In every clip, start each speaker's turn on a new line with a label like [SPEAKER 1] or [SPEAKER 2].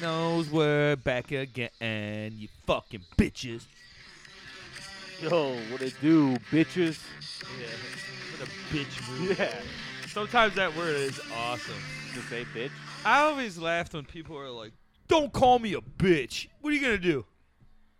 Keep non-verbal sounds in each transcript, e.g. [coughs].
[SPEAKER 1] knows we're back again, you fucking bitches.
[SPEAKER 2] Yo, what it do, bitches?
[SPEAKER 1] Yeah. What a bitch move.
[SPEAKER 2] Yeah.
[SPEAKER 1] Sometimes that word is awesome.
[SPEAKER 2] Just say bitch.
[SPEAKER 1] I always laughed when people are like, don't call me a bitch. What are you going to do?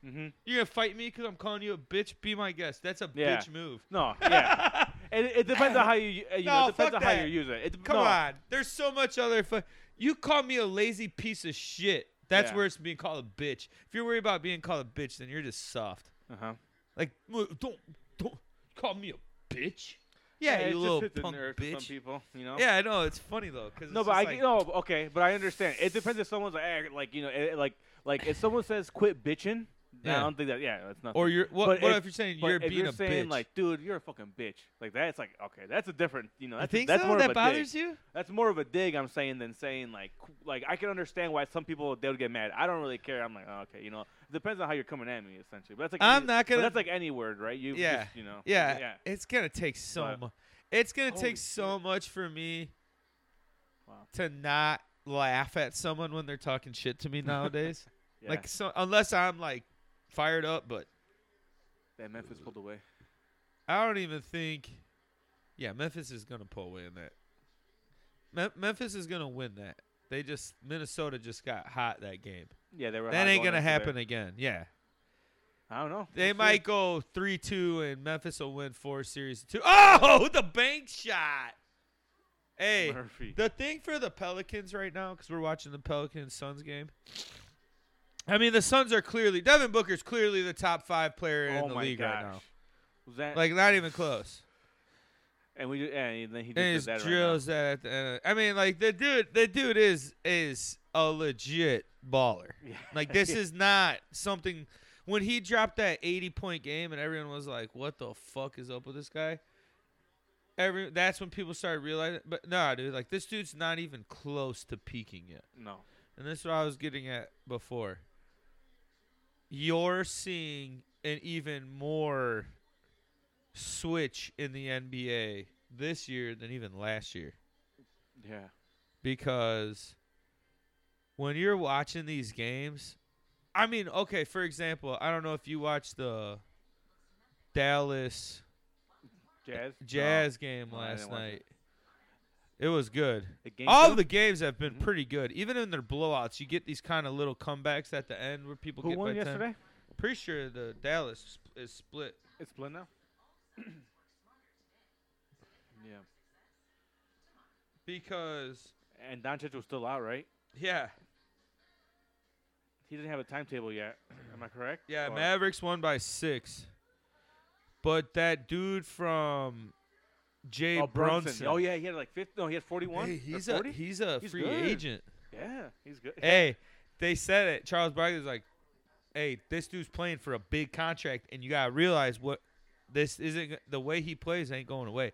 [SPEAKER 2] Mm-hmm.
[SPEAKER 1] You're going to fight me because I'm calling you a bitch? Be my guest. That's a
[SPEAKER 2] Yeah.
[SPEAKER 1] bitch move.
[SPEAKER 2] No, yeah.
[SPEAKER 1] [laughs]
[SPEAKER 2] it, it depends on how you, uh, you know,
[SPEAKER 1] No,
[SPEAKER 2] it depends
[SPEAKER 1] fuck
[SPEAKER 2] on how
[SPEAKER 1] that.
[SPEAKER 2] you use it. it dep-
[SPEAKER 1] Come
[SPEAKER 2] no.
[SPEAKER 1] on. There's so much other. Fu- you call me a lazy piece of shit. That's
[SPEAKER 2] Yeah.
[SPEAKER 1] where it's being called a bitch. If you're worried about being called a bitch, then you're just soft.
[SPEAKER 2] Uh-huh.
[SPEAKER 1] Like, "Well, don't don't call me a bitch. Yeah,
[SPEAKER 2] it
[SPEAKER 1] you
[SPEAKER 2] just
[SPEAKER 1] little
[SPEAKER 2] hit the
[SPEAKER 1] punk
[SPEAKER 2] nerve for
[SPEAKER 1] bitch.
[SPEAKER 2] Some people, you know.
[SPEAKER 1] Yeah, I know. It's funny though, because
[SPEAKER 2] No, but I get- no. Okay, but I understand. It depends if someone's like, eh, like you know, eh, like like if someone says quit bitching. then I
[SPEAKER 1] Yeah.
[SPEAKER 2] don't think that. Yeah, that's not.
[SPEAKER 1] Or you're what?
[SPEAKER 2] But
[SPEAKER 1] what
[SPEAKER 2] if-
[SPEAKER 1] if, you're saying
[SPEAKER 2] But
[SPEAKER 1] you're
[SPEAKER 2] if
[SPEAKER 1] being
[SPEAKER 2] you're
[SPEAKER 1] a
[SPEAKER 2] saying
[SPEAKER 1] bitch?
[SPEAKER 2] like, dude, you're a fucking bitch. Like that's like okay, that's a different. You know,
[SPEAKER 1] I
[SPEAKER 2] that's
[SPEAKER 1] think
[SPEAKER 2] that's
[SPEAKER 1] so?
[SPEAKER 2] more of
[SPEAKER 1] that
[SPEAKER 2] a dig.
[SPEAKER 1] bothers you?
[SPEAKER 2] That's more of a dig. I'm saying than saying like qu- like I can understand why some people they would get mad. I don't really care. I'm like oh, okay, you know, it depends on how you're coming at me essentially. But that's like
[SPEAKER 1] I'm
[SPEAKER 2] any-
[SPEAKER 1] not
[SPEAKER 2] but
[SPEAKER 1] gonna-
[SPEAKER 2] that's like any word, right? You
[SPEAKER 1] Yeah.
[SPEAKER 2] just, you know.
[SPEAKER 1] Yeah,
[SPEAKER 2] Yeah.
[SPEAKER 1] It's gonna take so
[SPEAKER 2] But-
[SPEAKER 1] much. It's gonna
[SPEAKER 2] Holy
[SPEAKER 1] take so much for me
[SPEAKER 2] Wow.
[SPEAKER 1] to not laugh at someone when they're talking shit to
[SPEAKER 2] [laughs]
[SPEAKER 1] me nowadays.
[SPEAKER 2] yeah.
[SPEAKER 1] Like, so unless I'm like fired up, but
[SPEAKER 2] that Memphis pulled away.
[SPEAKER 1] I don't even think. Yeah, Memphis is gonna pull away in that. Mem- Memphis is gonna win that. They just Minnesota just got hot that game.
[SPEAKER 2] Yeah, they were.
[SPEAKER 1] That
[SPEAKER 2] hot
[SPEAKER 1] ain't
[SPEAKER 2] going
[SPEAKER 1] gonna
[SPEAKER 2] into there.
[SPEAKER 1] happen again. Yeah,
[SPEAKER 2] I don't know.
[SPEAKER 1] they
[SPEAKER 2] We'll see.
[SPEAKER 1] might go three two and Memphis will win four series two. Oh, [laughs] the bank shot. Hey,
[SPEAKER 2] Murphy.
[SPEAKER 1] the thing for the Pelicans right now because we're watching the Pelicans Suns game. I mean, the Suns are clearly Devin Booker's clearly the top five player
[SPEAKER 2] oh
[SPEAKER 1] in the
[SPEAKER 2] my
[SPEAKER 1] league
[SPEAKER 2] gosh.
[SPEAKER 1] right now.
[SPEAKER 2] Was that
[SPEAKER 1] Like, not even close.
[SPEAKER 2] and we ju- and then he just
[SPEAKER 1] and
[SPEAKER 2] did
[SPEAKER 1] he
[SPEAKER 2] that
[SPEAKER 1] just drills that at the end. Of, I mean, like the dude, the dude is is a legit baller.
[SPEAKER 2] right now. Yeah.
[SPEAKER 1] Like this is not something. When he dropped that eighty point game, and everyone was like, "What the fuck is up with this guy?" Every that's when people started realizing. But nah, dude, like this dude's not even close to peaking yet.
[SPEAKER 2] [laughs] no.
[SPEAKER 1] And this is what I was getting at before. You're seeing an even more switch in the NBA this year than even last year
[SPEAKER 2] Yeah.
[SPEAKER 1] because when you're watching these games, I mean, okay, for example, I don't know if you watched the Dallas
[SPEAKER 2] Jazz. No.
[SPEAKER 1] Jazz game
[SPEAKER 2] No, I
[SPEAKER 1] last
[SPEAKER 2] didn't watch it.
[SPEAKER 1] night. It was good.
[SPEAKER 2] The game
[SPEAKER 1] All
[SPEAKER 2] two?
[SPEAKER 1] of the games have been
[SPEAKER 2] Mhm.
[SPEAKER 1] pretty good. Even in their blowouts, you get these kind of little comebacks at the end where people
[SPEAKER 2] Who
[SPEAKER 1] get
[SPEAKER 2] won
[SPEAKER 1] by 10.
[SPEAKER 2] yesterday?
[SPEAKER 1] Pretty sure the Dallas sp- is split.
[SPEAKER 2] It's split now. yeah.
[SPEAKER 1] Because
[SPEAKER 2] And Doncic was still out, right?
[SPEAKER 1] yeah,
[SPEAKER 2] He didn't have a timetable yet. Am I correct?
[SPEAKER 1] yeah,
[SPEAKER 2] Or-
[SPEAKER 1] Mavericks won by 6. But that dude from Jay
[SPEAKER 2] Oh, Brunson.
[SPEAKER 1] Brunson.
[SPEAKER 2] Oh yeah, he had like 50. No, he had 41.
[SPEAKER 1] Hey,
[SPEAKER 2] or
[SPEAKER 1] he's a
[SPEAKER 2] 40?
[SPEAKER 1] he's a
[SPEAKER 2] He's
[SPEAKER 1] free
[SPEAKER 2] good.
[SPEAKER 1] agent.
[SPEAKER 2] yeah, he's [laughs] good.
[SPEAKER 1] hey, they said it. Charles Barkley's like, hey, this dude's playing for a big contract, and you gotta realize what this isn't. g- The way he plays ain't going away.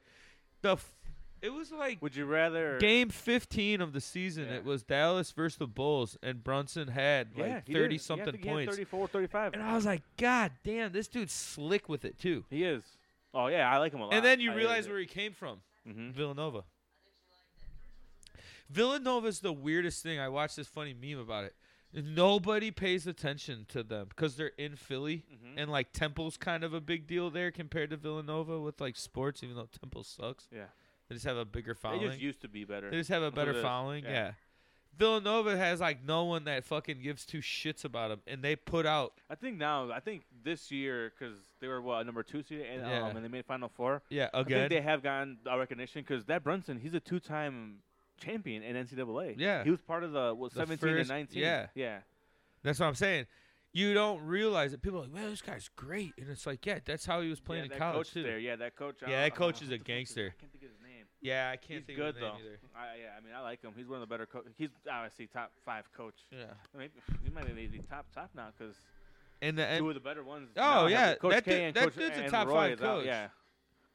[SPEAKER 1] The f- it was like
[SPEAKER 2] Would you rather?
[SPEAKER 1] game 15 of the season.
[SPEAKER 2] Yeah.
[SPEAKER 1] It was Dallas versus the Bulls, and Brunson had
[SPEAKER 2] yeah,
[SPEAKER 1] like 30
[SPEAKER 2] he did. He had
[SPEAKER 1] something
[SPEAKER 2] to- he had
[SPEAKER 1] points.
[SPEAKER 2] 34, 35.
[SPEAKER 1] And I was like, God damn, this dude's slick with it too.
[SPEAKER 2] he is. Oh yeah, I like him a lot.
[SPEAKER 1] And then you realize where he came from.
[SPEAKER 2] hmm
[SPEAKER 1] Villanova. Villanova's the weirdest thing. I watched this funny meme about it. Nobody pays attention to them because they're in Philly,
[SPEAKER 2] Mhm.
[SPEAKER 1] and like Temple's kind of a big deal there compared to Villanova with like sports, even though Temple sucks.
[SPEAKER 2] Yeah.
[SPEAKER 1] they just have a bigger
[SPEAKER 2] They
[SPEAKER 1] following.
[SPEAKER 2] just used to be better.
[SPEAKER 1] They just have a
[SPEAKER 2] That's what
[SPEAKER 1] better
[SPEAKER 2] it is.
[SPEAKER 1] following.
[SPEAKER 2] Yeah.
[SPEAKER 1] Yeah. Villanova has like no one that fucking gives two shits about them, and they put out
[SPEAKER 2] I think now, I think this year, because they were what number two seed, and
[SPEAKER 1] Yeah.
[SPEAKER 2] um, and they made final four.
[SPEAKER 1] yeah
[SPEAKER 2] I
[SPEAKER 1] again.
[SPEAKER 2] think they have gotten our recognition because that Brunson, he's a two-time champion in NCAA.
[SPEAKER 1] Yeah.
[SPEAKER 2] he was part of the what,
[SPEAKER 1] The
[SPEAKER 2] 17
[SPEAKER 1] first-
[SPEAKER 2] and 19.
[SPEAKER 1] yeah.
[SPEAKER 2] yeah,
[SPEAKER 1] That's what I'm saying. You don't realize it. People are like, man, this guy's great, and it's like, yeah, that's how he was playing
[SPEAKER 2] yeah,
[SPEAKER 1] in
[SPEAKER 2] that
[SPEAKER 1] college
[SPEAKER 2] coach
[SPEAKER 1] too.
[SPEAKER 2] there. Yeah, that coach.
[SPEAKER 1] Yeah,
[SPEAKER 2] I don't-
[SPEAKER 1] that
[SPEAKER 2] I don't
[SPEAKER 1] coach
[SPEAKER 2] know
[SPEAKER 1] is
[SPEAKER 2] what
[SPEAKER 1] a
[SPEAKER 2] the fuck his-
[SPEAKER 1] gangster.
[SPEAKER 2] I can't think of his name.
[SPEAKER 1] Yeah, I can't
[SPEAKER 2] he's
[SPEAKER 1] think
[SPEAKER 2] good
[SPEAKER 1] of his name
[SPEAKER 2] though.
[SPEAKER 1] either.
[SPEAKER 2] I, yeah, I mean, I like him. He's one of the better. Co- he's obviously top five coach.
[SPEAKER 1] Yeah.
[SPEAKER 2] I mean, he might even be top top now because
[SPEAKER 1] And the
[SPEAKER 2] two
[SPEAKER 1] and,
[SPEAKER 2] of the better ones.
[SPEAKER 1] Oh,
[SPEAKER 2] now have
[SPEAKER 1] yeah,
[SPEAKER 2] it. coach
[SPEAKER 1] that
[SPEAKER 2] K
[SPEAKER 1] dude-
[SPEAKER 2] and
[SPEAKER 1] that
[SPEAKER 2] coach
[SPEAKER 1] dude's a
[SPEAKER 2] and
[SPEAKER 1] top
[SPEAKER 2] Roy
[SPEAKER 1] five
[SPEAKER 2] is out,
[SPEAKER 1] coach.
[SPEAKER 2] Yeah,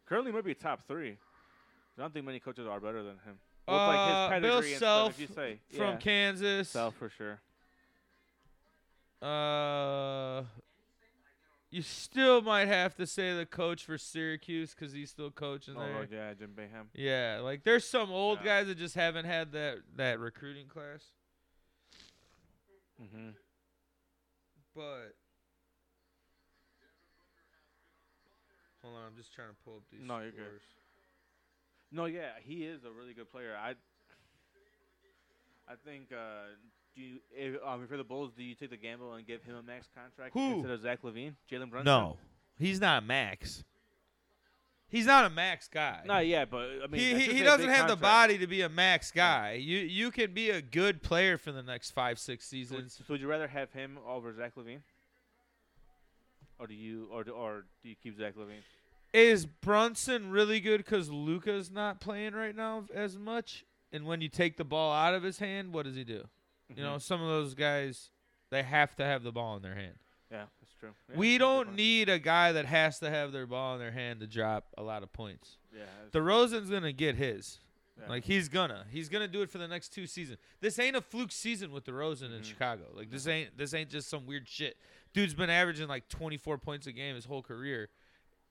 [SPEAKER 2] currently might be top three. I don't think many coaches are better than him. With,
[SPEAKER 1] uh,
[SPEAKER 2] like his
[SPEAKER 1] Bill
[SPEAKER 2] pedigree and stuff,
[SPEAKER 1] Self
[SPEAKER 2] if you say
[SPEAKER 1] from
[SPEAKER 2] yeah.
[SPEAKER 1] Kansas.
[SPEAKER 2] Self for sure.
[SPEAKER 1] Uh, you still might have to say the coach for Syracuse because he's still coaching
[SPEAKER 2] Oh
[SPEAKER 1] there.
[SPEAKER 2] Lord, yeah, Jim Bayham.
[SPEAKER 1] Yeah, like there's some old
[SPEAKER 2] Yeah.
[SPEAKER 1] guys that just haven't had that that recruiting class.
[SPEAKER 2] Mm-hmm.
[SPEAKER 1] But hold on, I'm just trying to pull up these.
[SPEAKER 2] No, you're good.
[SPEAKER 1] scores.
[SPEAKER 2] No, yeah, he is a really good player. I, I think. Uh, do you, if, um, for the Bulls, do you take the gamble and give him a max contract
[SPEAKER 1] Who?
[SPEAKER 2] instead of Zach Levine, Jalen Brunson?
[SPEAKER 1] No, he's not a max. He's not a max guy.
[SPEAKER 2] no, yeah, but I mean,
[SPEAKER 1] he
[SPEAKER 2] that's
[SPEAKER 1] he,
[SPEAKER 2] just
[SPEAKER 1] he
[SPEAKER 2] a
[SPEAKER 1] doesn't
[SPEAKER 2] big
[SPEAKER 1] have the
[SPEAKER 2] contract.
[SPEAKER 1] body to be a max guy. You you can be a good player for the next five six
[SPEAKER 2] So would,
[SPEAKER 1] seasons.
[SPEAKER 2] so would you rather have him over Zach Levine, or do you or do, or do you keep Zach Levine?
[SPEAKER 1] Is Brunson really good because Luca's not playing right now as much? And when you take the ball out of his hand, what does he do? You
[SPEAKER 2] Mm-hmm.
[SPEAKER 1] know, some of those guys they have to have the ball in their hand.
[SPEAKER 2] yeah, that's true. Yeah, that's a
[SPEAKER 1] We
[SPEAKER 2] good
[SPEAKER 1] don't
[SPEAKER 2] point.
[SPEAKER 1] need a guy that has to have their ball in their hand to drop a lot of points.
[SPEAKER 2] Yeah, that's
[SPEAKER 1] The
[SPEAKER 2] true.
[SPEAKER 1] DeRozan's gonna get his.
[SPEAKER 2] Yeah.
[SPEAKER 1] Like he's gonna, he's gonna do it for the next two seasons. This ain't a fluke season with DeRozan in
[SPEAKER 2] Mhm.
[SPEAKER 1] Chicago. Like this ain't this ain't just some weird shit. Dude's been averaging like 24 points a game his whole career.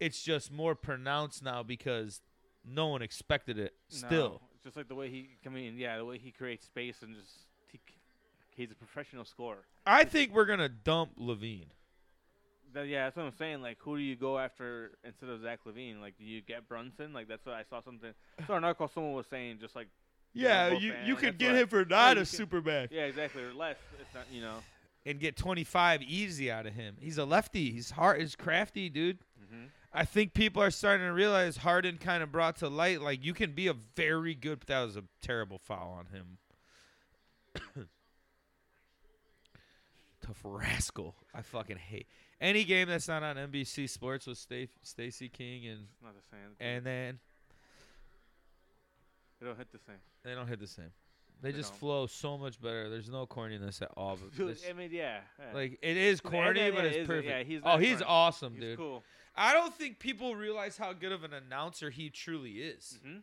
[SPEAKER 1] It's just more pronounced now because no one expected it. Still,
[SPEAKER 2] No, it's just like the way he, I mean, yeah, the way he creates space and just he, c- he's a professional scorer.
[SPEAKER 1] I think we're gonna dump Levine.
[SPEAKER 2] That, yeah, that's what I'm saying. Like, who do you go after instead of Zach Levine? Like, do you get Brunson? Like, that's what I saw something. I saw an article someone was saying just like, Yeah, both fan, that's why-
[SPEAKER 1] for
[SPEAKER 2] you can-
[SPEAKER 1] superback
[SPEAKER 2] [laughs] yeah, exactly, or less. It's not, you know.
[SPEAKER 1] and get 25 easy out of him. He's a lefty. He's hard. He's crafty, dude.
[SPEAKER 2] Mm-hmm.
[SPEAKER 1] I think people are starting to realize Harden kind of brought to light like you can be a very good. That was a terrible foul on him. [coughs] Tough rascal. I fucking hate any game that's not on NBC Sports with Sta- Stacey King and
[SPEAKER 2] It's not the same.
[SPEAKER 1] and then
[SPEAKER 2] they don't hit the same.
[SPEAKER 1] they don't hit the same. They,
[SPEAKER 2] They
[SPEAKER 1] just
[SPEAKER 2] don't.
[SPEAKER 1] flow so much better. There's no corniness at all.
[SPEAKER 2] [laughs]
[SPEAKER 1] But [laughs]
[SPEAKER 2] Dude,
[SPEAKER 1] this-
[SPEAKER 2] I mean, yeah. yeah.
[SPEAKER 1] like it is
[SPEAKER 2] Yeah,
[SPEAKER 1] corny,
[SPEAKER 2] yeah,
[SPEAKER 1] but
[SPEAKER 2] yeah,
[SPEAKER 1] it's
[SPEAKER 2] it is-
[SPEAKER 1] perfect.
[SPEAKER 2] yeah, he's
[SPEAKER 1] oh,
[SPEAKER 2] not
[SPEAKER 1] he's
[SPEAKER 2] corny.
[SPEAKER 1] awesome,
[SPEAKER 2] he's
[SPEAKER 1] dude.
[SPEAKER 2] cool.
[SPEAKER 1] I don't think people realize how good of an announcer he truly is.
[SPEAKER 2] hmm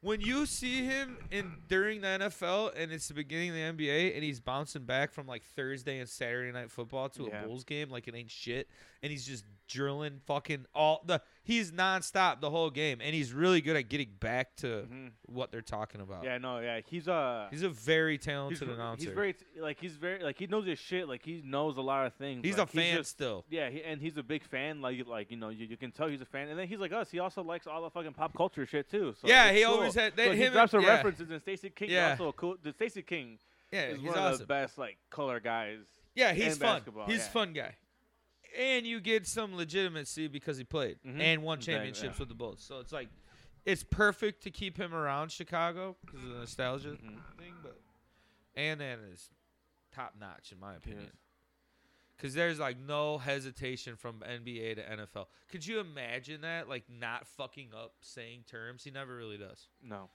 [SPEAKER 1] When you see him in during the NFL and it's the beginning of the NBA and he's bouncing back from like Thursday and Saturday night football to
[SPEAKER 2] Yeah.
[SPEAKER 1] a Bulls game like it ain't shit and he's just drilling fucking all the he's nonstop the whole game and he's really good at getting back to
[SPEAKER 2] hmm
[SPEAKER 1] what they're talking about.
[SPEAKER 2] Yeah, no, yeah, he's uh,
[SPEAKER 1] Uh, He's a very
[SPEAKER 2] he's,
[SPEAKER 1] talented
[SPEAKER 2] gr-
[SPEAKER 1] announcer.
[SPEAKER 2] he's very t- like he's very like he knows his shit. Like he knows a lot of things.
[SPEAKER 1] He's
[SPEAKER 2] like,
[SPEAKER 1] a fan
[SPEAKER 2] just-
[SPEAKER 1] still.
[SPEAKER 2] Yeah, he, and he's a big fan. Like, like you know, you, you can tell he's a fan. And then he's like us. He also likes all the fucking pop culture shit too. So
[SPEAKER 1] Yeah,
[SPEAKER 2] it's
[SPEAKER 1] he
[SPEAKER 2] cool.
[SPEAKER 1] always had-
[SPEAKER 2] So
[SPEAKER 1] that-
[SPEAKER 2] he
[SPEAKER 1] him
[SPEAKER 2] drops
[SPEAKER 1] and-
[SPEAKER 2] the
[SPEAKER 1] yeah.
[SPEAKER 2] references, and Stacey King
[SPEAKER 1] Yeah.
[SPEAKER 2] also cool. The Stacey King
[SPEAKER 1] Yeah,
[SPEAKER 2] is
[SPEAKER 1] he's
[SPEAKER 2] one of
[SPEAKER 1] awesome.
[SPEAKER 2] the best like color guys.
[SPEAKER 1] Yeah, he's
[SPEAKER 2] and
[SPEAKER 1] fun.
[SPEAKER 2] basketball,
[SPEAKER 1] He's
[SPEAKER 2] yeah.
[SPEAKER 1] a fun guy. And you get some legitimacy because he played
[SPEAKER 2] Mhm.
[SPEAKER 1] and won
[SPEAKER 2] Exactly,
[SPEAKER 1] championships
[SPEAKER 2] yeah.
[SPEAKER 1] with the Bulls. So it's like it's perfect to keep him around Chicago because of the nostalgia
[SPEAKER 2] Mhm.
[SPEAKER 1] thing, but and that is top notch in my opinion.
[SPEAKER 2] is.
[SPEAKER 1] Cause there's like no hesitation from NBA to NFL. Could you imagine that? Like not fucking up saying terms. He never really does.
[SPEAKER 2] No,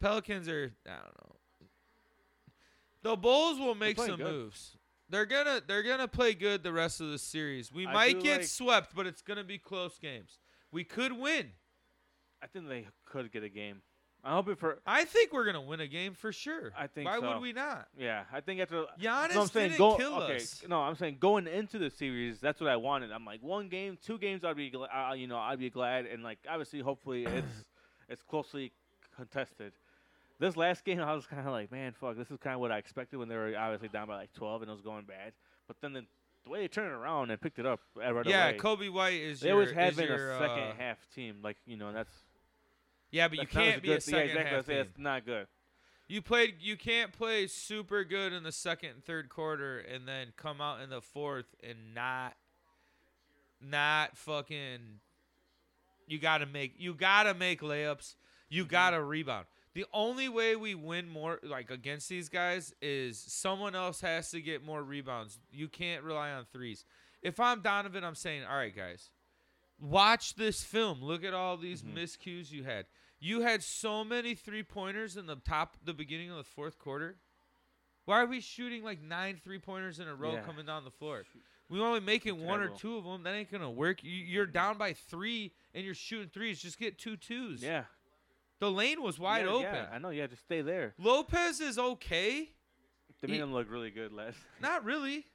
[SPEAKER 1] Pelicans are I don't know. The Bulls will make
[SPEAKER 2] playing
[SPEAKER 1] some
[SPEAKER 2] good.
[SPEAKER 1] moves. They're gonna they're gonna play good the rest of the series. We
[SPEAKER 2] I
[SPEAKER 1] might
[SPEAKER 2] do
[SPEAKER 1] get
[SPEAKER 2] like-
[SPEAKER 1] swept, but it's gonna be close games. We could win.
[SPEAKER 2] I think they could get a game. I'm hoping for.
[SPEAKER 1] I think we're gonna win a game for sure.
[SPEAKER 2] I think
[SPEAKER 1] Why
[SPEAKER 2] so.
[SPEAKER 1] would we not?
[SPEAKER 2] Yeah, I think after
[SPEAKER 1] Giannis
[SPEAKER 2] no, I'm saying
[SPEAKER 1] didn't
[SPEAKER 2] go,
[SPEAKER 1] kill
[SPEAKER 2] okay,
[SPEAKER 1] us.
[SPEAKER 2] No, I'm saying going into the series, that's what I wanted. I'm like one game, two games, I'd be, gl- uh, you know, I'd be glad, and like
[SPEAKER 1] [clears throat]
[SPEAKER 2] obviously, hopefully, it's it's closely contested. This last game, [laughs] I was kind of like, man, fuck, this is kind of what I expected when they were obviously down by like 12 and it was going bad. But then the, the way they turned it around and picked it up uh, right
[SPEAKER 1] yeah,
[SPEAKER 2] away.
[SPEAKER 1] Kobe White is.
[SPEAKER 2] they
[SPEAKER 1] your,
[SPEAKER 2] always have
[SPEAKER 1] is
[SPEAKER 2] been
[SPEAKER 1] your,
[SPEAKER 2] a second
[SPEAKER 1] uh,
[SPEAKER 2] half team, like you know, that's
[SPEAKER 1] Yeah, but you
[SPEAKER 2] that's not as
[SPEAKER 1] can't be a
[SPEAKER 2] good- yeah,
[SPEAKER 1] second
[SPEAKER 2] exactly, I
[SPEAKER 1] half.
[SPEAKER 2] say
[SPEAKER 1] team.
[SPEAKER 2] That's not good.
[SPEAKER 1] You played. You can't play super good in the second and third quarter, and then come out in the fourth and not, not fucking. You gotta make. You gotta make layups.
[SPEAKER 2] Mm-hmm.
[SPEAKER 1] You gotta rebound. The only way we win more, like against these guys, is someone else has to get more rebounds. You can't rely on threes. If I'm Donovan, I'm saying, all right, guys, watch this film. Look at all these
[SPEAKER 2] Mhm.
[SPEAKER 1] miscues you had. You had so many three pointers in the top, the beginning of the fourth quarter. Why are we shooting like nine three pointers in a row
[SPEAKER 2] Yeah.
[SPEAKER 1] coming down the floor? We're only making one or
[SPEAKER 2] Terrible.
[SPEAKER 1] two of them. That ain't gonna work. You, you're down by three and you're shooting threes. Just get two twos.
[SPEAKER 2] Yeah,
[SPEAKER 1] The lane was wide
[SPEAKER 2] Yeah,
[SPEAKER 1] open.
[SPEAKER 2] Yeah, I know. Yeah, just stay there.
[SPEAKER 1] Lopez is okay.
[SPEAKER 2] They
[SPEAKER 1] He-
[SPEAKER 2] made him look really good last.
[SPEAKER 1] Not really.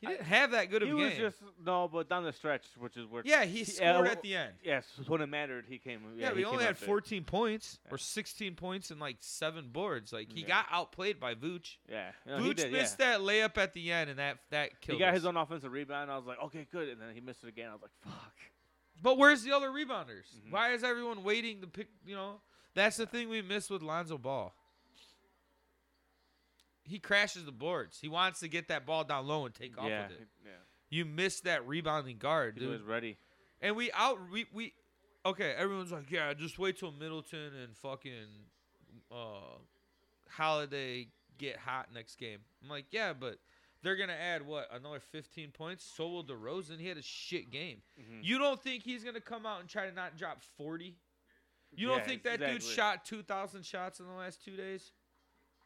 [SPEAKER 1] He didn't have that good of
[SPEAKER 2] he
[SPEAKER 1] a game.
[SPEAKER 2] was just no, but down the stretch, which is where
[SPEAKER 1] yeah, he
[SPEAKER 2] yeah,
[SPEAKER 1] scored
[SPEAKER 2] well,
[SPEAKER 1] at the end.
[SPEAKER 2] yes, when it mattered, he came.
[SPEAKER 1] Yeah,
[SPEAKER 2] he
[SPEAKER 1] we
[SPEAKER 2] came
[SPEAKER 1] only had
[SPEAKER 2] up big.
[SPEAKER 1] 14 points
[SPEAKER 2] Yeah.
[SPEAKER 1] or 16 points and like seven boards. Like he
[SPEAKER 2] Yeah.
[SPEAKER 1] got outplayed by Vooch.
[SPEAKER 2] Yeah, no, he
[SPEAKER 1] Vooch
[SPEAKER 2] did, yeah.
[SPEAKER 1] missed that layup at the end, and that that
[SPEAKER 2] He
[SPEAKER 1] killed.
[SPEAKER 2] got
[SPEAKER 1] us.
[SPEAKER 2] his own offensive rebound. I was like, okay, good. And then he missed it again. I was like, fuck.
[SPEAKER 1] But where's the other rebounders?
[SPEAKER 2] Mhm.
[SPEAKER 1] Why is everyone waiting to pick? You know, that's the thing we miss with Lonzo Ball. He crashes the boards. He wants to get that ball down low and take off
[SPEAKER 2] yeah,
[SPEAKER 1] with it.
[SPEAKER 2] yeah.
[SPEAKER 1] You miss that rebounding guard,
[SPEAKER 2] He
[SPEAKER 1] dude.
[SPEAKER 2] was ready.
[SPEAKER 1] And we out we we okay, everyone's like, yeah, just wait till Middleton and fucking uh Holiday get hot next game. I'm like, yeah, but they're gonna add what another 15 points. So will DeRozan. He had a shit game.
[SPEAKER 2] Mhm.
[SPEAKER 1] You don't think he's gonna come out and try to not drop 40? You don't
[SPEAKER 2] Yeah,
[SPEAKER 1] think that dude
[SPEAKER 2] exactly.
[SPEAKER 1] shot 2,000 shots in the last two days?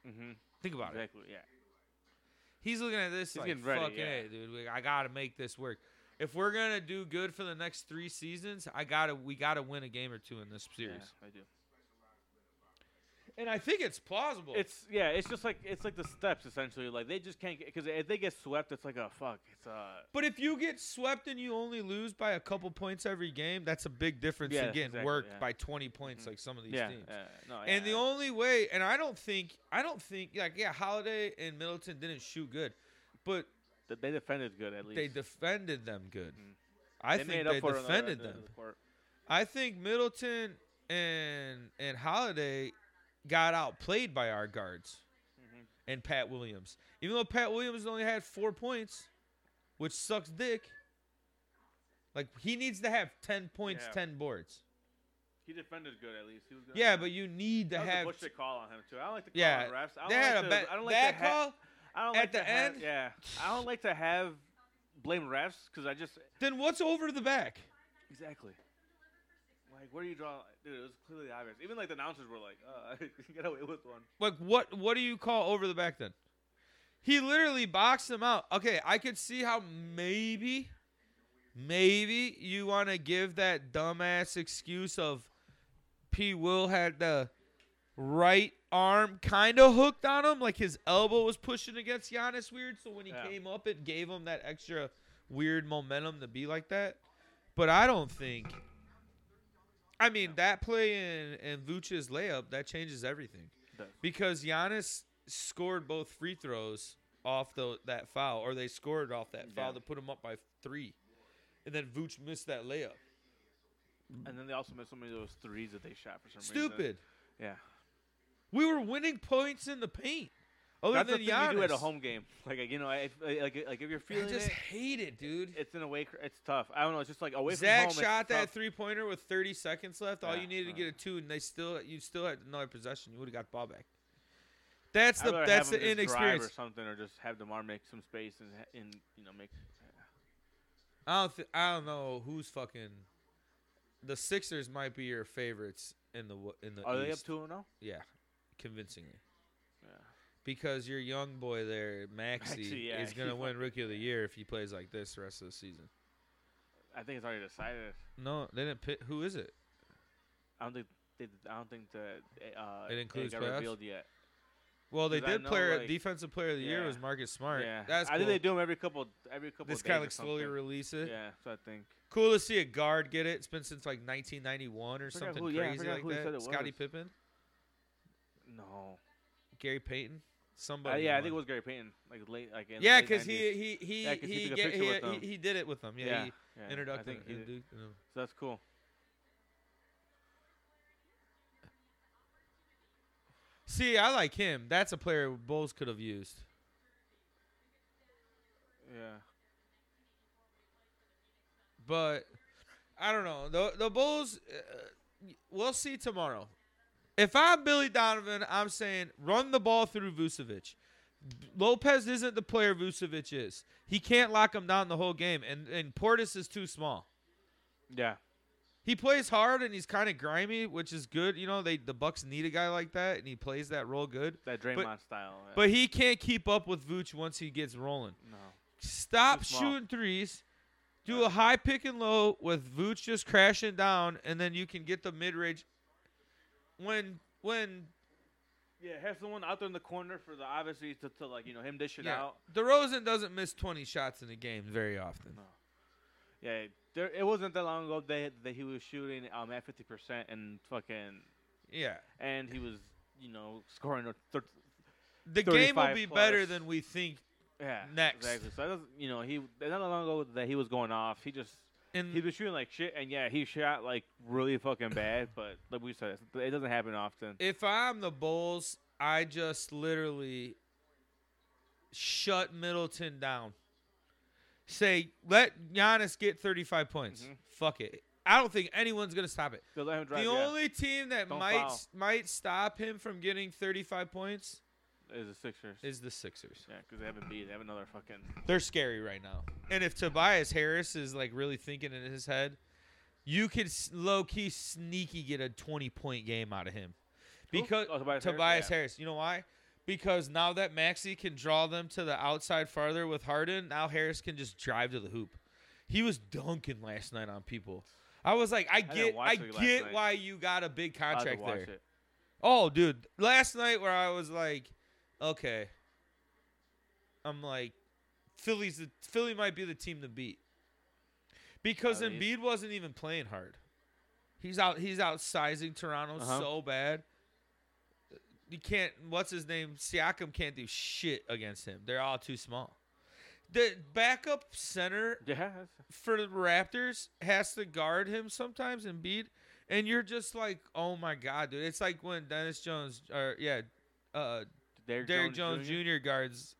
[SPEAKER 2] hmm
[SPEAKER 1] Think about it.
[SPEAKER 2] Exactly. Yeah.
[SPEAKER 1] He's looking at this
[SPEAKER 2] He's
[SPEAKER 1] like,
[SPEAKER 2] getting ready,
[SPEAKER 1] fucking
[SPEAKER 2] yeah.
[SPEAKER 1] hey, dude, we- I gotta make this work. If we're gonna do good for the next three seasons, I gotta we gotta win a game or two in this series.
[SPEAKER 2] Yeah, I do.
[SPEAKER 1] And I think it's plausible.
[SPEAKER 2] It's yeah. It's just like it's like the steps essentially. Like they just can't because if they get swept, it's like a fuck. It's uh
[SPEAKER 1] but if you get swept and you only lose by a couple points every game, that's a big difference in
[SPEAKER 2] Yeah,
[SPEAKER 1] getting
[SPEAKER 2] exactly,
[SPEAKER 1] worked
[SPEAKER 2] yeah. Mm-hmm.
[SPEAKER 1] by twenty points like some of these
[SPEAKER 2] yeah,
[SPEAKER 1] teams.
[SPEAKER 2] yeah. No.
[SPEAKER 1] And the
[SPEAKER 2] Oh, yeah.
[SPEAKER 1] only way, and I don't think, I don't think, like, yeah, Holiday and Middleton didn't shoot good, but
[SPEAKER 2] Th- they defended good at least.
[SPEAKER 1] they defended them good.
[SPEAKER 2] Mhm.
[SPEAKER 1] I
[SPEAKER 2] They
[SPEAKER 1] think
[SPEAKER 2] made up
[SPEAKER 1] they
[SPEAKER 2] for it on the other
[SPEAKER 1] defended
[SPEAKER 2] end of
[SPEAKER 1] them.
[SPEAKER 2] the court.
[SPEAKER 1] I think Middleton and and Holiday got outplayed by our guards
[SPEAKER 2] Mhm.
[SPEAKER 1] and Pat Williams. Even though Pat Williams only had four points, which sucks dick. Like he needs to have ten points,
[SPEAKER 2] Yeah.
[SPEAKER 1] ten boards.
[SPEAKER 2] He defended good at least. He was good.
[SPEAKER 1] Yeah, but you need to
[SPEAKER 2] that was
[SPEAKER 1] have.
[SPEAKER 2] a bullshit call on him too. I don't like the call
[SPEAKER 1] Yeah,
[SPEAKER 2] on refs. I don't
[SPEAKER 1] they had
[SPEAKER 2] like
[SPEAKER 1] a
[SPEAKER 2] the,
[SPEAKER 1] bad
[SPEAKER 2] I don't like
[SPEAKER 1] that
[SPEAKER 2] the ha-
[SPEAKER 1] call.
[SPEAKER 2] I don't
[SPEAKER 1] at
[SPEAKER 2] like
[SPEAKER 1] the
[SPEAKER 2] to have-
[SPEAKER 1] end?
[SPEAKER 2] yeah, I don't like to have blame refs because I just
[SPEAKER 1] Then what's over the back?
[SPEAKER 2] exactly. Like, where do you draw, dude? It was clearly obvious. Even like the announcers were like, "Uh, [laughs] you get away with one."
[SPEAKER 1] Like what? What do you call over the back then? He literally boxed him out. Okay, I could see how maybe, maybe you want to give that dumbass excuse of P. Will had the right arm kind of hooked on him, like his elbow was pushing against Giannis weird. So when he
[SPEAKER 2] Yeah.
[SPEAKER 1] came up, it gave him that extra weird momentum to be like that. But I don't think. I mean, that play in and Vuce's layup that changes everything
[SPEAKER 2] Does.
[SPEAKER 1] because Giannis scored both free throws off the, that foul, or they scored off that foul
[SPEAKER 2] Yeah.
[SPEAKER 1] to put him up by three, and then Vooch missed that layup.
[SPEAKER 2] And then they also missed so many of those threes that they shot for some reason.
[SPEAKER 1] Stupid.
[SPEAKER 2] Yeah.
[SPEAKER 1] We were winning points in the paint. Other
[SPEAKER 2] That's the
[SPEAKER 1] than
[SPEAKER 2] thing
[SPEAKER 1] Giannis,
[SPEAKER 2] you do at a home game. Like you know, if, like like if you're
[SPEAKER 1] I
[SPEAKER 2] feeling
[SPEAKER 1] just
[SPEAKER 2] it,
[SPEAKER 1] hate it, dude.
[SPEAKER 2] it's an away. cr- It's tough. I don't know. It's just like away
[SPEAKER 1] Zach
[SPEAKER 2] from home.
[SPEAKER 1] shot
[SPEAKER 2] it's tough.
[SPEAKER 1] that three pointer with 30 seconds left. All
[SPEAKER 2] Yeah,
[SPEAKER 1] you needed to
[SPEAKER 2] uh.
[SPEAKER 1] get a two, and they still you still had another possession. You would have got the ball back. That's
[SPEAKER 2] I'd
[SPEAKER 1] the
[SPEAKER 2] rather
[SPEAKER 1] that's
[SPEAKER 2] have
[SPEAKER 1] the
[SPEAKER 2] him just drive
[SPEAKER 1] inexperience.
[SPEAKER 2] or something, or just have Demar make some space and ha- and you know make.
[SPEAKER 1] I don't th- I don't know who's fucking. The Sixers might be your favorites in the w- in the
[SPEAKER 2] Are they up
[SPEAKER 1] East.
[SPEAKER 2] two and oh? zero?
[SPEAKER 1] Yeah, convincingly.
[SPEAKER 2] Yeah.
[SPEAKER 1] Because your young boy there, Maxi,
[SPEAKER 2] Maxey, yeah,
[SPEAKER 1] is
[SPEAKER 2] he
[SPEAKER 1] gonna win
[SPEAKER 2] fucking-
[SPEAKER 1] Rookie of the Year if he plays like this the rest of the season.
[SPEAKER 2] I think it's already decided.
[SPEAKER 1] No, they didn't pick. Who is it?
[SPEAKER 2] I don't think they, I don't think that uh,
[SPEAKER 1] It includes
[SPEAKER 2] got
[SPEAKER 1] playoffs?
[SPEAKER 2] revealed yet.
[SPEAKER 1] Well, they
[SPEAKER 2] 'Cause I
[SPEAKER 1] did.
[SPEAKER 2] know,
[SPEAKER 1] Player
[SPEAKER 2] like-
[SPEAKER 1] Defensive Player of the Year
[SPEAKER 2] Yeah.
[SPEAKER 1] was Marcus Smart.
[SPEAKER 2] Yeah,
[SPEAKER 1] that's
[SPEAKER 2] I
[SPEAKER 1] cool.
[SPEAKER 2] think they do them every couple every couple.
[SPEAKER 1] This
[SPEAKER 2] days
[SPEAKER 1] kind
[SPEAKER 2] or
[SPEAKER 1] of slowly
[SPEAKER 2] something.
[SPEAKER 1] release it.
[SPEAKER 2] Yeah, so I think.
[SPEAKER 1] Cool to see a guard get it. It's been since like 1991 or
[SPEAKER 2] Forgot
[SPEAKER 1] something
[SPEAKER 2] who- yeah, I
[SPEAKER 1] crazy
[SPEAKER 2] forgot
[SPEAKER 1] like
[SPEAKER 2] who he said
[SPEAKER 1] that.
[SPEAKER 2] it
[SPEAKER 1] Scottie
[SPEAKER 2] was.
[SPEAKER 1] Pippen,
[SPEAKER 2] No.
[SPEAKER 1] Gary Payton,
[SPEAKER 2] Uh,
[SPEAKER 1] somebody.
[SPEAKER 2] yeah, I
[SPEAKER 1] won.
[SPEAKER 2] think it was Gary Payton. Like late, like in the
[SPEAKER 1] Yeah,
[SPEAKER 2] late
[SPEAKER 1] because he
[SPEAKER 2] 90s.
[SPEAKER 1] he he
[SPEAKER 2] Yeah, 'cause he
[SPEAKER 1] he,
[SPEAKER 2] took a
[SPEAKER 1] get,
[SPEAKER 2] picture
[SPEAKER 1] he,
[SPEAKER 2] with them.
[SPEAKER 1] he he did it with them. Yeah, he
[SPEAKER 2] yeah, I
[SPEAKER 1] introduced
[SPEAKER 2] think he did.
[SPEAKER 1] him.
[SPEAKER 2] So that's cool.
[SPEAKER 1] See, I like him. That's a player Bulls could have used.
[SPEAKER 2] Yeah.
[SPEAKER 1] But I don't know. The the Bulls. Uh, we'll see tomorrow. If I'm Billy Donovan, I'm saying run the ball through Vucevic. Lopez isn't the player Vucevic is. He can't lock him down the whole game, and and Portis is too small.
[SPEAKER 2] Yeah.
[SPEAKER 1] He plays hard and he's kind of grimy, which is good. You know, they the Bucks need a guy like that, and he plays that role good.
[SPEAKER 2] That Draymond style. yeah.
[SPEAKER 1] But he can't keep up with Vooch once he gets rolling.
[SPEAKER 2] no.
[SPEAKER 1] Stop
[SPEAKER 2] Too small.
[SPEAKER 1] shooting threes. Do a high pick and low with Vooch just crashing down, and then you can get the mid range. When when
[SPEAKER 2] Yeah, have someone out there in the corner for the obviously to, to like you know him dish it
[SPEAKER 1] Yeah.
[SPEAKER 2] out.
[SPEAKER 1] DeRozan doesn't miss 20 shots in a game very often.
[SPEAKER 2] No. Yeah, there, it wasn't that long ago that, that he was shooting um at fifty percent and fucking
[SPEAKER 1] Yeah.
[SPEAKER 2] and he was you know scoring a thir-
[SPEAKER 1] The game will
[SPEAKER 2] 35
[SPEAKER 1] be better
[SPEAKER 2] plus.
[SPEAKER 1] than we think.
[SPEAKER 2] yeah
[SPEAKER 1] Next.
[SPEAKER 2] exactly. So that doesn't you know he not long ago that he was going off. He just
[SPEAKER 1] And
[SPEAKER 2] he was shooting like shit and yeah he shot like really fucking bad. [laughs] But like we said, it doesn't happen often.
[SPEAKER 1] if I'm the Bulls, I just literally shut Middleton down. Say, let Giannis get 35 points.
[SPEAKER 2] Mhm.
[SPEAKER 1] Fuck it. I don't think anyone's gonna stop it.
[SPEAKER 2] They let him drive.
[SPEAKER 1] the
[SPEAKER 2] yeah,
[SPEAKER 1] only team that
[SPEAKER 2] Don't
[SPEAKER 1] might
[SPEAKER 2] foul.
[SPEAKER 1] might stop him from getting 35 points
[SPEAKER 2] is the Sixers.
[SPEAKER 1] is the Sixers.
[SPEAKER 2] Yeah, because they haven't beat. They have another fucking.
[SPEAKER 1] They're scary right now. And if Tobias Harris is like really thinking in his head, you could low key sneaky get a 20 point game out of him.
[SPEAKER 2] Who?
[SPEAKER 1] Because
[SPEAKER 2] Oh,
[SPEAKER 1] Tobias,
[SPEAKER 2] Tobias Harris? Yeah.
[SPEAKER 1] Harris, you know why? Because now that Maxi can draw them to the outside farther with Harden, now Harris can just drive to the hoop. He was dunking last night on people. I was like, I get,
[SPEAKER 2] watch
[SPEAKER 1] I,
[SPEAKER 2] it last
[SPEAKER 1] get
[SPEAKER 2] night.
[SPEAKER 1] why you got a big
[SPEAKER 2] I'll have to
[SPEAKER 1] contract
[SPEAKER 2] watch
[SPEAKER 1] there.
[SPEAKER 2] it.
[SPEAKER 1] Oh, dude, last night where I was like, okay, I'm like, Philly's the Philly might be the team to beat because
[SPEAKER 2] At
[SPEAKER 1] Embiid
[SPEAKER 2] least.
[SPEAKER 1] wasn't even playing hard. He's out. He's outsizing Toronto
[SPEAKER 2] Uh-huh.
[SPEAKER 1] so bad. You can't. What's his name? Siakam can't do shit against him. They're all too small. The backup center
[SPEAKER 2] Yeah, that's-
[SPEAKER 1] for the Raptors has to guard him sometimes and beat, and you're just like, oh my god, dude! It's like when Dennis Jones or yeah, uh,
[SPEAKER 2] Derrick,
[SPEAKER 1] Derrick Jones,
[SPEAKER 2] Jones Jr.
[SPEAKER 1] Jr. guards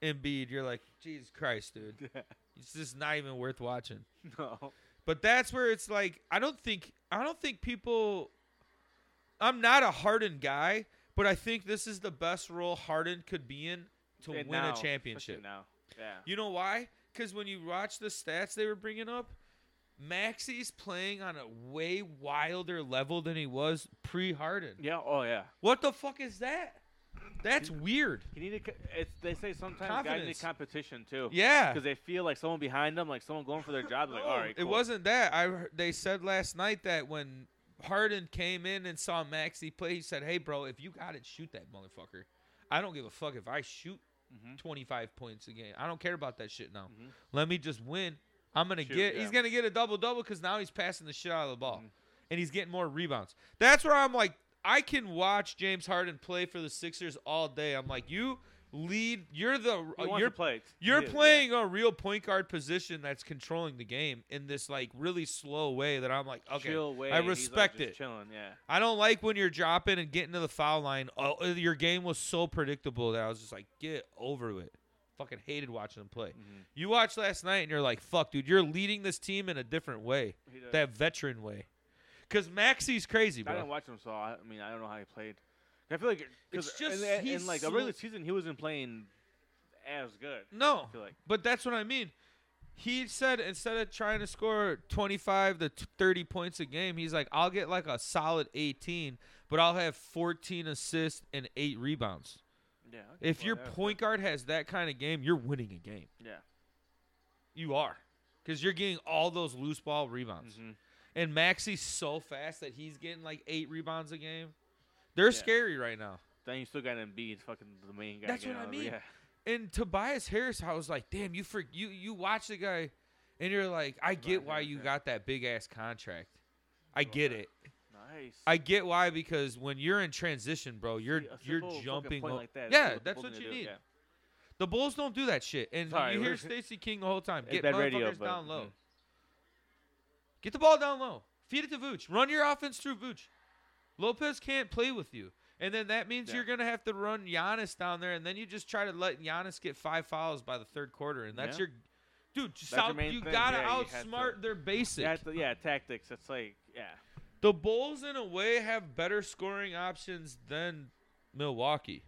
[SPEAKER 1] Embiid. You're like, Jesus Christ, dude! It's just not even worth watching.
[SPEAKER 2] [laughs] no.
[SPEAKER 1] But that's where it's like, I don't think, I don't think people. I'm not a Harden guy, but I think this is the best role Harden could be in to
[SPEAKER 2] And
[SPEAKER 1] win
[SPEAKER 2] now,
[SPEAKER 1] a
[SPEAKER 2] especially
[SPEAKER 1] championship.
[SPEAKER 2] now. Yeah.
[SPEAKER 1] You know why? Because when you watch the stats they were bringing up, Maxi's playing on a way wilder level than he was pre Harden.
[SPEAKER 2] Yeah. Oh yeah.
[SPEAKER 1] What the fuck is that? That's weird.
[SPEAKER 2] He needed. co- It's, they say sometimes guys need
[SPEAKER 1] Confidence.
[SPEAKER 2] competition too.
[SPEAKER 1] Yeah.
[SPEAKER 2] Because they feel like someone behind them, like someone going for their job. Like, all right.
[SPEAKER 1] It
[SPEAKER 2] cool.
[SPEAKER 1] wasn't that. I heard- they said last night that when Harden came in and saw Maxi play, he said, "Hey, bro, if you got it, shoot that motherfucker. I don't give a fuck if I shoot
[SPEAKER 2] Mhm.
[SPEAKER 1] 25 points a game. I don't care about that shit now.
[SPEAKER 2] Mhm.
[SPEAKER 1] Let me just win. I'm gonna
[SPEAKER 2] Shoot,
[SPEAKER 1] get.
[SPEAKER 2] yeah.
[SPEAKER 1] He's gonna get a double double because now he's passing the shit out of the ball,
[SPEAKER 2] Mhm.
[SPEAKER 1] and he's getting more rebounds. That's where I'm like, I can watch James Harden play for the Sixers all day. I'm like, you lead. You're the. uh,
[SPEAKER 2] He wants
[SPEAKER 1] Oh, you're
[SPEAKER 2] to play. He
[SPEAKER 1] you're
[SPEAKER 2] is, yeah.
[SPEAKER 1] playing a real point guard position that's controlling the game in this like really slow way that I'm like, okay,
[SPEAKER 2] Chill way.
[SPEAKER 1] I
[SPEAKER 2] He's, like,
[SPEAKER 1] respect
[SPEAKER 2] just
[SPEAKER 1] it.
[SPEAKER 2] Chilling. Yeah.
[SPEAKER 1] I don't like when you're dropping and getting to the foul line. Oh, your game was so predictable that I was just like, get over it. Fucking hated watching him play.
[SPEAKER 2] Mhm.
[SPEAKER 1] You watched last night and you're like, fuck, dude, you're leading this team in a different way,
[SPEAKER 2] He does.
[SPEAKER 1] that veteran way. Because Maxi's crazy,
[SPEAKER 2] I
[SPEAKER 1] bro.
[SPEAKER 2] didn't watch him, so I, I mean, I don't know how he played. I feel like it- 'cause
[SPEAKER 1] It's just
[SPEAKER 2] in, the-
[SPEAKER 1] he's
[SPEAKER 2] in like the
[SPEAKER 1] so-
[SPEAKER 2] regular season, he wasn't playing as good.
[SPEAKER 1] No,
[SPEAKER 2] I feel like
[SPEAKER 1] But that's what I mean. He said instead of trying to score 25 to t- 30 points a game, he's like, I'll get like a solid 18, but I'll have 14 assists and eight rebounds.
[SPEAKER 2] yeah. okay,
[SPEAKER 1] If
[SPEAKER 2] well,
[SPEAKER 1] your
[SPEAKER 2] yeah,
[SPEAKER 1] point guard has that kind of game, you're winning a game.
[SPEAKER 2] Yeah.
[SPEAKER 1] You are. Because you're getting all those loose ball rebounds.
[SPEAKER 2] Mhm.
[SPEAKER 1] And Maxi's so fast that he's getting like eight rebounds a game. They're scary right now.
[SPEAKER 2] Then you still got Embiid, fucking the main guy.
[SPEAKER 1] That's
[SPEAKER 2] again,
[SPEAKER 1] what I
[SPEAKER 2] uh,
[SPEAKER 1] mean.
[SPEAKER 2] Yeah.
[SPEAKER 1] and Tobias Harris, I was like, damn, you for you you watch the guy, and you're like, I get
[SPEAKER 2] Tobias
[SPEAKER 1] why
[SPEAKER 2] Harris,
[SPEAKER 1] you
[SPEAKER 2] yeah.
[SPEAKER 1] got that big ass contract. I
[SPEAKER 2] Well,
[SPEAKER 1] get
[SPEAKER 2] yeah.
[SPEAKER 1] it.
[SPEAKER 2] Nice.
[SPEAKER 1] I get why because when you're in transition, bro, you're
[SPEAKER 2] See, a
[SPEAKER 1] you're
[SPEAKER 2] simple fucking
[SPEAKER 1] jumping.
[SPEAKER 2] point
[SPEAKER 1] o-
[SPEAKER 2] like that is
[SPEAKER 1] yeah,
[SPEAKER 2] what the
[SPEAKER 1] that's
[SPEAKER 2] Bulls
[SPEAKER 1] what
[SPEAKER 2] need
[SPEAKER 1] you
[SPEAKER 2] to do,
[SPEAKER 1] need.
[SPEAKER 2] yeah.
[SPEAKER 1] The Bulls don't do that shit, and
[SPEAKER 2] Sorry,
[SPEAKER 1] you hear
[SPEAKER 2] we're-
[SPEAKER 1] Stacey King the whole time.
[SPEAKER 2] It's
[SPEAKER 1] Get
[SPEAKER 2] bad
[SPEAKER 1] motherfuckers
[SPEAKER 2] radio, but-
[SPEAKER 1] down low.
[SPEAKER 2] mhm.
[SPEAKER 1] Get the ball down low. Feed it to Vooch. Run your offense through Vooch. Lopez can't play with you. And then that means
[SPEAKER 2] Yeah.
[SPEAKER 1] you're gonna have to run Giannis down there, and then you just try to let Giannis get five fouls by the third quarter, and that's
[SPEAKER 2] Yeah.
[SPEAKER 1] your dude. Just
[SPEAKER 2] That's your
[SPEAKER 1] out-
[SPEAKER 2] main
[SPEAKER 1] you
[SPEAKER 2] thing,
[SPEAKER 1] gotta
[SPEAKER 2] yeah, you have to-
[SPEAKER 1] outsmart their basic.
[SPEAKER 2] Yeah, th- yeah, tactics. It's like, yeah,
[SPEAKER 1] The Bulls, in a way, have better scoring options than Milwaukee.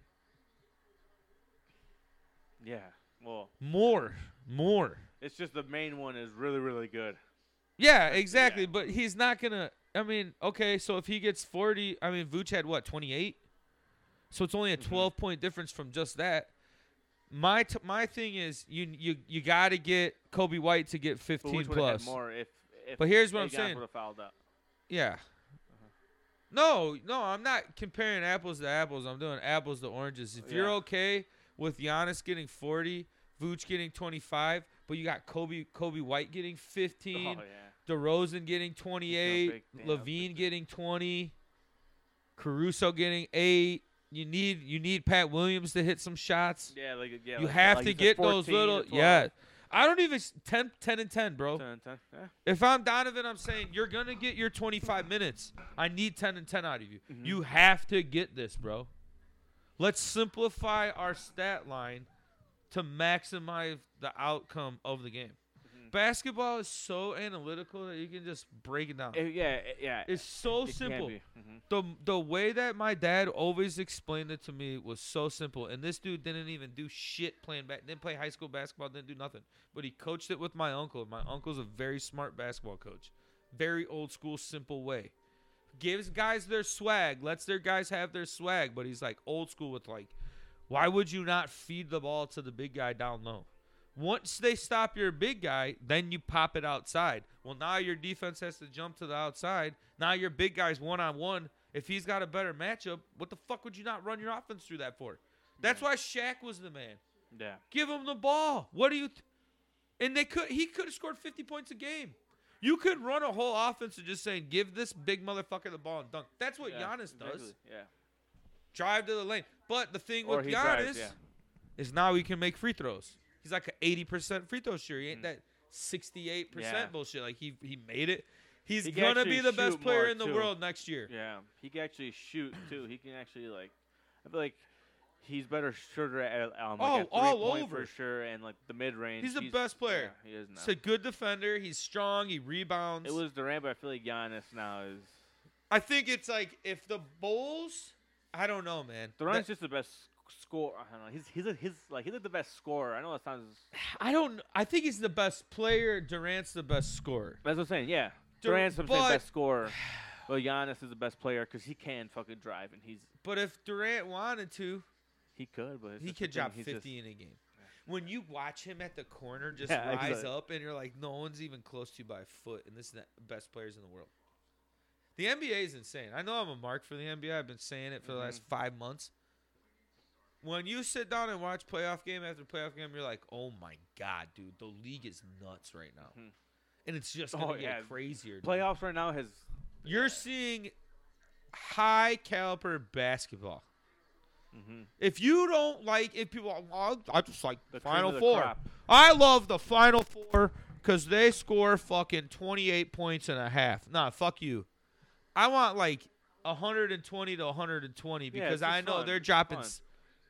[SPEAKER 2] yeah. Well,
[SPEAKER 1] More, more.
[SPEAKER 2] it's just the main one is really, really good.
[SPEAKER 1] Yeah, exactly.
[SPEAKER 2] yeah.
[SPEAKER 1] But he's not gonna. I mean, okay, so if he gets forty, I mean, Vooch had what twenty eight, so it's only a
[SPEAKER 2] Mhm.
[SPEAKER 1] twelve point difference from just that. My t- my thing is you you you got to get Kobe White to get
[SPEAKER 2] But
[SPEAKER 1] fifteen
[SPEAKER 2] which one had
[SPEAKER 1] plus.
[SPEAKER 2] more if? if
[SPEAKER 1] But here's what I'm
[SPEAKER 2] Ayton
[SPEAKER 1] saying.
[SPEAKER 2] would've fouled out?
[SPEAKER 1] Yeah. No, no, I'm not comparing apples to apples. I'm doing apples to oranges. If you're
[SPEAKER 2] Yeah.
[SPEAKER 1] okay with Giannis getting 40, Vooch getting 25, but you got Kobe Kobe White getting
[SPEAKER 2] Oh
[SPEAKER 1] 15,
[SPEAKER 2] yeah.
[SPEAKER 1] DeRozan getting 28,
[SPEAKER 2] big damn.
[SPEAKER 1] Levine getting 20, Caruso getting 8. You need you need Pat Williams to hit some shots.
[SPEAKER 2] Yeah, like yeah.
[SPEAKER 1] you
[SPEAKER 2] like-
[SPEAKER 1] have
[SPEAKER 2] like
[SPEAKER 1] to
[SPEAKER 2] you
[SPEAKER 1] get
[SPEAKER 2] said,
[SPEAKER 1] those
[SPEAKER 2] 14 or
[SPEAKER 1] little
[SPEAKER 2] 12,
[SPEAKER 1] yeah. I don't even s- 10 10 and 10, bro.
[SPEAKER 2] 10, 10, yeah.
[SPEAKER 1] If I'm Donovan, I'm saying you're gonna get your 25 minutes. I need 10 and 10 out of you.
[SPEAKER 2] Mhm.
[SPEAKER 1] You have to get this, bro. Let's simplify our stat line to maximize the outcome of the game.
[SPEAKER 2] Mhm.
[SPEAKER 1] Basketball is so analytical that you can just break it down.
[SPEAKER 2] Eh, yeah, eh, yeah.
[SPEAKER 1] it's so simple.
[SPEAKER 2] Mm-hmm.
[SPEAKER 1] The the way that my dad always explained it to me was so simple. And this dude didn't even do shit playing back. Didn't play high school basketball. Didn't do nothing. But he coached it with my uncle. and My uncle's a very smart basketball coach. Very old school, simple way. Gives guys their swag. Lets their guys have their swag. But he's like old school with like, why would you not feed the ball to the big guy down low? Once they stop your big guy, then you pop it outside. Well, now your defense has to jump to the outside. Now your big guy's one on one. If he's got a better matchup, what the fuck would you not run your offense through that for? That's why Shaq was the man.
[SPEAKER 2] Yeah.
[SPEAKER 1] Give him the ball. What do you? Th- and they could. He could have scored fifty points a game. You could run a whole offense of just saying, "Give this big motherfucker the ball and dunk." That's what
[SPEAKER 2] yeah,
[SPEAKER 1] Giannis does.
[SPEAKER 2] exactly, Yeah.
[SPEAKER 1] Drive to the lane. But the thing
[SPEAKER 2] Or
[SPEAKER 1] with Giannis
[SPEAKER 2] he drives, yeah.
[SPEAKER 1] is now he can make free throws. He's like an eighty percent free throw shooter. He ain't
[SPEAKER 2] Mm.
[SPEAKER 1] that sixty-eight
[SPEAKER 2] Yeah.
[SPEAKER 1] percent bullshit. Like he he made it. He's
[SPEAKER 2] He can
[SPEAKER 1] gonna
[SPEAKER 2] actually
[SPEAKER 1] be the best
[SPEAKER 2] shoot
[SPEAKER 1] player
[SPEAKER 2] more,
[SPEAKER 1] in the
[SPEAKER 2] too.
[SPEAKER 1] world next year.
[SPEAKER 2] Yeah, he can actually shoot too. He can actually like, I feel like he's better shooter at um,
[SPEAKER 1] Oh,
[SPEAKER 2] like at
[SPEAKER 1] all
[SPEAKER 2] three-point
[SPEAKER 1] over.
[SPEAKER 2] for sure, and like the mid range.
[SPEAKER 1] He's the best player.
[SPEAKER 2] Yeah, he is now.
[SPEAKER 1] He's a good defender. He's strong. He rebounds.
[SPEAKER 2] it was Durant, but I feel like Giannis now is
[SPEAKER 1] I think it's like if the Bulls. I don't know, man.
[SPEAKER 2] Durant's
[SPEAKER 1] That-
[SPEAKER 2] just the best sc- scorer. I don't know. He's he's a, he's like he's like the best scorer. I know that sounds.
[SPEAKER 1] I don't. I think he's the best player. Durant's the best scorer.
[SPEAKER 2] That's what I'm saying. Yeah,
[SPEAKER 1] Dur-
[SPEAKER 2] Durant's the saying
[SPEAKER 1] but-
[SPEAKER 2] best scorer. But Giannis is the best player because he can fucking drive and he's
[SPEAKER 1] But if Durant wanted to,
[SPEAKER 2] he could, but it's
[SPEAKER 1] he
[SPEAKER 2] just the
[SPEAKER 1] could
[SPEAKER 2] thing,
[SPEAKER 1] drop
[SPEAKER 2] he's
[SPEAKER 1] 50
[SPEAKER 2] just-
[SPEAKER 1] in a game. When you watch him at the corner just
[SPEAKER 2] Yeah,
[SPEAKER 1] rise
[SPEAKER 2] exactly.
[SPEAKER 1] up and you're like, no one's even close to you by a foot, and this is the best players in the world. The NBA is insane. I know I'm a mark for the NBA. I've been saying it for the
[SPEAKER 2] Mm-hmm.
[SPEAKER 1] last five months. When you sit down and watch playoff game after playoff game, you're like, oh my God, dude, the league is nuts right now.
[SPEAKER 2] Mhm.
[SPEAKER 1] And it's just
[SPEAKER 2] Oh,
[SPEAKER 1] going to
[SPEAKER 2] yeah.
[SPEAKER 1] get crazier. dude.
[SPEAKER 2] playoffs right now has
[SPEAKER 1] You're seeing high caliber basketball.
[SPEAKER 2] hmm
[SPEAKER 1] If you don't like, if people, are, "Well, I just like
[SPEAKER 2] The cream of
[SPEAKER 1] Final
[SPEAKER 2] the
[SPEAKER 1] Four.
[SPEAKER 2] crop.
[SPEAKER 1] I love the Final Four because they score fucking 28 points and a half. Nah, fuck you. I want like 120 to 120 because
[SPEAKER 2] it's
[SPEAKER 1] I
[SPEAKER 2] just
[SPEAKER 1] know
[SPEAKER 2] fun.
[SPEAKER 1] they're
[SPEAKER 2] It's
[SPEAKER 1] dropping.
[SPEAKER 2] fun.
[SPEAKER 1] s-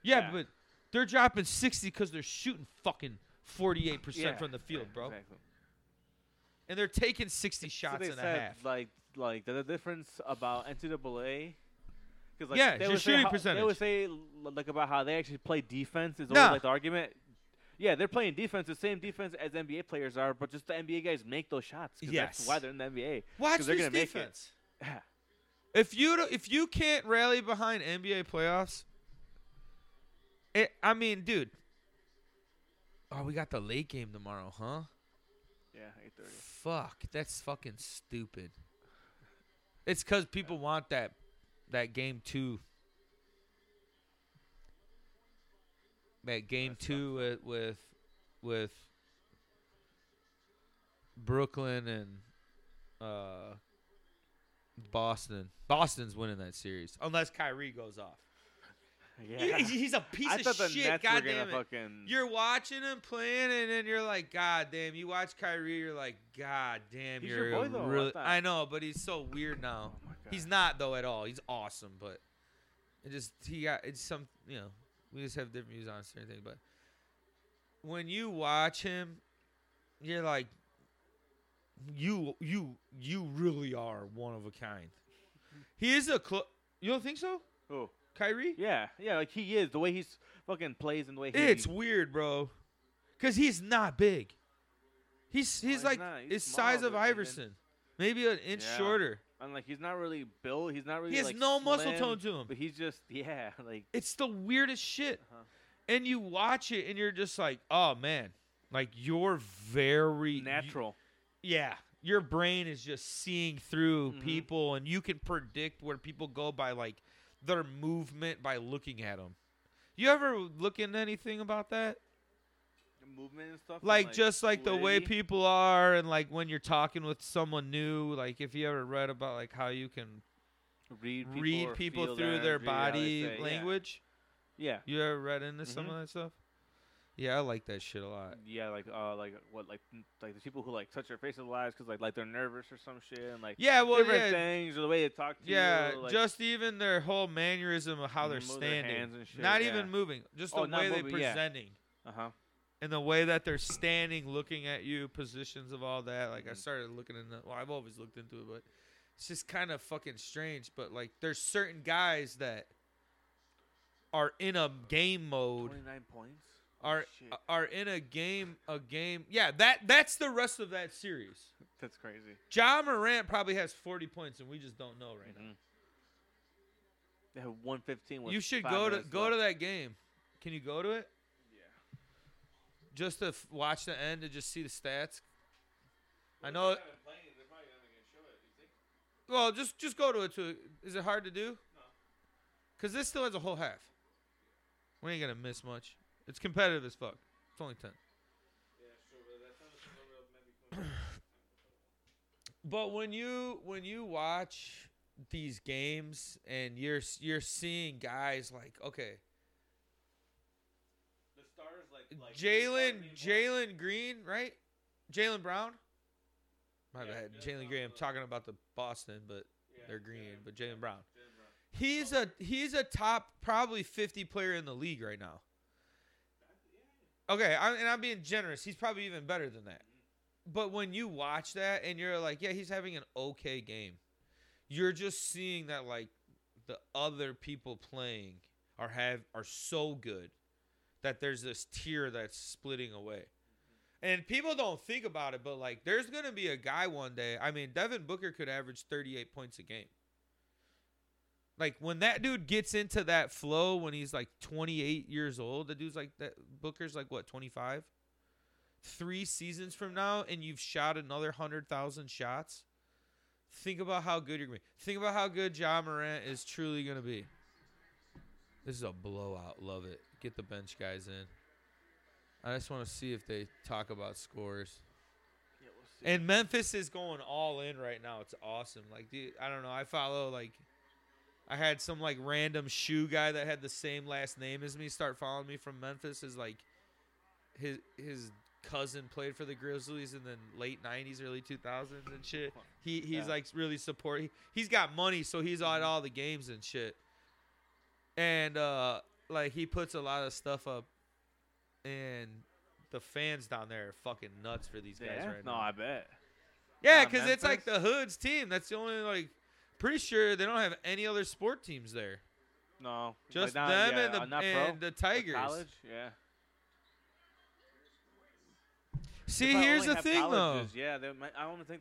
[SPEAKER 1] Yeah,
[SPEAKER 2] Yeah.
[SPEAKER 1] but they're dropping 60 because they're shooting fucking 48%
[SPEAKER 2] yeah,
[SPEAKER 1] from the field, bro.
[SPEAKER 2] Exactly.
[SPEAKER 1] And they're taking 60
[SPEAKER 2] So
[SPEAKER 1] shots
[SPEAKER 2] they
[SPEAKER 1] and a
[SPEAKER 2] said,
[SPEAKER 1] half.
[SPEAKER 2] Like, like the, the difference about NCAA. Cause like
[SPEAKER 1] Yeah, it's
[SPEAKER 2] they
[SPEAKER 1] your
[SPEAKER 2] would say
[SPEAKER 1] shooting
[SPEAKER 2] how- They
[SPEAKER 1] percentage.
[SPEAKER 2] would say l- like about how they actually play defense is
[SPEAKER 1] Nah.
[SPEAKER 2] always like the argument. Yeah, they're playing defense, the same defense as NBA players are, but just the NBA guys make those shots. 'cause
[SPEAKER 1] Yes.
[SPEAKER 2] that's why they're in the NBA.
[SPEAKER 1] Watch
[SPEAKER 2] 'cause they're
[SPEAKER 1] this
[SPEAKER 2] gonna make it.
[SPEAKER 1] defense.
[SPEAKER 2] [laughs] Yeah.
[SPEAKER 1] If you don't- if you can't rally behind NBA playoffs, it, I mean, dude. Oh, we got the late game tomorrow, huh?
[SPEAKER 2] Yeah, eight thirty.
[SPEAKER 1] Fuck, that's fucking stupid. It's because people want that that game two. That game
[SPEAKER 2] That's
[SPEAKER 1] two with, with with Brooklyn and uh, Boston. Boston's winning that series unless Kyrie goes off.
[SPEAKER 2] Yeah.
[SPEAKER 1] He- he's a piece
[SPEAKER 2] [laughs] I
[SPEAKER 1] of
[SPEAKER 2] thought the
[SPEAKER 1] shit.
[SPEAKER 2] Nets were
[SPEAKER 1] God
[SPEAKER 2] gonna
[SPEAKER 1] damn it.
[SPEAKER 2] fucking. oh
[SPEAKER 1] You're watching him playing, and then you're like, God damn. You watch Kyrie, you're like, God damn.
[SPEAKER 2] He's
[SPEAKER 1] you're
[SPEAKER 2] your boy, though, I
[SPEAKER 1] really-
[SPEAKER 2] thought.
[SPEAKER 1] I know, but he's so weird now.
[SPEAKER 2] Oh my God.
[SPEAKER 1] he's not though at all. He's awesome, but it just he got it's some you know we just have different views on certain things. But when you watch him, you're like, you you you really are one of a kind. He is a clo- you don't think so,
[SPEAKER 2] Who?
[SPEAKER 1] Kyrie?
[SPEAKER 2] Yeah, yeah. Like he is the way he's fucking plays and the way he.
[SPEAKER 1] It's weird, bro. Cause he's not big. He's he's
[SPEAKER 2] he's
[SPEAKER 1] like
[SPEAKER 2] not. He's
[SPEAKER 1] his
[SPEAKER 2] small,
[SPEAKER 1] size of
[SPEAKER 2] but- and then-
[SPEAKER 1] Iverson, maybe an inch
[SPEAKER 2] Yeah.
[SPEAKER 1] shorter.
[SPEAKER 2] I'm like he's not really built. He's not really.
[SPEAKER 1] He has
[SPEAKER 2] like,
[SPEAKER 1] no muscle
[SPEAKER 2] slim,
[SPEAKER 1] tone to him.
[SPEAKER 2] But he's just [laughs] yeah, like
[SPEAKER 1] It's the weirdest shit.
[SPEAKER 2] Uh-huh.
[SPEAKER 1] And you watch it and you're just like, oh man, like you're very you-
[SPEAKER 2] natural.
[SPEAKER 1] yeah, your brain is just seeing through
[SPEAKER 2] Mhm.
[SPEAKER 1] people and you can predict where people go by like their movement by looking at them. You ever look into anything about that?
[SPEAKER 2] The movement and stuff. and,
[SPEAKER 1] Like, just like the way
[SPEAKER 2] fluidity.
[SPEAKER 1] people are and like when you're talking with someone new, like if you ever read about like how you can
[SPEAKER 2] read people,
[SPEAKER 1] read
[SPEAKER 2] or
[SPEAKER 1] people
[SPEAKER 2] feel
[SPEAKER 1] through their
[SPEAKER 2] energy, how they
[SPEAKER 1] body
[SPEAKER 2] say, yeah.
[SPEAKER 1] language.
[SPEAKER 2] Yeah.
[SPEAKER 1] You ever read into some
[SPEAKER 2] Mhm.
[SPEAKER 1] of that stuff? Yeah, I like that shit a lot.
[SPEAKER 2] Yeah, like uh, like what, like n- like the people who like touch their face with lies because like like they're nervous or some shit, and like
[SPEAKER 1] Yeah, well,
[SPEAKER 2] different
[SPEAKER 1] yeah,
[SPEAKER 2] things or the way they talk to
[SPEAKER 1] yeah.
[SPEAKER 2] you. Like,
[SPEAKER 1] just even their whole mannerism of how they're
[SPEAKER 2] move their
[SPEAKER 1] standing,
[SPEAKER 2] hands and shit,
[SPEAKER 1] not
[SPEAKER 2] yeah.
[SPEAKER 1] even moving, just
[SPEAKER 2] Oh,
[SPEAKER 1] the
[SPEAKER 2] not
[SPEAKER 1] way they're
[SPEAKER 2] moving, yeah.
[SPEAKER 1] presenting
[SPEAKER 2] Uh huh.
[SPEAKER 1] and the way that they're standing, looking at you, positions of all that. Like I
[SPEAKER 2] Mhm.
[SPEAKER 1] started looking into. Well, I've always looked into it, but it's just kind of fucking strange. But like, there's certain guys that are in a game mode
[SPEAKER 2] Twenty nine points. Oh,
[SPEAKER 1] are uh,
[SPEAKER 2] shit.
[SPEAKER 1] are in a game a game yeah that that's the rest of that series
[SPEAKER 2] that's crazy.
[SPEAKER 1] John Morant probably has 40 points and we just don't know right
[SPEAKER 2] Mhm. They have one fifteen.
[SPEAKER 1] now you should go to go to that game can you go to it
[SPEAKER 2] Yeah.
[SPEAKER 1] just to f- watch the end and just see the stats I know well just just go to it too is it hard to do because this still has a whole half we ain't gonna miss much it's competitive as fuck it's only 10 But when you when you watch these games and you're s- you're seeing guys like okay Jalen Jalen Green right Jalen Brown my
[SPEAKER 2] Yeah,
[SPEAKER 1] bad
[SPEAKER 2] Jalen
[SPEAKER 1] Jalen
[SPEAKER 2] Brown's
[SPEAKER 1] Green I'm
[SPEAKER 2] the-
[SPEAKER 1] talking about the Boston but they're green but Jalen Brown
[SPEAKER 2] Jalen Brown.
[SPEAKER 1] he's a he's a top probably 50 player in the league right now okay I, and I'm being generous he's probably even better than that but when you watch that and you're like yeah he's having an okay game you're just seeing that like the other people playing are have are so good that there's this tier that's splitting away. And people don't think about it, but like there's gonna be a guy one day. I mean, Devin Booker could average 38 points a game. Like when that dude gets into that flow when he's like 28 years old, the dude's like that Booker's like what 25? Three seasons from now, and you've shot another hundred thousand shots. Think about how good you're gonna be. Think about how good John Morant is truly gonna be. This is a blowout. Love it. Get the bench guys in. I just want to see if they talk about scores.
[SPEAKER 2] Yeah, we'll see.
[SPEAKER 1] And Memphis is going all in right now. It's awesome. Like the, I don't know. I follow like I had some like random shoe guy that had the same last name as me start following me from Memphis. Is like his his cousin played for the Grizzlies in the late '90s, early 2000s and shit. He he's
[SPEAKER 2] Yeah. Mm-hmm.
[SPEAKER 1] like really support. He, he's got money, so he's at all the games and shit. And uh like he puts a lot of stuff up, and the fans down there are fucking nuts for these guys
[SPEAKER 2] Yeah?
[SPEAKER 1] right
[SPEAKER 2] no,
[SPEAKER 1] now.
[SPEAKER 2] I bet.
[SPEAKER 1] Yeah,
[SPEAKER 2] Uh,
[SPEAKER 1] because it's like the
[SPEAKER 2] Memphis?
[SPEAKER 1] Hood's team. That's the only like. Pretty sure they don't have any other sport teams there.
[SPEAKER 2] No, like,
[SPEAKER 1] Just
[SPEAKER 2] not-
[SPEAKER 1] them
[SPEAKER 2] yeah,
[SPEAKER 1] and the
[SPEAKER 2] uh, not pro,
[SPEAKER 1] and the
[SPEAKER 2] but
[SPEAKER 1] Tigers.
[SPEAKER 2] College, yeah. They
[SPEAKER 1] See,
[SPEAKER 2] probably
[SPEAKER 1] here's
[SPEAKER 2] only
[SPEAKER 1] the
[SPEAKER 2] have
[SPEAKER 1] thing though.
[SPEAKER 2] colleges, Yeah, they might, I don't think.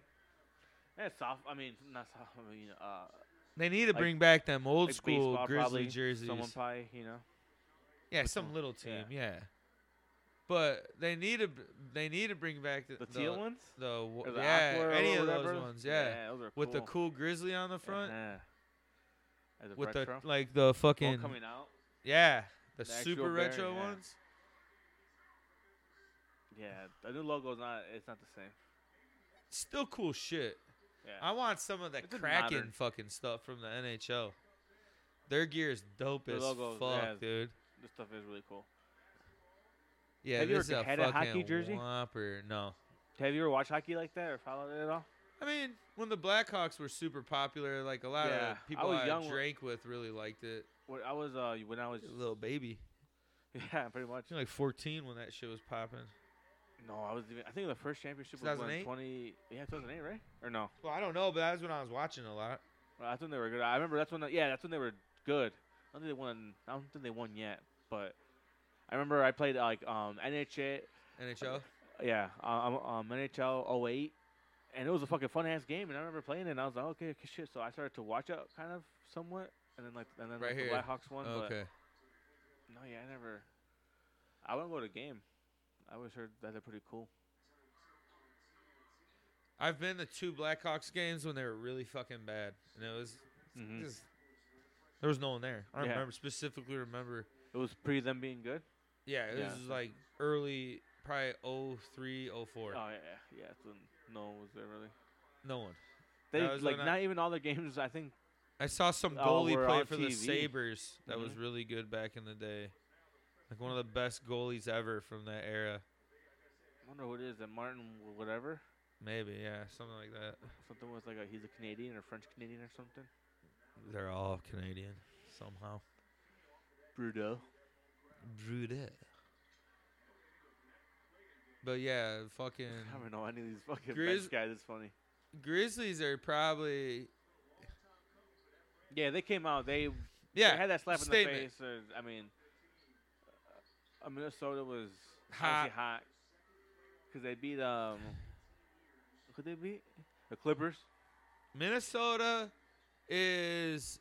[SPEAKER 2] Yeah, soft. I mean, not soft. I mean, uh,
[SPEAKER 1] They need to
[SPEAKER 2] Like-
[SPEAKER 1] bring back them old
[SPEAKER 2] like
[SPEAKER 1] school
[SPEAKER 2] baseball
[SPEAKER 1] Grizzly
[SPEAKER 2] probably,
[SPEAKER 1] jerseys.
[SPEAKER 2] someone probably, you know.
[SPEAKER 1] Yeah,
[SPEAKER 2] Which
[SPEAKER 1] some
[SPEAKER 2] one?
[SPEAKER 1] little team.
[SPEAKER 2] Yeah.
[SPEAKER 1] Yeah. But they need to they need to bring back the,
[SPEAKER 2] The teal ones?
[SPEAKER 1] the w-
[SPEAKER 2] Or the
[SPEAKER 1] yeah
[SPEAKER 2] aqua or
[SPEAKER 1] any of
[SPEAKER 2] whatever?
[SPEAKER 1] those ones. Yeah,
[SPEAKER 2] those are
[SPEAKER 1] with the
[SPEAKER 2] cool.
[SPEAKER 1] cool grizzly on the front,
[SPEAKER 2] Uh-huh. As a
[SPEAKER 1] with
[SPEAKER 2] retro.
[SPEAKER 1] the like the
[SPEAKER 2] All
[SPEAKER 1] fucking
[SPEAKER 2] coming out.
[SPEAKER 1] yeah the,
[SPEAKER 2] The actual
[SPEAKER 1] super
[SPEAKER 2] bear,
[SPEAKER 1] retro
[SPEAKER 2] yeah.
[SPEAKER 1] ones.
[SPEAKER 2] Yeah, the new logo's not. It's not the same.
[SPEAKER 1] Still cool shit.
[SPEAKER 2] Yeah.
[SPEAKER 1] I want some of that
[SPEAKER 2] It's a
[SPEAKER 1] Kraken
[SPEAKER 2] modern-
[SPEAKER 1] fucking stuff from the NHL. Their gear is dope
[SPEAKER 2] Their
[SPEAKER 1] as
[SPEAKER 2] logos,
[SPEAKER 1] fuck,
[SPEAKER 2] yeah.
[SPEAKER 1] dude.
[SPEAKER 2] this stuff is really cool.
[SPEAKER 1] Yeah,
[SPEAKER 2] Have you
[SPEAKER 1] this
[SPEAKER 2] ever
[SPEAKER 1] is a
[SPEAKER 2] had
[SPEAKER 1] fucking
[SPEAKER 2] a hockey jersey?
[SPEAKER 1] whopper. No,
[SPEAKER 2] Have you ever watched hockey like that or followed it at all?
[SPEAKER 1] I mean, when the Blackhawks were super popular, like a lot
[SPEAKER 2] Yeah,
[SPEAKER 1] of
[SPEAKER 2] I
[SPEAKER 1] people
[SPEAKER 2] was
[SPEAKER 1] I,
[SPEAKER 2] young when-
[SPEAKER 1] drank with really liked it.
[SPEAKER 2] When I was uh, when I was
[SPEAKER 1] A little baby,
[SPEAKER 2] [laughs] yeah, pretty much.
[SPEAKER 1] you're like 14 when that shit was popping.
[SPEAKER 2] No, I was even. I think the first championship was when
[SPEAKER 1] 2008?
[SPEAKER 2] 20. Yeah, 2008, right? Or no?
[SPEAKER 1] Well, I don't know, but that's when I was watching a lot.
[SPEAKER 2] Well, that's when they were good. I remember that's when. The, yeah, that's when they were good. I don't think they won. I don't think they won yet, but I remember I played like um NHA.
[SPEAKER 1] NHL.
[SPEAKER 2] Yeah, um, um NHL 08, and it was a fucking fun ass game. And I remember playing it. and I was like, okay, okay, shit. So I started to watch it kind of somewhat, and then like and then
[SPEAKER 1] Right
[SPEAKER 2] like,
[SPEAKER 1] here.
[SPEAKER 2] the Blackhawks won. but
[SPEAKER 1] okay.
[SPEAKER 2] No, yeah, I never. I wouldn't go to a game. I always heard that they're pretty cool.
[SPEAKER 1] I've been to two Blackhawks games when they were really fucking bad, and it was
[SPEAKER 2] Mhm.
[SPEAKER 1] just there was no one there. I don't
[SPEAKER 2] Yeah.
[SPEAKER 1] remember specifically. Remember,
[SPEAKER 2] It was pre them being good.
[SPEAKER 1] yeah, it
[SPEAKER 2] Yeah.
[SPEAKER 1] was like early, probably 03, 04.
[SPEAKER 2] Oh yeah, yeah. It's when no one was there really.
[SPEAKER 1] No one.
[SPEAKER 2] They
[SPEAKER 1] That was
[SPEAKER 2] like
[SPEAKER 1] when
[SPEAKER 2] not
[SPEAKER 1] I-
[SPEAKER 2] even all their games. I think
[SPEAKER 1] I saw some
[SPEAKER 2] Oh,
[SPEAKER 1] goalie
[SPEAKER 2] we're
[SPEAKER 1] play
[SPEAKER 2] on
[SPEAKER 1] for the
[SPEAKER 2] TV.
[SPEAKER 1] Sabers that was
[SPEAKER 2] Mhm.
[SPEAKER 1] really good back in the day, like one of the best goalies ever from that era.
[SPEAKER 2] I wonder who it is. That Martin w- whatever
[SPEAKER 1] Maybe yeah, something like that.
[SPEAKER 2] something was like a, he's a Canadian or French Canadian or something.
[SPEAKER 1] They're all Canadian somehow.
[SPEAKER 2] Brudeau.
[SPEAKER 1] Brudette. But yeah, fucking
[SPEAKER 2] [laughs] I don't know any of these fucking
[SPEAKER 1] Grizz-
[SPEAKER 2] French guys. It's funny.
[SPEAKER 1] Grizzlies are probably
[SPEAKER 2] Yeah, they came out. They
[SPEAKER 1] yeah
[SPEAKER 2] they had that slap in the
[SPEAKER 1] statement.
[SPEAKER 2] face. Or, I mean, uh, Minnesota was
[SPEAKER 1] Hot.
[SPEAKER 2] hot hot because they beat um. Could they beat the Clippers?
[SPEAKER 1] Minnesota is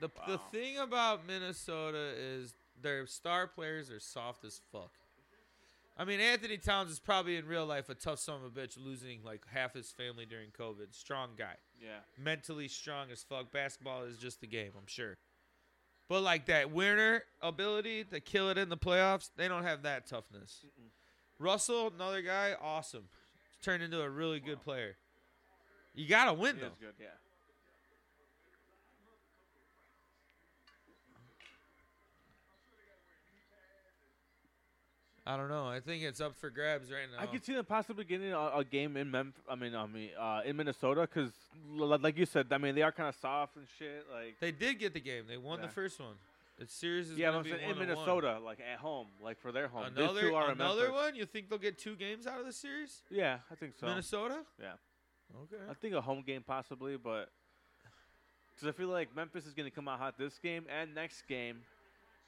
[SPEAKER 1] the the
[SPEAKER 2] Wow.
[SPEAKER 1] thing about Minnesota is their star players are soft as fuck. I mean, Anthony Towns is probably in real life a tough son of a bitch, losing like half his family during COVID. Strong guy.
[SPEAKER 2] Yeah.
[SPEAKER 1] mentally strong as fuck. Basketball is just the game, I'm sure. But like that winner ability to kill it in the playoffs, they don't have that toughness.
[SPEAKER 2] Mm-mm.
[SPEAKER 1] Russell, another guy, awesome. Turned into a really good player. You gotta
[SPEAKER 2] He
[SPEAKER 1] win
[SPEAKER 2] was
[SPEAKER 1] though.
[SPEAKER 2] good. Yeah.
[SPEAKER 1] I don't know. I think it's up for grabs right now.
[SPEAKER 2] I could see them possibly getting a, a game in Memphis. I mean, I mean, uh, in Minnesota, because like you said, I mean, they are kind of soft and shit. Like,
[SPEAKER 1] they did get the game. They won the
[SPEAKER 2] Yeah.
[SPEAKER 1] first one. The series is
[SPEAKER 2] yeah,
[SPEAKER 1] gonna
[SPEAKER 2] but I'm
[SPEAKER 1] be
[SPEAKER 2] saying in
[SPEAKER 1] one-on-one.
[SPEAKER 2] Minnesota, like at home, like for their home. These
[SPEAKER 1] Another
[SPEAKER 2] two are in
[SPEAKER 1] another
[SPEAKER 2] Memphis.
[SPEAKER 1] one. You think they'll get two games out of the series?
[SPEAKER 2] Yeah, I think so.
[SPEAKER 1] Minnesota.
[SPEAKER 2] Yeah.
[SPEAKER 1] Okay.
[SPEAKER 2] I think a home game possibly, but because I feel like Memphis is going to come out hot this game and next game,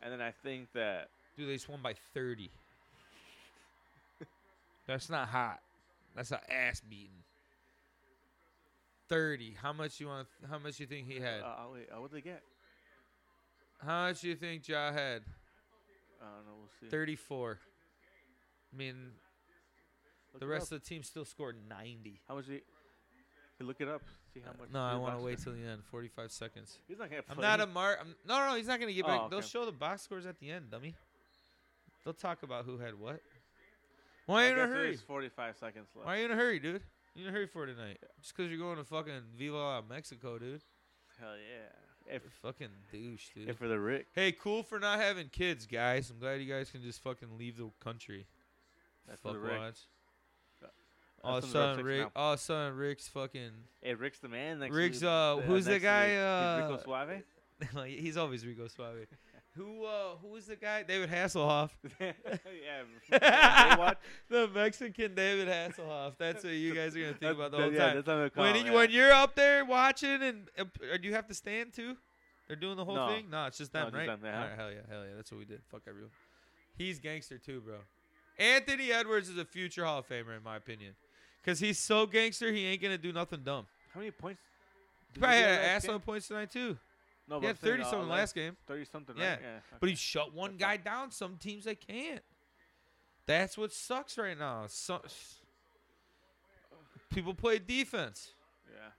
[SPEAKER 2] and then I think that
[SPEAKER 1] Dude, they just won by 30. That's not hot. That's an ass beating. 30. How much you want? How much you think he had?
[SPEAKER 2] uh, uh, wait, uh, what they get?
[SPEAKER 1] How much you think Ja had?
[SPEAKER 2] I don't know. We'll see.
[SPEAKER 1] 34. I mean,
[SPEAKER 2] Look
[SPEAKER 1] the
[SPEAKER 2] it
[SPEAKER 1] rest
[SPEAKER 2] up.
[SPEAKER 1] of the team still scored 90.
[SPEAKER 2] how much? He, he look it up. See how
[SPEAKER 1] Uh,
[SPEAKER 2] much.
[SPEAKER 1] no, I
[SPEAKER 2] the
[SPEAKER 1] want to
[SPEAKER 2] box
[SPEAKER 1] wait
[SPEAKER 2] score-
[SPEAKER 1] till the end. 45
[SPEAKER 2] [laughs]
[SPEAKER 1] seconds.
[SPEAKER 2] He's not going to
[SPEAKER 1] I'm
[SPEAKER 2] play.
[SPEAKER 1] not a mar. I'm, no, no, he's not gonna get back.
[SPEAKER 2] Oh,
[SPEAKER 1] They'll
[SPEAKER 2] okay.
[SPEAKER 1] show the box scores at the end, dummy. They'll talk about who had what. Why are you in a
[SPEAKER 2] guess it
[SPEAKER 1] hurry?
[SPEAKER 2] is 45 seconds left.
[SPEAKER 1] Why are you in a hurry, dude? You in a hurry for tonight? Just because you're going to fucking Viva La Mexico, dude.
[SPEAKER 2] Hell yeah. If,
[SPEAKER 1] You're a fucking douche, dude.
[SPEAKER 2] if for the Rick.
[SPEAKER 1] hey, cool for not having kids, guys. I'm glad you guys can just fucking leave the country.
[SPEAKER 2] That's for
[SPEAKER 1] Fuck
[SPEAKER 2] the Rick.
[SPEAKER 1] watch.
[SPEAKER 2] That's
[SPEAKER 1] All of a
[SPEAKER 2] on the rough
[SPEAKER 1] sudden,
[SPEAKER 2] section
[SPEAKER 1] Oh, Rick.
[SPEAKER 2] now.
[SPEAKER 1] All of a sudden, Rick's fucking. [laughs]
[SPEAKER 2] Hey, Rick's the man. Next
[SPEAKER 1] Rick's,
[SPEAKER 2] week,
[SPEAKER 1] uh, who's the
[SPEAKER 2] next
[SPEAKER 1] guy,
[SPEAKER 2] week. He's
[SPEAKER 1] uh,
[SPEAKER 2] Rico
[SPEAKER 1] [laughs]
[SPEAKER 2] Suave?
[SPEAKER 1] like, he's always Rico Suave. who? Uh, who was the guy? David
[SPEAKER 2] [laughs]
[SPEAKER 1] Hasselhoff.
[SPEAKER 2] [laughs] yeah. Baywatch.
[SPEAKER 1] [laughs] the Mexican David Hasselhoff.
[SPEAKER 2] [laughs]
[SPEAKER 1] That's what you guys are gonna think about the whole
[SPEAKER 2] yeah,
[SPEAKER 1] time.
[SPEAKER 2] That's how they call
[SPEAKER 1] When,
[SPEAKER 2] him,
[SPEAKER 1] you-
[SPEAKER 2] yeah.
[SPEAKER 1] when you're up there watching, and uh, p- or do you have to stand too? They're doing the whole
[SPEAKER 2] No.
[SPEAKER 1] thing. No, it's just
[SPEAKER 2] No,
[SPEAKER 1] them,
[SPEAKER 2] just
[SPEAKER 1] right?
[SPEAKER 2] them, yeah.
[SPEAKER 1] All right, hell yeah, hell yeah. That's what we did. Fuck everyone. He's gangster too, bro. Anthony Edwards is a future Hall of Famer in my opinion, because he's so gangster he ain't gonna do nothing dumb.
[SPEAKER 2] How many points?
[SPEAKER 1] He
[SPEAKER 2] did
[SPEAKER 1] probably
[SPEAKER 2] he
[SPEAKER 1] had
[SPEAKER 2] get
[SPEAKER 1] an
[SPEAKER 2] last
[SPEAKER 1] ass
[SPEAKER 2] game?
[SPEAKER 1] on points tonight too.
[SPEAKER 2] No,
[SPEAKER 1] he had thirty something last game,
[SPEAKER 2] Thirty something.
[SPEAKER 1] Yeah.
[SPEAKER 2] uh, Right? yeah
[SPEAKER 1] but
[SPEAKER 2] okay.
[SPEAKER 1] he shut one
[SPEAKER 2] That's
[SPEAKER 1] guy
[SPEAKER 2] fine.
[SPEAKER 1] down. Some teams they can't. That's what sucks right now. So, people play defense.
[SPEAKER 2] yeah.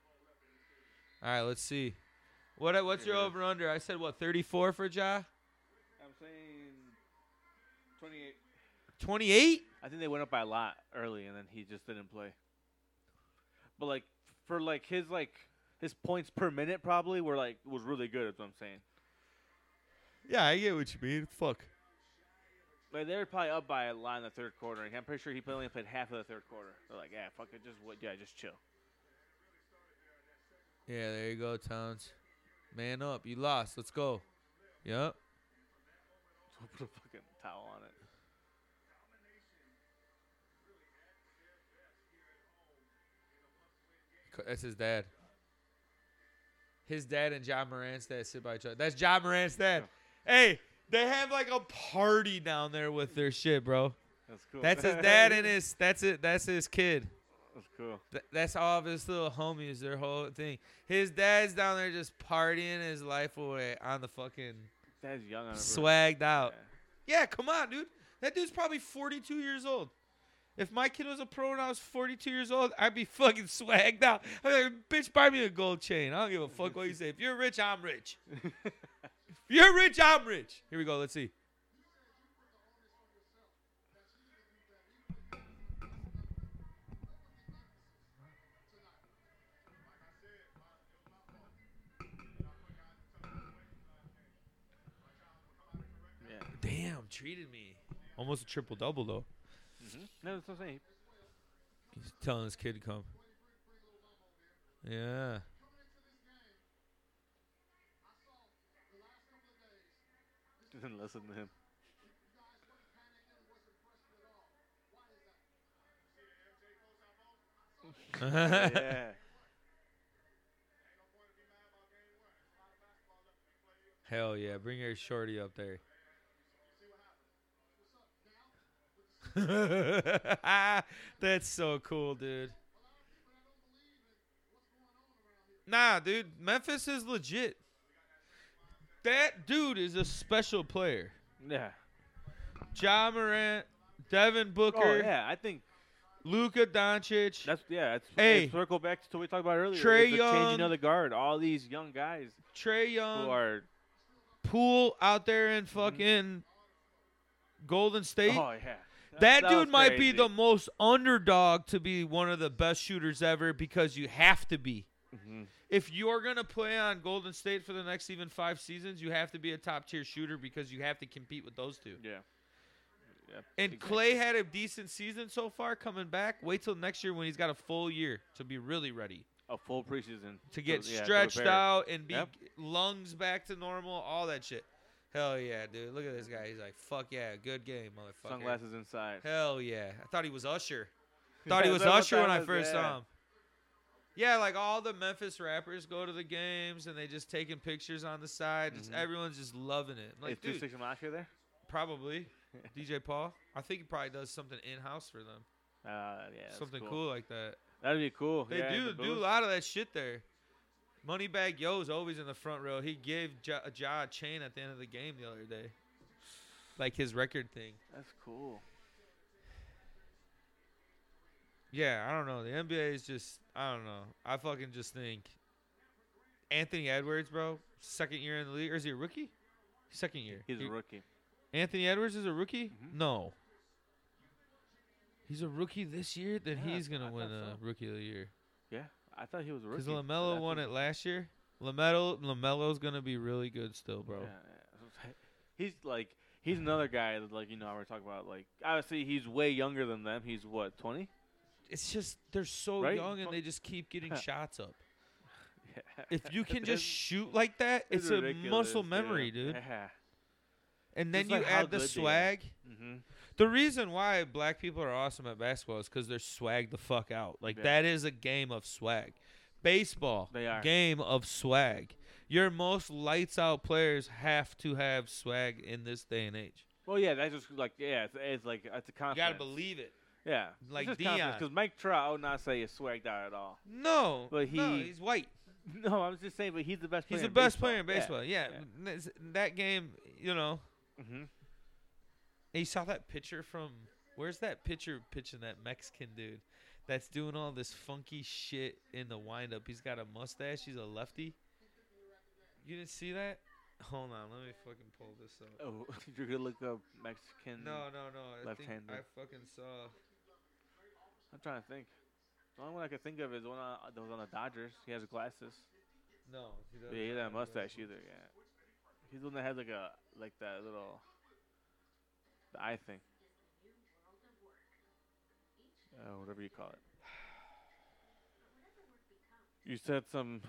[SPEAKER 1] All right, let's see. What uh, what's your
[SPEAKER 2] Yeah.
[SPEAKER 1] over under? I said what thirty four for Ja.
[SPEAKER 2] I'm saying twenty-eight.
[SPEAKER 1] Twenty eight.
[SPEAKER 2] I think they went up by a lot early, and then he just didn't play. But like for like his like his points per minute probably were like was really good. Is what I'm saying.
[SPEAKER 1] Yeah, I get what you mean. Fuck.
[SPEAKER 2] Like they were probably up by a lot in the third quarter. and I'm pretty sure he probably only played half of the third quarter. They're like, yeah, fuck it, just what? Yeah, just chill. [laughs]
[SPEAKER 1] Yeah, there you go, Towns. Man up. You lost. Let's go. Yep.
[SPEAKER 2] So put a fucking towel on it.
[SPEAKER 1] Co- That's his dad. His dad and John Morant's dad sit by each other. That's John Morant's dad. Hey, they have like a party down there with their shit, bro.
[SPEAKER 2] That's cool.
[SPEAKER 1] That's [laughs]
[SPEAKER 2] [laughs]
[SPEAKER 1] his dad and his. That's it. That's his kid.
[SPEAKER 2] That's cool.
[SPEAKER 1] Th- that's all of his little homies, their whole thing. His dad's down there just partying his life away on the fucking
[SPEAKER 2] Dad's [laughs] young. I remember.
[SPEAKER 1] swagged
[SPEAKER 2] Yeah.
[SPEAKER 1] out. Yeah, come on, dude. That dude's probably 42 years old. If my kid was a pro and I was 42 years old, I'd be fucking [laughs] swagged out. I'd be like, bitch, buy me a gold chain. I don't give a fuck what you say. If you're rich, I'm rich.
[SPEAKER 2] Mm-hmm.
[SPEAKER 1] If you're rich, I'm rich. Here we go. Let's see.
[SPEAKER 2] Yeah.
[SPEAKER 1] Damn, treated me. Almost a triple double, though.
[SPEAKER 2] No, that's what I'm saying.
[SPEAKER 1] He's telling his kid to come. Yeah. [laughs]
[SPEAKER 2] Didn't
[SPEAKER 1] [laughs]
[SPEAKER 2] listen to him. yeah.
[SPEAKER 1] Hell yeah. Bring your shorty up there. [laughs] That's so cool, dude. Nah, dude. Memphis is legit. That dude is a special player.
[SPEAKER 2] Yeah.
[SPEAKER 1] Ja Morant, Devin Booker,
[SPEAKER 2] Oh yeah, I think
[SPEAKER 1] Luka Doncic.
[SPEAKER 2] that's yeah. That's
[SPEAKER 1] Hey.
[SPEAKER 2] hey, circle back to what we talked about earlier.
[SPEAKER 1] Trae
[SPEAKER 2] is the changing
[SPEAKER 1] Young. Um,
[SPEAKER 2] of the guard. All these young guys
[SPEAKER 1] Trey Young.
[SPEAKER 2] who are
[SPEAKER 1] Pool out there in fucking Golden State.
[SPEAKER 2] oh yeah.
[SPEAKER 1] that,
[SPEAKER 2] was
[SPEAKER 1] dude might be
[SPEAKER 2] crazy.
[SPEAKER 1] the most underdog to be one of the best shooters ever because you have to be.
[SPEAKER 2] Mhm.
[SPEAKER 1] If you're going to play on Golden State for the next even five seasons, you have to be a top tier shooter because you have to compete with those two.
[SPEAKER 2] Yeah. Yep,
[SPEAKER 1] And
[SPEAKER 2] exactly.
[SPEAKER 1] Clay had a decent season so far coming back. Wait till next year when he's got a full year to be really ready,
[SPEAKER 2] a full preseason
[SPEAKER 1] to get
[SPEAKER 2] yeah,
[SPEAKER 1] stretched
[SPEAKER 2] prepare.
[SPEAKER 1] out and be
[SPEAKER 2] Yep.
[SPEAKER 1] lungs back to normal, all that shit. Hell yeah, dude. Look at this guy. He's like, fuck yeah, good game, motherfucker.
[SPEAKER 2] Sunglasses inside.
[SPEAKER 1] Hell yeah. I thought he was Usher. [laughs] Thought he
[SPEAKER 2] Yeah,
[SPEAKER 1] was
[SPEAKER 2] that's what
[SPEAKER 1] Usher when
[SPEAKER 2] that
[SPEAKER 1] I
[SPEAKER 2] was,
[SPEAKER 1] first
[SPEAKER 2] yeah.
[SPEAKER 1] saw him. Yeah, like all the Memphis rappers go to the games and they just taking pictures on the side. Just
[SPEAKER 2] Mhm.
[SPEAKER 1] everyone's just loving it. I'm like,
[SPEAKER 2] Is
[SPEAKER 1] dude,
[SPEAKER 2] 260 from last year there? [laughs]
[SPEAKER 1] probably DJ Paul. I think he probably does something in house for them.
[SPEAKER 2] Uh, yeah. that's
[SPEAKER 1] something cool.
[SPEAKER 2] cool.
[SPEAKER 1] like that.
[SPEAKER 2] That'd be cool.
[SPEAKER 1] They
[SPEAKER 2] yeah,
[SPEAKER 1] do
[SPEAKER 2] the
[SPEAKER 1] do a
[SPEAKER 2] booth.
[SPEAKER 1] lot of that shit there. Moneybag Yo's always in the front row. He gave Ja, ja a chain at the end of the game the other day, like his record thing.
[SPEAKER 2] That's cool.
[SPEAKER 1] Yeah, I don't know. The NBA is just I don't know. I fucking just think Anthony Edwards, bro, second year in the league, or is he a rookie? Second year.
[SPEAKER 2] He's a
[SPEAKER 1] He-
[SPEAKER 2] rookie.
[SPEAKER 1] Anthony Edwards is a rookie?
[SPEAKER 2] Mhm.
[SPEAKER 1] No. He's a rookie this year, then
[SPEAKER 2] Yeah,
[SPEAKER 1] he's gonna
[SPEAKER 2] I
[SPEAKER 1] win a
[SPEAKER 2] thought
[SPEAKER 1] rookie of the year.
[SPEAKER 2] Yeah, I thought he was a rookie.
[SPEAKER 1] Because Lamelo won
[SPEAKER 2] [laughs]
[SPEAKER 1] it last year. Lamelo Lamelo's gonna be really good still, bro.
[SPEAKER 2] [laughs] He's like he's another guy that like you know we're talking about like obviously he's way younger than them. He's what twenty? [laughs]
[SPEAKER 1] It's just they're so
[SPEAKER 2] Right?
[SPEAKER 1] young and
[SPEAKER 2] Fuck.
[SPEAKER 1] they just keep
[SPEAKER 2] [laughs]
[SPEAKER 1] getting shots up.
[SPEAKER 2] Yeah.
[SPEAKER 1] If
[SPEAKER 2] [laughs]
[SPEAKER 1] you can
[SPEAKER 2] That's-
[SPEAKER 1] just shoot like that, it's, a
[SPEAKER 2] ridiculous,
[SPEAKER 1] muscle
[SPEAKER 2] dude.
[SPEAKER 1] memory, dude.
[SPEAKER 2] Yeah.
[SPEAKER 1] And then
[SPEAKER 2] Just
[SPEAKER 1] you
[SPEAKER 2] like how
[SPEAKER 1] add the
[SPEAKER 2] good they are.
[SPEAKER 1] swag.
[SPEAKER 2] Mm-hmm.
[SPEAKER 1] The reason why black people are awesome at basketball is because they're swag the fuck out. Like
[SPEAKER 2] Yeah.
[SPEAKER 1] that is a game of swag. Baseball,
[SPEAKER 2] They are.
[SPEAKER 1] game of swag. Your most lights out players have to have swag in this day and age.
[SPEAKER 2] Well, yeah, that's just like yeah, it's, it's like it's a confidence.
[SPEAKER 1] You gotta believe it.
[SPEAKER 2] Yeah,
[SPEAKER 1] like Deion.
[SPEAKER 2] because Mike Trout, I would not say is swagged out at all.
[SPEAKER 1] No,
[SPEAKER 2] But
[SPEAKER 1] no,
[SPEAKER 2] he-
[SPEAKER 1] he's white.
[SPEAKER 2] [laughs] No, I was just saying, but he's the best.
[SPEAKER 1] He's
[SPEAKER 2] player
[SPEAKER 1] the
[SPEAKER 2] in
[SPEAKER 1] best
[SPEAKER 2] baseball.
[SPEAKER 1] player in
[SPEAKER 2] Yeah.
[SPEAKER 1] baseball. Yeah, That's- that game, you know.
[SPEAKER 2] Mm-hmm.
[SPEAKER 1] And you saw that picture from where's that pitcher pitching that Mexican dude that's doing all this funky shit in the windup. He's got a mustache. He's a lefty. You didn't see that? Hold on, let me fucking pull this up.
[SPEAKER 2] Oh, [laughs] you're gonna look up Mexican.
[SPEAKER 1] No, no, no. I think
[SPEAKER 2] Mm-hmm. Left-hander.
[SPEAKER 1] I fucking saw.
[SPEAKER 2] I'm trying to think. The only one I can think of is one on, that was on the Dodgers. He has glasses.
[SPEAKER 1] No, he doesn't.
[SPEAKER 2] Yeah, he doesn't
[SPEAKER 1] have
[SPEAKER 2] have a mustache
[SPEAKER 1] You
[SPEAKER 2] either. Yeah, he's the one that has like a like that little the eye thing. Uh, whatever you call it. You said some.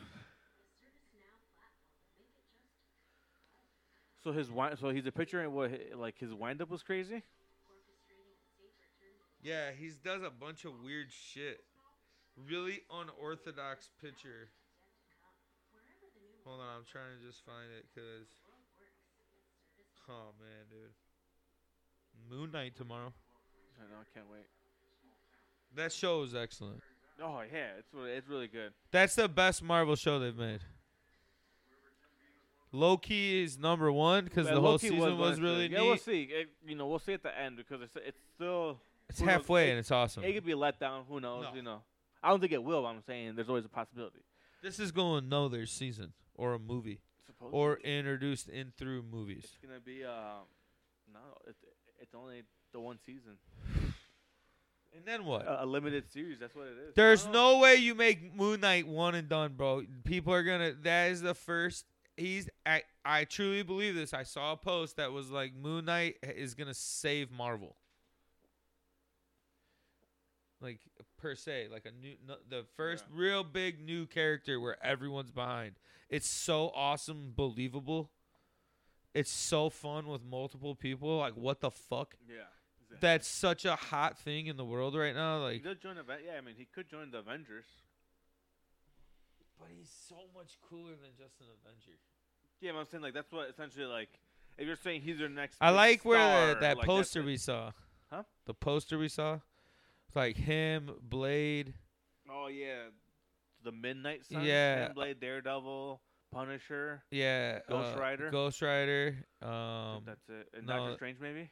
[SPEAKER 2] So his wind, so he's a pitcher, and what hi- like his windup was crazy.
[SPEAKER 1] Yeah, he does a bunch of weird shit. Really unorthodox pitcher. Hold on, I'm trying to just find it because. Oh man, dude. Moon Knight tomorrow.
[SPEAKER 2] I know, I can't wait.
[SPEAKER 1] That show is excellent.
[SPEAKER 2] Oh yeah, it's really, it's really good.
[SPEAKER 1] That's the best Marvel show they've made. Loki is number one because
[SPEAKER 2] Yeah,
[SPEAKER 1] the whole
[SPEAKER 2] low-key
[SPEAKER 1] season was,
[SPEAKER 2] one of the-
[SPEAKER 1] really
[SPEAKER 2] yeah,
[SPEAKER 1] neat.
[SPEAKER 2] we'll see. It- you know, we'll see at the end because it's it's still
[SPEAKER 1] It's
[SPEAKER 2] Who knows?
[SPEAKER 1] halfway
[SPEAKER 2] It-
[SPEAKER 1] and it's awesome.
[SPEAKER 2] It could be a letdown. Who knows?
[SPEAKER 1] No.
[SPEAKER 2] You know, I don't think it will. But I'm saying there's always a possibility.
[SPEAKER 1] This is going no there's season or a movie
[SPEAKER 2] Supposedly,
[SPEAKER 1] or introduced in through movies.
[SPEAKER 2] it's gonna be uh, no, it, it's only the one season,
[SPEAKER 1] And then what?
[SPEAKER 2] a, a limited series. That's what it is. I
[SPEAKER 1] There's
[SPEAKER 2] don't know.
[SPEAKER 1] no way you make Moon Knight one and done, bro. People are gonna. That is the first. He's. I. I truly believe this. I saw a post that was like Moon Knight is gonna save Marvel. Like per se, like a new, no, the first
[SPEAKER 2] Yeah.
[SPEAKER 1] real big new character where everyone's behind. It's so awesome, believable. It's so fun with multiple people. Like what the fuck?
[SPEAKER 2] Yeah. exactly.
[SPEAKER 1] That's such a hot thing in the world right now.
[SPEAKER 2] He
[SPEAKER 1] Like
[SPEAKER 2] does join the Aven- Yeah, I mean, he could join the Avengers.
[SPEAKER 1] But he's so much cooler than just an Avenger.
[SPEAKER 2] Yeah, but I'm saying like that's what essentially like. If you're saying he's their next,
[SPEAKER 1] I
[SPEAKER 2] big
[SPEAKER 1] like where
[SPEAKER 2] star,
[SPEAKER 1] that
[SPEAKER 2] like, that's
[SPEAKER 1] poster
[SPEAKER 2] it.
[SPEAKER 1] we saw.
[SPEAKER 2] Huh?
[SPEAKER 1] The poster we saw. It's like him, Blade.
[SPEAKER 2] Oh yeah, the Midnight Sun.
[SPEAKER 1] Yeah.
[SPEAKER 2] Blade, Daredevil, Punisher.
[SPEAKER 1] Yeah.
[SPEAKER 2] Ghost
[SPEAKER 1] uh,
[SPEAKER 2] Rider?
[SPEAKER 1] Ghost Rider.
[SPEAKER 2] I
[SPEAKER 1] Um
[SPEAKER 2] think that's it. And
[SPEAKER 1] no.
[SPEAKER 2] Doctor Strange maybe.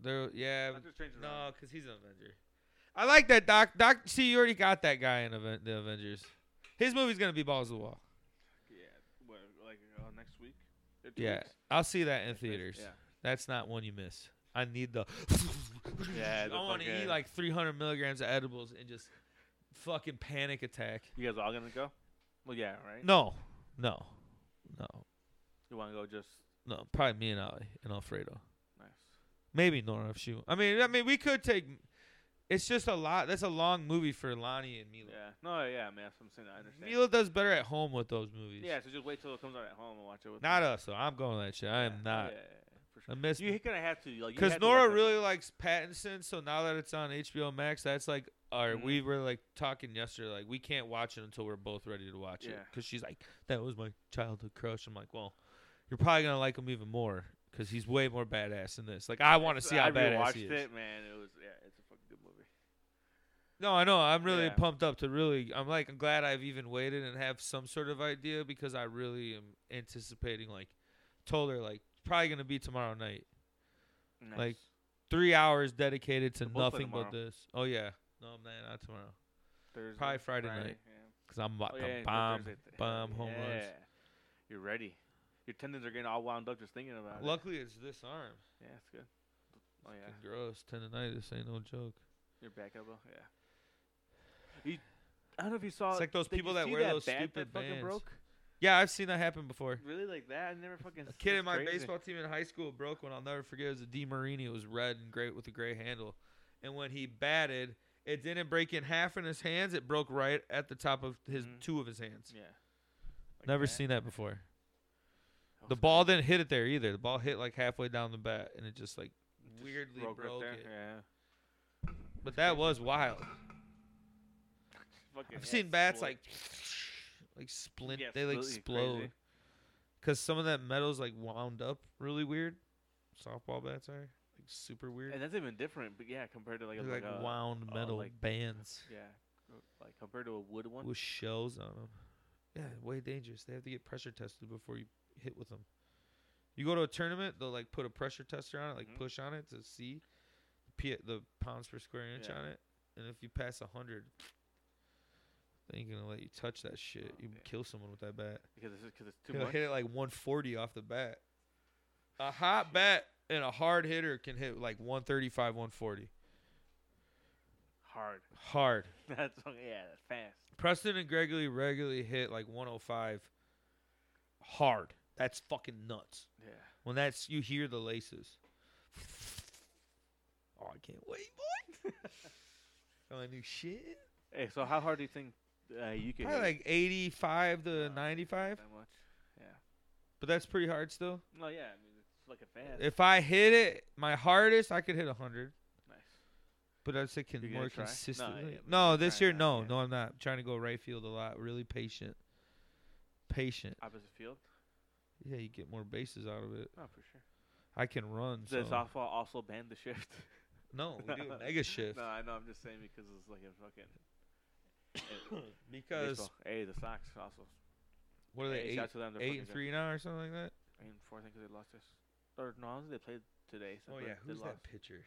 [SPEAKER 1] there yeah.
[SPEAKER 2] Doctor Strange. is
[SPEAKER 1] No,
[SPEAKER 2] around.
[SPEAKER 1] because he's an Avenger. I like that Doc Doc see you already got that guy in Aven- the Avengers. His movie's gonna be Balls to the Wall.
[SPEAKER 2] Yeah. What, like uh, next week. Or two
[SPEAKER 1] Yeah.
[SPEAKER 2] weeks?
[SPEAKER 1] I'll see that in
[SPEAKER 2] Next week?
[SPEAKER 1] theaters.
[SPEAKER 2] Yeah.
[SPEAKER 1] That's not one you miss. I need the. [laughs]
[SPEAKER 2] Yeah, the
[SPEAKER 1] I want to eat
[SPEAKER 2] fucking-
[SPEAKER 1] like 300 milligrams of edibles and just fucking panic attack.
[SPEAKER 2] You guys all gonna go? Well, yeah, right.
[SPEAKER 1] No, no, no,
[SPEAKER 2] You wanna go just
[SPEAKER 1] no. Probably me and Ali and Alfredo.
[SPEAKER 2] nice.
[SPEAKER 1] Maybe Nora if she. I mean, I mean, we could take. It's just a lot. That's a long movie for Lonnie and Mila.
[SPEAKER 2] Yeah. No. Yeah, man. That's what I'm saying. I understand.
[SPEAKER 1] Mila does better at home with those movies.
[SPEAKER 2] Yeah. So just wait till it comes out at home and watch it with.
[SPEAKER 1] Not
[SPEAKER 2] me.
[SPEAKER 1] us though. I'm going with that shit. I
[SPEAKER 2] Yeah,
[SPEAKER 1] am not.
[SPEAKER 2] Yeah, yeah, yeah, for
[SPEAKER 1] I
[SPEAKER 2] sure.
[SPEAKER 1] miss
[SPEAKER 2] You're gonna have to. Like, you
[SPEAKER 1] Because
[SPEAKER 2] have to watch
[SPEAKER 1] Nora
[SPEAKER 2] that
[SPEAKER 1] really
[SPEAKER 2] movie.
[SPEAKER 1] likes Pattinson, so now that it's on HBO Max, that's like, our,
[SPEAKER 2] Mhm.
[SPEAKER 1] we were like talking yesterday, like we can't watch it until we're both ready to watch it.
[SPEAKER 2] Yeah.
[SPEAKER 1] Because she's like, that was my childhood crush. I'm like, well, you're probably gonna like him even more because he's way more badass than this. Like, I want to
[SPEAKER 2] It's-
[SPEAKER 1] see how
[SPEAKER 2] I
[SPEAKER 1] badass
[SPEAKER 2] rewatched
[SPEAKER 1] he is.
[SPEAKER 2] it, man. It was yeah, it's a fucking good movie.
[SPEAKER 1] No, I know. I'm really
[SPEAKER 2] Yeah.
[SPEAKER 1] pumped up to really. I'm like, I'm glad I've even waited and have some sort of idea because I really am anticipating. Like, told her like probably gonna be tomorrow night.
[SPEAKER 2] Nice.
[SPEAKER 1] Like, three hours dedicated to
[SPEAKER 2] We're both there
[SPEAKER 1] nothing but
[SPEAKER 2] tomorrow.
[SPEAKER 1] this. Oh yeah, no, man, not tomorrow.
[SPEAKER 2] Thursday,
[SPEAKER 1] probably Friday night.
[SPEAKER 2] Yeah.
[SPEAKER 1] Cause I'm about
[SPEAKER 2] Oh,
[SPEAKER 1] to
[SPEAKER 2] yeah,
[SPEAKER 1] bomb,
[SPEAKER 2] Thursday, th-
[SPEAKER 1] bomb home
[SPEAKER 2] yeah.
[SPEAKER 1] runs.
[SPEAKER 2] You're ready. Your tendons are getting all wound up just thinking about it.
[SPEAKER 1] Luckily, it's this arm.
[SPEAKER 2] Yeah, it's good. Oh yeah,
[SPEAKER 1] Fucking Gross tendonitis ain't no joke.
[SPEAKER 2] your back elbow. Yeah. You, I don't know if you saw.
[SPEAKER 1] It's like those
[SPEAKER 2] did
[SPEAKER 1] people
[SPEAKER 2] you
[SPEAKER 1] that
[SPEAKER 2] see
[SPEAKER 1] wear
[SPEAKER 2] that
[SPEAKER 1] those
[SPEAKER 2] bat
[SPEAKER 1] stupid
[SPEAKER 2] that fucking
[SPEAKER 1] bands.
[SPEAKER 2] broke.
[SPEAKER 1] Yeah, I've seen that happen before.
[SPEAKER 2] Really like that? I never fucking.
[SPEAKER 1] A kid
[SPEAKER 2] it's
[SPEAKER 1] in my
[SPEAKER 2] crazy.
[SPEAKER 1] baseball team in high school broke one. I'll never forget. It was a D Marini. It was red and great with a gray handle. And when he batted, it didn't break in half in his hands. It broke right at the top of his
[SPEAKER 2] Mhm.
[SPEAKER 1] two of his hands.
[SPEAKER 2] Yeah. Like
[SPEAKER 1] never
[SPEAKER 2] that.
[SPEAKER 1] seen that before.
[SPEAKER 2] That
[SPEAKER 1] The
[SPEAKER 2] was
[SPEAKER 1] ball didn't hit it there either. The ball hit like halfway down the bat, and it just like
[SPEAKER 2] crazy. Just
[SPEAKER 1] weirdly
[SPEAKER 2] broke,
[SPEAKER 1] broke,
[SPEAKER 2] right there.
[SPEAKER 1] it.
[SPEAKER 2] Yeah.
[SPEAKER 1] But that was wild.
[SPEAKER 2] Fucking
[SPEAKER 1] I've
[SPEAKER 2] yeah,
[SPEAKER 1] seen bats
[SPEAKER 2] split.
[SPEAKER 1] like like [sniffs] splint.
[SPEAKER 2] Yeah,
[SPEAKER 1] they like
[SPEAKER 2] split, you
[SPEAKER 1] explode
[SPEAKER 2] crazy.
[SPEAKER 1] because some of that metal's like wound up really weird. Softball bats are like super weird.
[SPEAKER 2] And that's even different, but yeah, compared to like a
[SPEAKER 1] They're like,
[SPEAKER 2] a,
[SPEAKER 1] wound
[SPEAKER 2] uh,
[SPEAKER 1] metal
[SPEAKER 2] like-
[SPEAKER 1] bands
[SPEAKER 2] Yeah, like compared to a wood one.
[SPEAKER 1] with shells on them. Yeah, way dangerous. They have to get pressure tested before you hit with them. You go to a tournament, they'll like put a pressure tester on it, like
[SPEAKER 2] Mhm.
[SPEAKER 1] push on it to see the, P- the pounds per square inch
[SPEAKER 2] Yeah.
[SPEAKER 1] on it, and if you pass hundred, they ain't gonna let you touch that shit.
[SPEAKER 2] Oh,
[SPEAKER 1] you
[SPEAKER 2] man.
[SPEAKER 1] kill someone with that bat.
[SPEAKER 2] Because it's, cause it's too
[SPEAKER 1] He'll
[SPEAKER 2] much.
[SPEAKER 1] hit it like 140 off the bat. A hot bat and a hard hitter can hit like 135, 140
[SPEAKER 2] Hard. [laughs]
[SPEAKER 1] hard.
[SPEAKER 2] That's yeah, that's fast.
[SPEAKER 1] Preston and Gregory regularly hit like 105 hard. That's fucking nuts.
[SPEAKER 2] Yeah.
[SPEAKER 1] When that's you hear the laces. [laughs] Oh, I can't wait, boy. [laughs] Oh, new shit.
[SPEAKER 2] Hey, so how hard do you think uh, you could
[SPEAKER 1] Probably
[SPEAKER 2] hit?
[SPEAKER 1] like 85 to
[SPEAKER 2] Uh,
[SPEAKER 1] 95,
[SPEAKER 2] that much? Yeah.
[SPEAKER 1] but that's pretty hard still.
[SPEAKER 2] No, yeah. I mean, it's fucking fast.
[SPEAKER 1] If I hit it, my hardest, I could hit 100.
[SPEAKER 2] nice.
[SPEAKER 1] But I'd say can
[SPEAKER 2] You gonna
[SPEAKER 1] more
[SPEAKER 2] try? No,
[SPEAKER 1] consistently.
[SPEAKER 2] yeah, but
[SPEAKER 1] No,
[SPEAKER 2] you're
[SPEAKER 1] this year,
[SPEAKER 2] trying
[SPEAKER 1] no,
[SPEAKER 2] out, yeah.
[SPEAKER 1] no, I'm not. I'm trying to go right field a lot. Really patient, patient.
[SPEAKER 2] Opposite field.
[SPEAKER 1] Yeah, you get more bases out of it.
[SPEAKER 2] No, for sure.
[SPEAKER 1] I can run.
[SPEAKER 2] Does
[SPEAKER 1] so-
[SPEAKER 2] softball also ban the shift?
[SPEAKER 1] No, Oh,
[SPEAKER 2] [laughs]
[SPEAKER 1] we do a mega shift
[SPEAKER 2] [clears throat] no, I know. I'm just saying because it's like a fucking.
[SPEAKER 1] because [coughs]
[SPEAKER 2] baseball. hey, the Sox also.
[SPEAKER 1] what are they
[SPEAKER 2] hey,
[SPEAKER 1] eight,
[SPEAKER 2] shout to them, they're
[SPEAKER 1] eight and three
[SPEAKER 2] fucking good.
[SPEAKER 1] now or something like that?
[SPEAKER 2] Eight and four, I think 'cause they lost this. Or no, they played today.
[SPEAKER 1] Oh
[SPEAKER 2] So they-
[SPEAKER 1] yeah,
[SPEAKER 2] they
[SPEAKER 1] who's
[SPEAKER 2] lost.
[SPEAKER 1] that pitcher?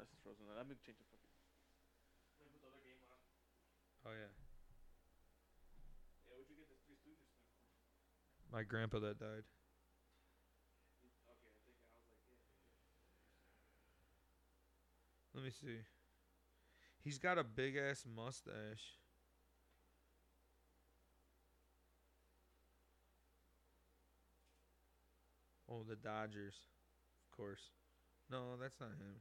[SPEAKER 2] this is frozen. Let me change the fucking. Let me put the other game on.
[SPEAKER 1] Oh yeah.
[SPEAKER 2] Yeah, would you get the Three Stooges thing for?
[SPEAKER 1] My grandpa that died.
[SPEAKER 2] Okay, I think I was like, yeah.
[SPEAKER 1] Let me see. He's got a big ass mustache. Oh, the Dodgers. Of course. No, that's not him.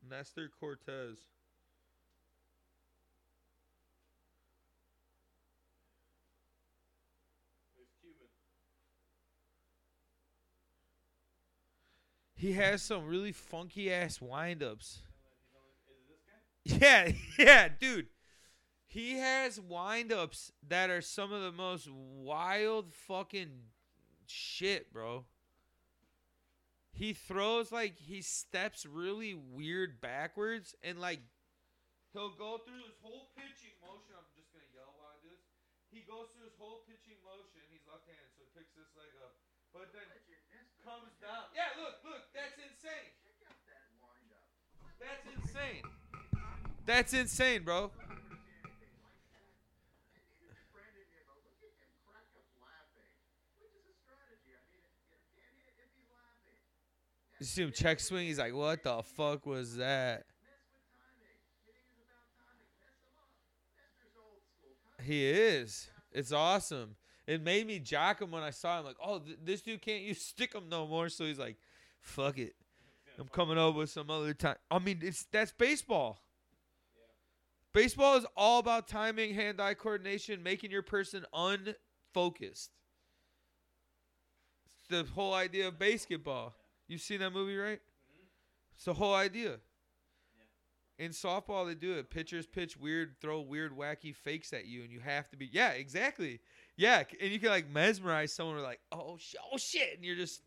[SPEAKER 1] Nestor Cortez.
[SPEAKER 2] He's Cuban.
[SPEAKER 1] He has some really funky ass windups.
[SPEAKER 2] You know that- you know that- Is it this guy?
[SPEAKER 1] [laughs] Yeah, yeah, dude. He has windups that are some of the most wild fucking shit, bro. He throws like he steps really weird backwards and like he'll go through his whole pitching motion. I'm just gonna yell while I do this. He goes through his whole pitching motion. He's left-handed, so he picks this leg up, but then comes down. Yeah, look, look, that's insane. That's insane. That's insane, bro. You see him check swing. He's like, "What the fuck was that?" He is. It's awesome. It made me jock him when I saw him. Like, oh, th- this dude can't use stick him no more. So he's like, "Fuck it, I'm coming over some other time." I mean, it's that's baseball. Baseball is all about timing, hand-eye coordination, making your person unfocused. It's the whole idea of basketball. You've seen that movie, right? It's the whole idea. In softball, they do it. Pitchers pitch weird, throw weird, wacky fakes at you, and you have to be. Yeah, exactly. Yeah, c- and you can like mesmerize someone. Or like, oh, sh- oh shit, and you're just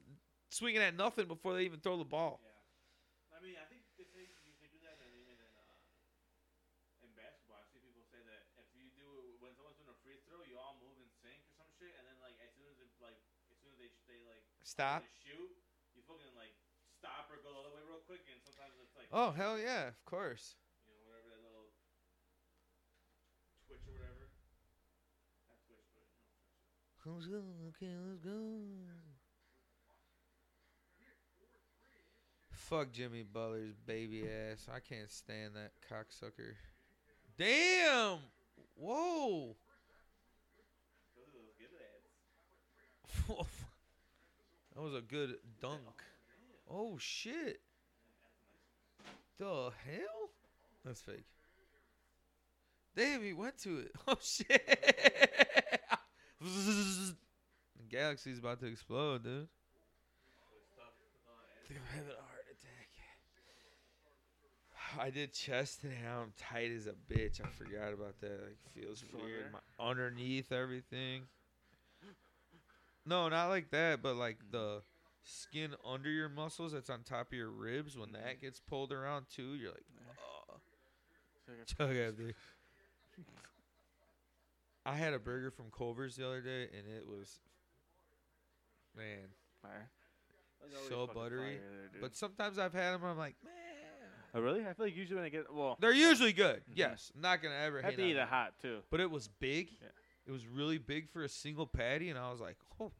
[SPEAKER 1] swinging at nothing before they even throw the ball.
[SPEAKER 2] Yeah. I mean, I think they say you can do that in, in, in, uh, in basketball. I see people say that if you do it when someone's doing a free throw, you all move in sync or some shit, and then like as soon as it, like as soon as they sh- they like
[SPEAKER 1] Stop.
[SPEAKER 2] they shoot, you fucking like stop or go the other way real quick, and sometimes it's like
[SPEAKER 1] Oh hell yeah, of course.
[SPEAKER 2] you know whatever that little twitch or whatever. Not twitch, but you know.
[SPEAKER 1] Let's go. Okay, let's go. Fuck Jimmy Butler's baby ass. I can't stand that cocksucker. Damn. Whoa.
[SPEAKER 2] Those are those good ads.
[SPEAKER 1] that was a good dunk. Oh shit. The hell? That's fake. Damn, he went to it. [laughs] Oh shit. [laughs] the galaxy's about to explode, dude.
[SPEAKER 2] It's tough. Uh, ads.
[SPEAKER 1] Dude, I'm having a heart attack. I did chest today. I'm tight as a bitch. I forgot about that. Like feels weird.
[SPEAKER 2] Sure.
[SPEAKER 1] My underneath everything. No, not like that, but like the skin under your muscles that's on top of your ribs. When that gets pulled around too, you're like, oh. chug up, dude. I had a burger from Culver's the other day, and it was, man.
[SPEAKER 2] Those are always
[SPEAKER 1] So
[SPEAKER 2] fucking
[SPEAKER 1] buttery,
[SPEAKER 2] fire there, dude.
[SPEAKER 1] But sometimes I've had them, I'm like, man.
[SPEAKER 2] Oh, really? I feel like usually when I get well,
[SPEAKER 1] They're usually good.
[SPEAKER 2] Mhm.
[SPEAKER 1] Yes, I'm not gonna ever
[SPEAKER 2] I have
[SPEAKER 1] hate
[SPEAKER 2] to
[SPEAKER 1] on
[SPEAKER 2] eat it
[SPEAKER 1] them.
[SPEAKER 2] hot too.
[SPEAKER 1] But it was big.
[SPEAKER 2] Yeah.
[SPEAKER 1] It was really big for a single patty, and I was like, oh.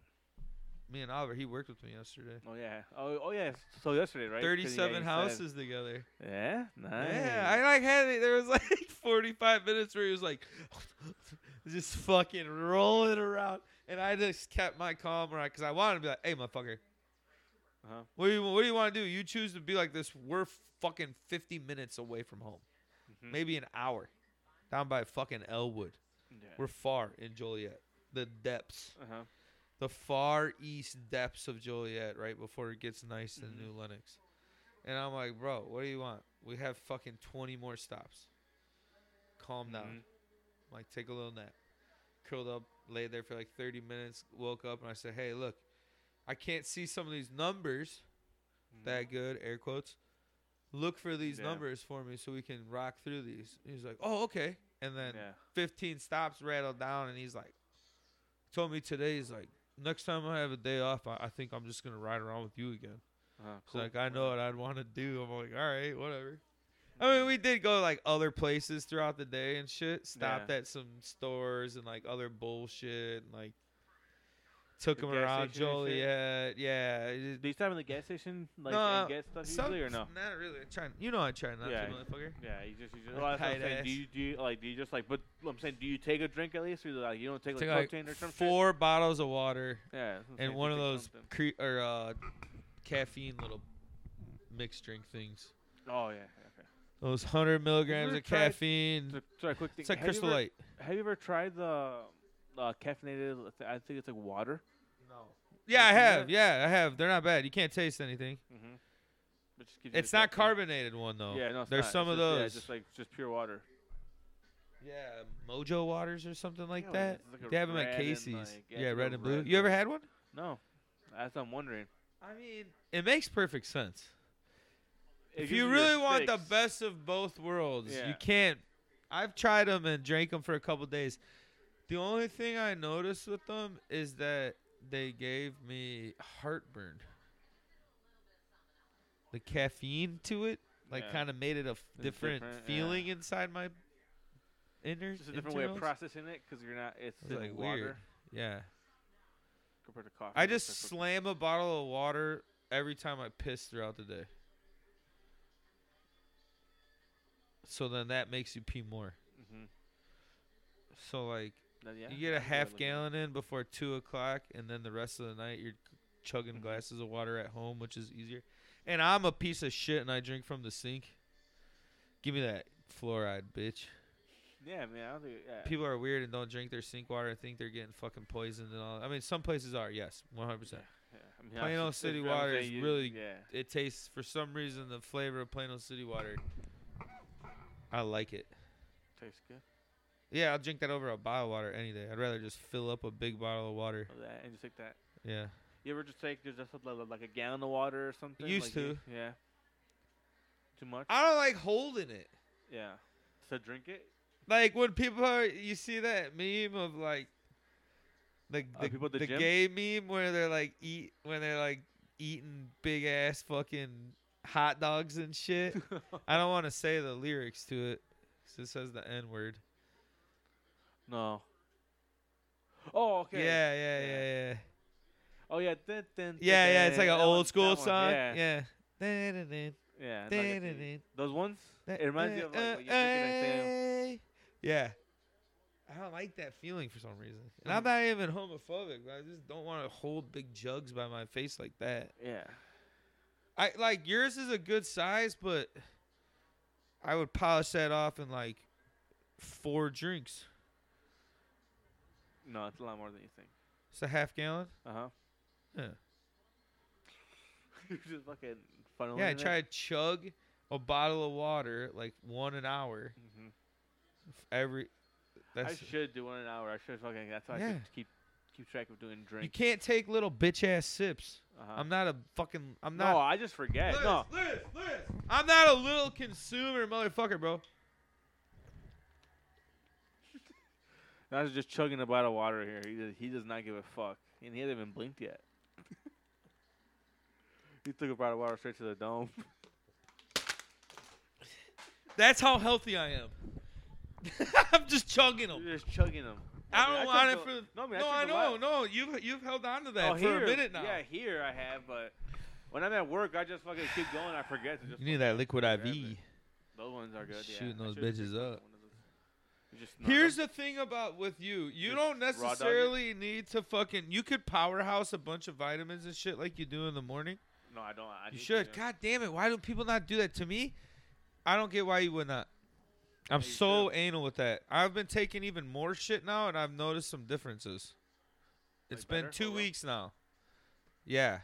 [SPEAKER 1] Me and Oliver, he worked with me yesterday.
[SPEAKER 2] Oh yeah. Oh oh yeah. So yesterday, right? 'Cause, yeah, you
[SPEAKER 1] Thirty-seven
[SPEAKER 2] said-
[SPEAKER 1] houses together.
[SPEAKER 2] Yeah. Nice.
[SPEAKER 1] Yeah, I like had it. There was [laughs] like forty-five minutes where he was like, [laughs] just fucking rolling around, and I just kept my calm, right? Because I wanted to be like, "Hey, motherfucker,
[SPEAKER 2] Uh-huh.
[SPEAKER 1] what do you what do you want to do? You choose to be like this. We're fucking fifty minutes away from home,
[SPEAKER 2] Mhm.
[SPEAKER 1] maybe an hour, down by fucking Elwood.
[SPEAKER 2] yeah.
[SPEAKER 1] We're far in Joliet, the depths,
[SPEAKER 2] Uh-huh.
[SPEAKER 1] the far east depths of Joliet, right before it gets nice in
[SPEAKER 2] Mm-hmm.
[SPEAKER 1] New Lenox. And I'm like, bro, what do you want? We have fucking 20 more stops. Calm
[SPEAKER 2] Mm-hmm.
[SPEAKER 1] down. I'm like, take a little nap. Curled up, laid there for like 30 minutes, woke up, and I said, hey, look, I can't see some of these numbers,
[SPEAKER 2] Mm-hmm.
[SPEAKER 1] that good, air quotes. Look for these
[SPEAKER 2] Yeah.
[SPEAKER 1] numbers for me so we can rock through these. He's like, oh, okay. And then
[SPEAKER 2] Yeah.
[SPEAKER 1] 15 stops rattled down, and he's like, told me today, he's like, next time I have a day off, I, I think I'm just going to ride around with you again.
[SPEAKER 2] Uh,
[SPEAKER 1] It's
[SPEAKER 2] cool.
[SPEAKER 1] like, I know what I'd want to do. I'm like, all right, whatever. I mean, we did go like other places throughout the day and shit. Stopped
[SPEAKER 2] Yeah.
[SPEAKER 1] at some stores and like other bullshit and like took
[SPEAKER 2] The
[SPEAKER 1] him
[SPEAKER 2] gas
[SPEAKER 1] around
[SPEAKER 2] station and shit?
[SPEAKER 1] Joliet. Yeah. it is-
[SPEAKER 2] Do you stop in the gas station like
[SPEAKER 1] No,
[SPEAKER 2] and get stuff
[SPEAKER 1] some-
[SPEAKER 2] usually or no?
[SPEAKER 1] Not really. I try, you know I try not
[SPEAKER 2] Yeah.
[SPEAKER 1] to, motherfucker.
[SPEAKER 2] Yeah, you just you just.
[SPEAKER 1] Like
[SPEAKER 2] Well, that's what I'm
[SPEAKER 1] tight
[SPEAKER 2] saying.
[SPEAKER 1] ass.
[SPEAKER 2] Do you do you, like do you just like? But I'm saying, do you take a drink at least, or like you don't take like
[SPEAKER 1] Took, like,
[SPEAKER 2] protein or some shit?
[SPEAKER 1] four bottles of water
[SPEAKER 2] Yeah, that's what I'm saying,
[SPEAKER 1] and
[SPEAKER 2] if
[SPEAKER 1] one
[SPEAKER 2] you
[SPEAKER 1] of
[SPEAKER 2] take
[SPEAKER 1] those
[SPEAKER 2] something.
[SPEAKER 1] cre- or uh, caffeine little mixed drink things.
[SPEAKER 2] Oh yeah. Okay.
[SPEAKER 1] Those 100 milligrams
[SPEAKER 2] ever
[SPEAKER 1] of
[SPEAKER 2] tried-
[SPEAKER 1] caffeine.
[SPEAKER 2] So, sorry, quick thing.
[SPEAKER 1] It's like
[SPEAKER 2] have you
[SPEAKER 1] Crystal
[SPEAKER 2] ever-
[SPEAKER 1] Light.
[SPEAKER 2] Have you ever tried the uh, caffeinated? I think it's like water.
[SPEAKER 1] Yeah, I
[SPEAKER 2] Have you
[SPEAKER 1] have.
[SPEAKER 2] ever-
[SPEAKER 1] Yeah, I have. They're not bad. You can't taste anything.
[SPEAKER 2] Mm-hmm. Just gives you
[SPEAKER 1] It's
[SPEAKER 2] the
[SPEAKER 1] not
[SPEAKER 2] caffeine.
[SPEAKER 1] carbonated one though.
[SPEAKER 2] Yeah, no, it's
[SPEAKER 1] There's
[SPEAKER 2] not.
[SPEAKER 1] some
[SPEAKER 2] It's
[SPEAKER 1] of
[SPEAKER 2] just-
[SPEAKER 1] those.
[SPEAKER 2] Yeah, it's just like just pure water.
[SPEAKER 1] Yeah, Mojo Waters or something like
[SPEAKER 2] Yeah,
[SPEAKER 1] that.
[SPEAKER 2] like it's like a
[SPEAKER 1] they have them
[SPEAKER 2] red
[SPEAKER 1] at
[SPEAKER 2] and,
[SPEAKER 1] Casey's.
[SPEAKER 2] like- yeah,
[SPEAKER 1] yeah,
[SPEAKER 2] it's like a
[SPEAKER 1] red and blue.
[SPEAKER 2] red
[SPEAKER 1] you ever
[SPEAKER 2] one.
[SPEAKER 1] had one?
[SPEAKER 2] No, that's what I'm wondering.
[SPEAKER 1] I mean, it makes perfect sense.
[SPEAKER 2] It
[SPEAKER 1] if
[SPEAKER 2] gives
[SPEAKER 1] you
[SPEAKER 2] your
[SPEAKER 1] really want the
[SPEAKER 2] fix.
[SPEAKER 1] best of both worlds,
[SPEAKER 2] Yeah.
[SPEAKER 1] you can't. I've tried them and drank them for a couple days. The only thing I noticed with them is that they gave me heartburn. The caffeine to it, like,
[SPEAKER 2] Yeah.
[SPEAKER 1] kind of made it a f-
[SPEAKER 2] It's
[SPEAKER 1] different,
[SPEAKER 2] different,
[SPEAKER 1] feeling inside my inner.
[SPEAKER 2] It's just a different way of
[SPEAKER 1] internals.
[SPEAKER 2] processing it because you're not. It's,
[SPEAKER 1] It's,
[SPEAKER 2] in
[SPEAKER 1] like,
[SPEAKER 2] water
[SPEAKER 1] weird. Yeah,
[SPEAKER 2] compared to coffee.
[SPEAKER 1] I
[SPEAKER 2] it's
[SPEAKER 1] just
[SPEAKER 2] like-
[SPEAKER 1] slam a bottle of water every time I piss throughout the day. So then that makes you pee more.
[SPEAKER 2] Mhm.
[SPEAKER 1] So like
[SPEAKER 2] Mm-hmm. Then, yeah,
[SPEAKER 1] you get a
[SPEAKER 2] that's the way I
[SPEAKER 1] half
[SPEAKER 2] look at it.
[SPEAKER 1] gallon in before two o'clock, and then the rest of the night you're chugging
[SPEAKER 2] Mhm.
[SPEAKER 1] glasses of water at home, which is easier. And I'm a piece of shit, and I drink from the sink. Give me that fluoride, bitch.
[SPEAKER 2] Yeah, man. I don't think. Yeah.
[SPEAKER 1] People are weird and don't drink their sink water. and think they're getting fucking poisoned and all. I mean, some places are. Yes, 100. percent
[SPEAKER 2] yeah, I mean,
[SPEAKER 1] Plain
[SPEAKER 2] honestly,
[SPEAKER 1] old
[SPEAKER 2] it's
[SPEAKER 1] city
[SPEAKER 2] what I'm
[SPEAKER 1] water
[SPEAKER 2] saying,
[SPEAKER 1] is
[SPEAKER 2] you-
[SPEAKER 1] really-
[SPEAKER 2] Yeah.
[SPEAKER 1] It tastes for some reason the flavor of Plano City water. I like it.
[SPEAKER 2] Tastes good.
[SPEAKER 1] Yeah, I'll drink that over a bottle of water any day. I'd rather just fill up a big bottle of water.
[SPEAKER 2] Love that. And just take that.
[SPEAKER 1] Yeah.
[SPEAKER 2] You ever just take there's just a li- like a gallon of water or something?
[SPEAKER 1] Used
[SPEAKER 2] like you- Yeah. Too much.
[SPEAKER 1] I don't like holding it.
[SPEAKER 2] yeah. So drink it. [laughs]
[SPEAKER 1] Like when people are, you see that meme of like, the
[SPEAKER 2] Uh,
[SPEAKER 1] the,
[SPEAKER 2] people at the
[SPEAKER 1] the
[SPEAKER 2] gym?
[SPEAKER 1] gay meme where they're like eat when they're like eating big ass fucking hot dogs and
[SPEAKER 2] [laughs]
[SPEAKER 1] shit. I don't want to say the lyrics to it 'cause it says the n word.
[SPEAKER 2] no. Oh okay.
[SPEAKER 1] Yeah, yeah,
[SPEAKER 2] Yeah.
[SPEAKER 1] yeah, yeah.
[SPEAKER 2] Oh yeah. Dun, dun, dun,
[SPEAKER 1] Yeah, yeah, it's like
[SPEAKER 2] dun.
[SPEAKER 1] an
[SPEAKER 2] That
[SPEAKER 1] old
[SPEAKER 2] one-
[SPEAKER 1] school
[SPEAKER 2] that one,
[SPEAKER 1] song.
[SPEAKER 2] Yeah.
[SPEAKER 1] Yeah. Dun-dun-dun,
[SPEAKER 2] yeah, and like I see-
[SPEAKER 1] dun-dun-dun.
[SPEAKER 2] Those ones.
[SPEAKER 1] Dun-
[SPEAKER 2] It reminds me of like
[SPEAKER 1] uh,
[SPEAKER 2] what you're thinking. Like, damn.
[SPEAKER 1] uh, Yeah. I don't like that feeling for some reason. And
[SPEAKER 2] Mm.
[SPEAKER 1] I'm not even homophobic, but I just don't want to hold big jugs by my face like that.
[SPEAKER 2] Yeah.
[SPEAKER 1] I like yours is a good size, but I would polish that off in like four drinks.
[SPEAKER 2] No, it's a lot more than you think.
[SPEAKER 1] It's a half gallon.
[SPEAKER 2] Uh huh. [laughs]
[SPEAKER 1] Yeah.
[SPEAKER 2] You're just fucking funneling.
[SPEAKER 1] Yeah, I
[SPEAKER 2] it.
[SPEAKER 1] try to chug a bottle of water like one an hour
[SPEAKER 2] Mhm.
[SPEAKER 1] f- every.
[SPEAKER 2] I
[SPEAKER 1] That's
[SPEAKER 2] should do one an hour. I should fucking. That's why I
[SPEAKER 1] Yeah.
[SPEAKER 2] should keep keep track of doing
[SPEAKER 1] You
[SPEAKER 2] drinks.
[SPEAKER 1] can't take little bitch ass sips.
[SPEAKER 2] Uh-huh.
[SPEAKER 1] I'm not a fucking. I'm
[SPEAKER 2] no,
[SPEAKER 1] not.
[SPEAKER 2] I just forget.
[SPEAKER 1] Lewis,
[SPEAKER 2] no,
[SPEAKER 1] Lewis, Lewis. I'm not a little consumer motherfucker, bro.
[SPEAKER 2] I was just chugging a bottle of water here. He does, he does not give a fuck, and he hasn't even blinked yet. [laughs] he took a bottle of water straight to the dome. [laughs]
[SPEAKER 1] That's how healthy I am. [laughs] I'm just chugging them.
[SPEAKER 2] You're just chugging them.
[SPEAKER 1] I don't want it for.
[SPEAKER 2] No, I, mean,
[SPEAKER 1] no, I
[SPEAKER 2] I, took a
[SPEAKER 1] know,
[SPEAKER 2] lot.
[SPEAKER 1] no. You've you've held on to that
[SPEAKER 2] Oh,
[SPEAKER 1] for
[SPEAKER 2] here,
[SPEAKER 1] a minute now.
[SPEAKER 2] Yeah, here I have, but when I'm at work, I just fucking keep going. I forget to just.
[SPEAKER 1] You need
[SPEAKER 2] fucking
[SPEAKER 1] that liquid
[SPEAKER 2] grab
[SPEAKER 1] IV.
[SPEAKER 2] it. Those ones are good.
[SPEAKER 1] Shooting
[SPEAKER 2] yeah. I
[SPEAKER 1] those
[SPEAKER 2] should
[SPEAKER 1] bitches
[SPEAKER 2] pick
[SPEAKER 1] up.
[SPEAKER 2] one of those. You Just snort
[SPEAKER 1] Here's
[SPEAKER 2] them.
[SPEAKER 1] the thing about with you. You
[SPEAKER 2] Just
[SPEAKER 1] don't
[SPEAKER 2] raw dog it?
[SPEAKER 1] necessarily need to fucking. You could powerhouse a bunch of vitamins and shit like you do in the morning.
[SPEAKER 2] no, I don't. I
[SPEAKER 1] You
[SPEAKER 2] need to,
[SPEAKER 1] should.
[SPEAKER 2] yeah.
[SPEAKER 1] God damn it. Why do people not do that to me? I don't get why you would not. I'm
[SPEAKER 2] Yeah, you
[SPEAKER 1] so anal with that. I've been taking even more shit now, and I've noticed some differences.
[SPEAKER 2] Like
[SPEAKER 1] It's been
[SPEAKER 2] better Oh,
[SPEAKER 1] two
[SPEAKER 2] overall?
[SPEAKER 1] weeks now. Yeah.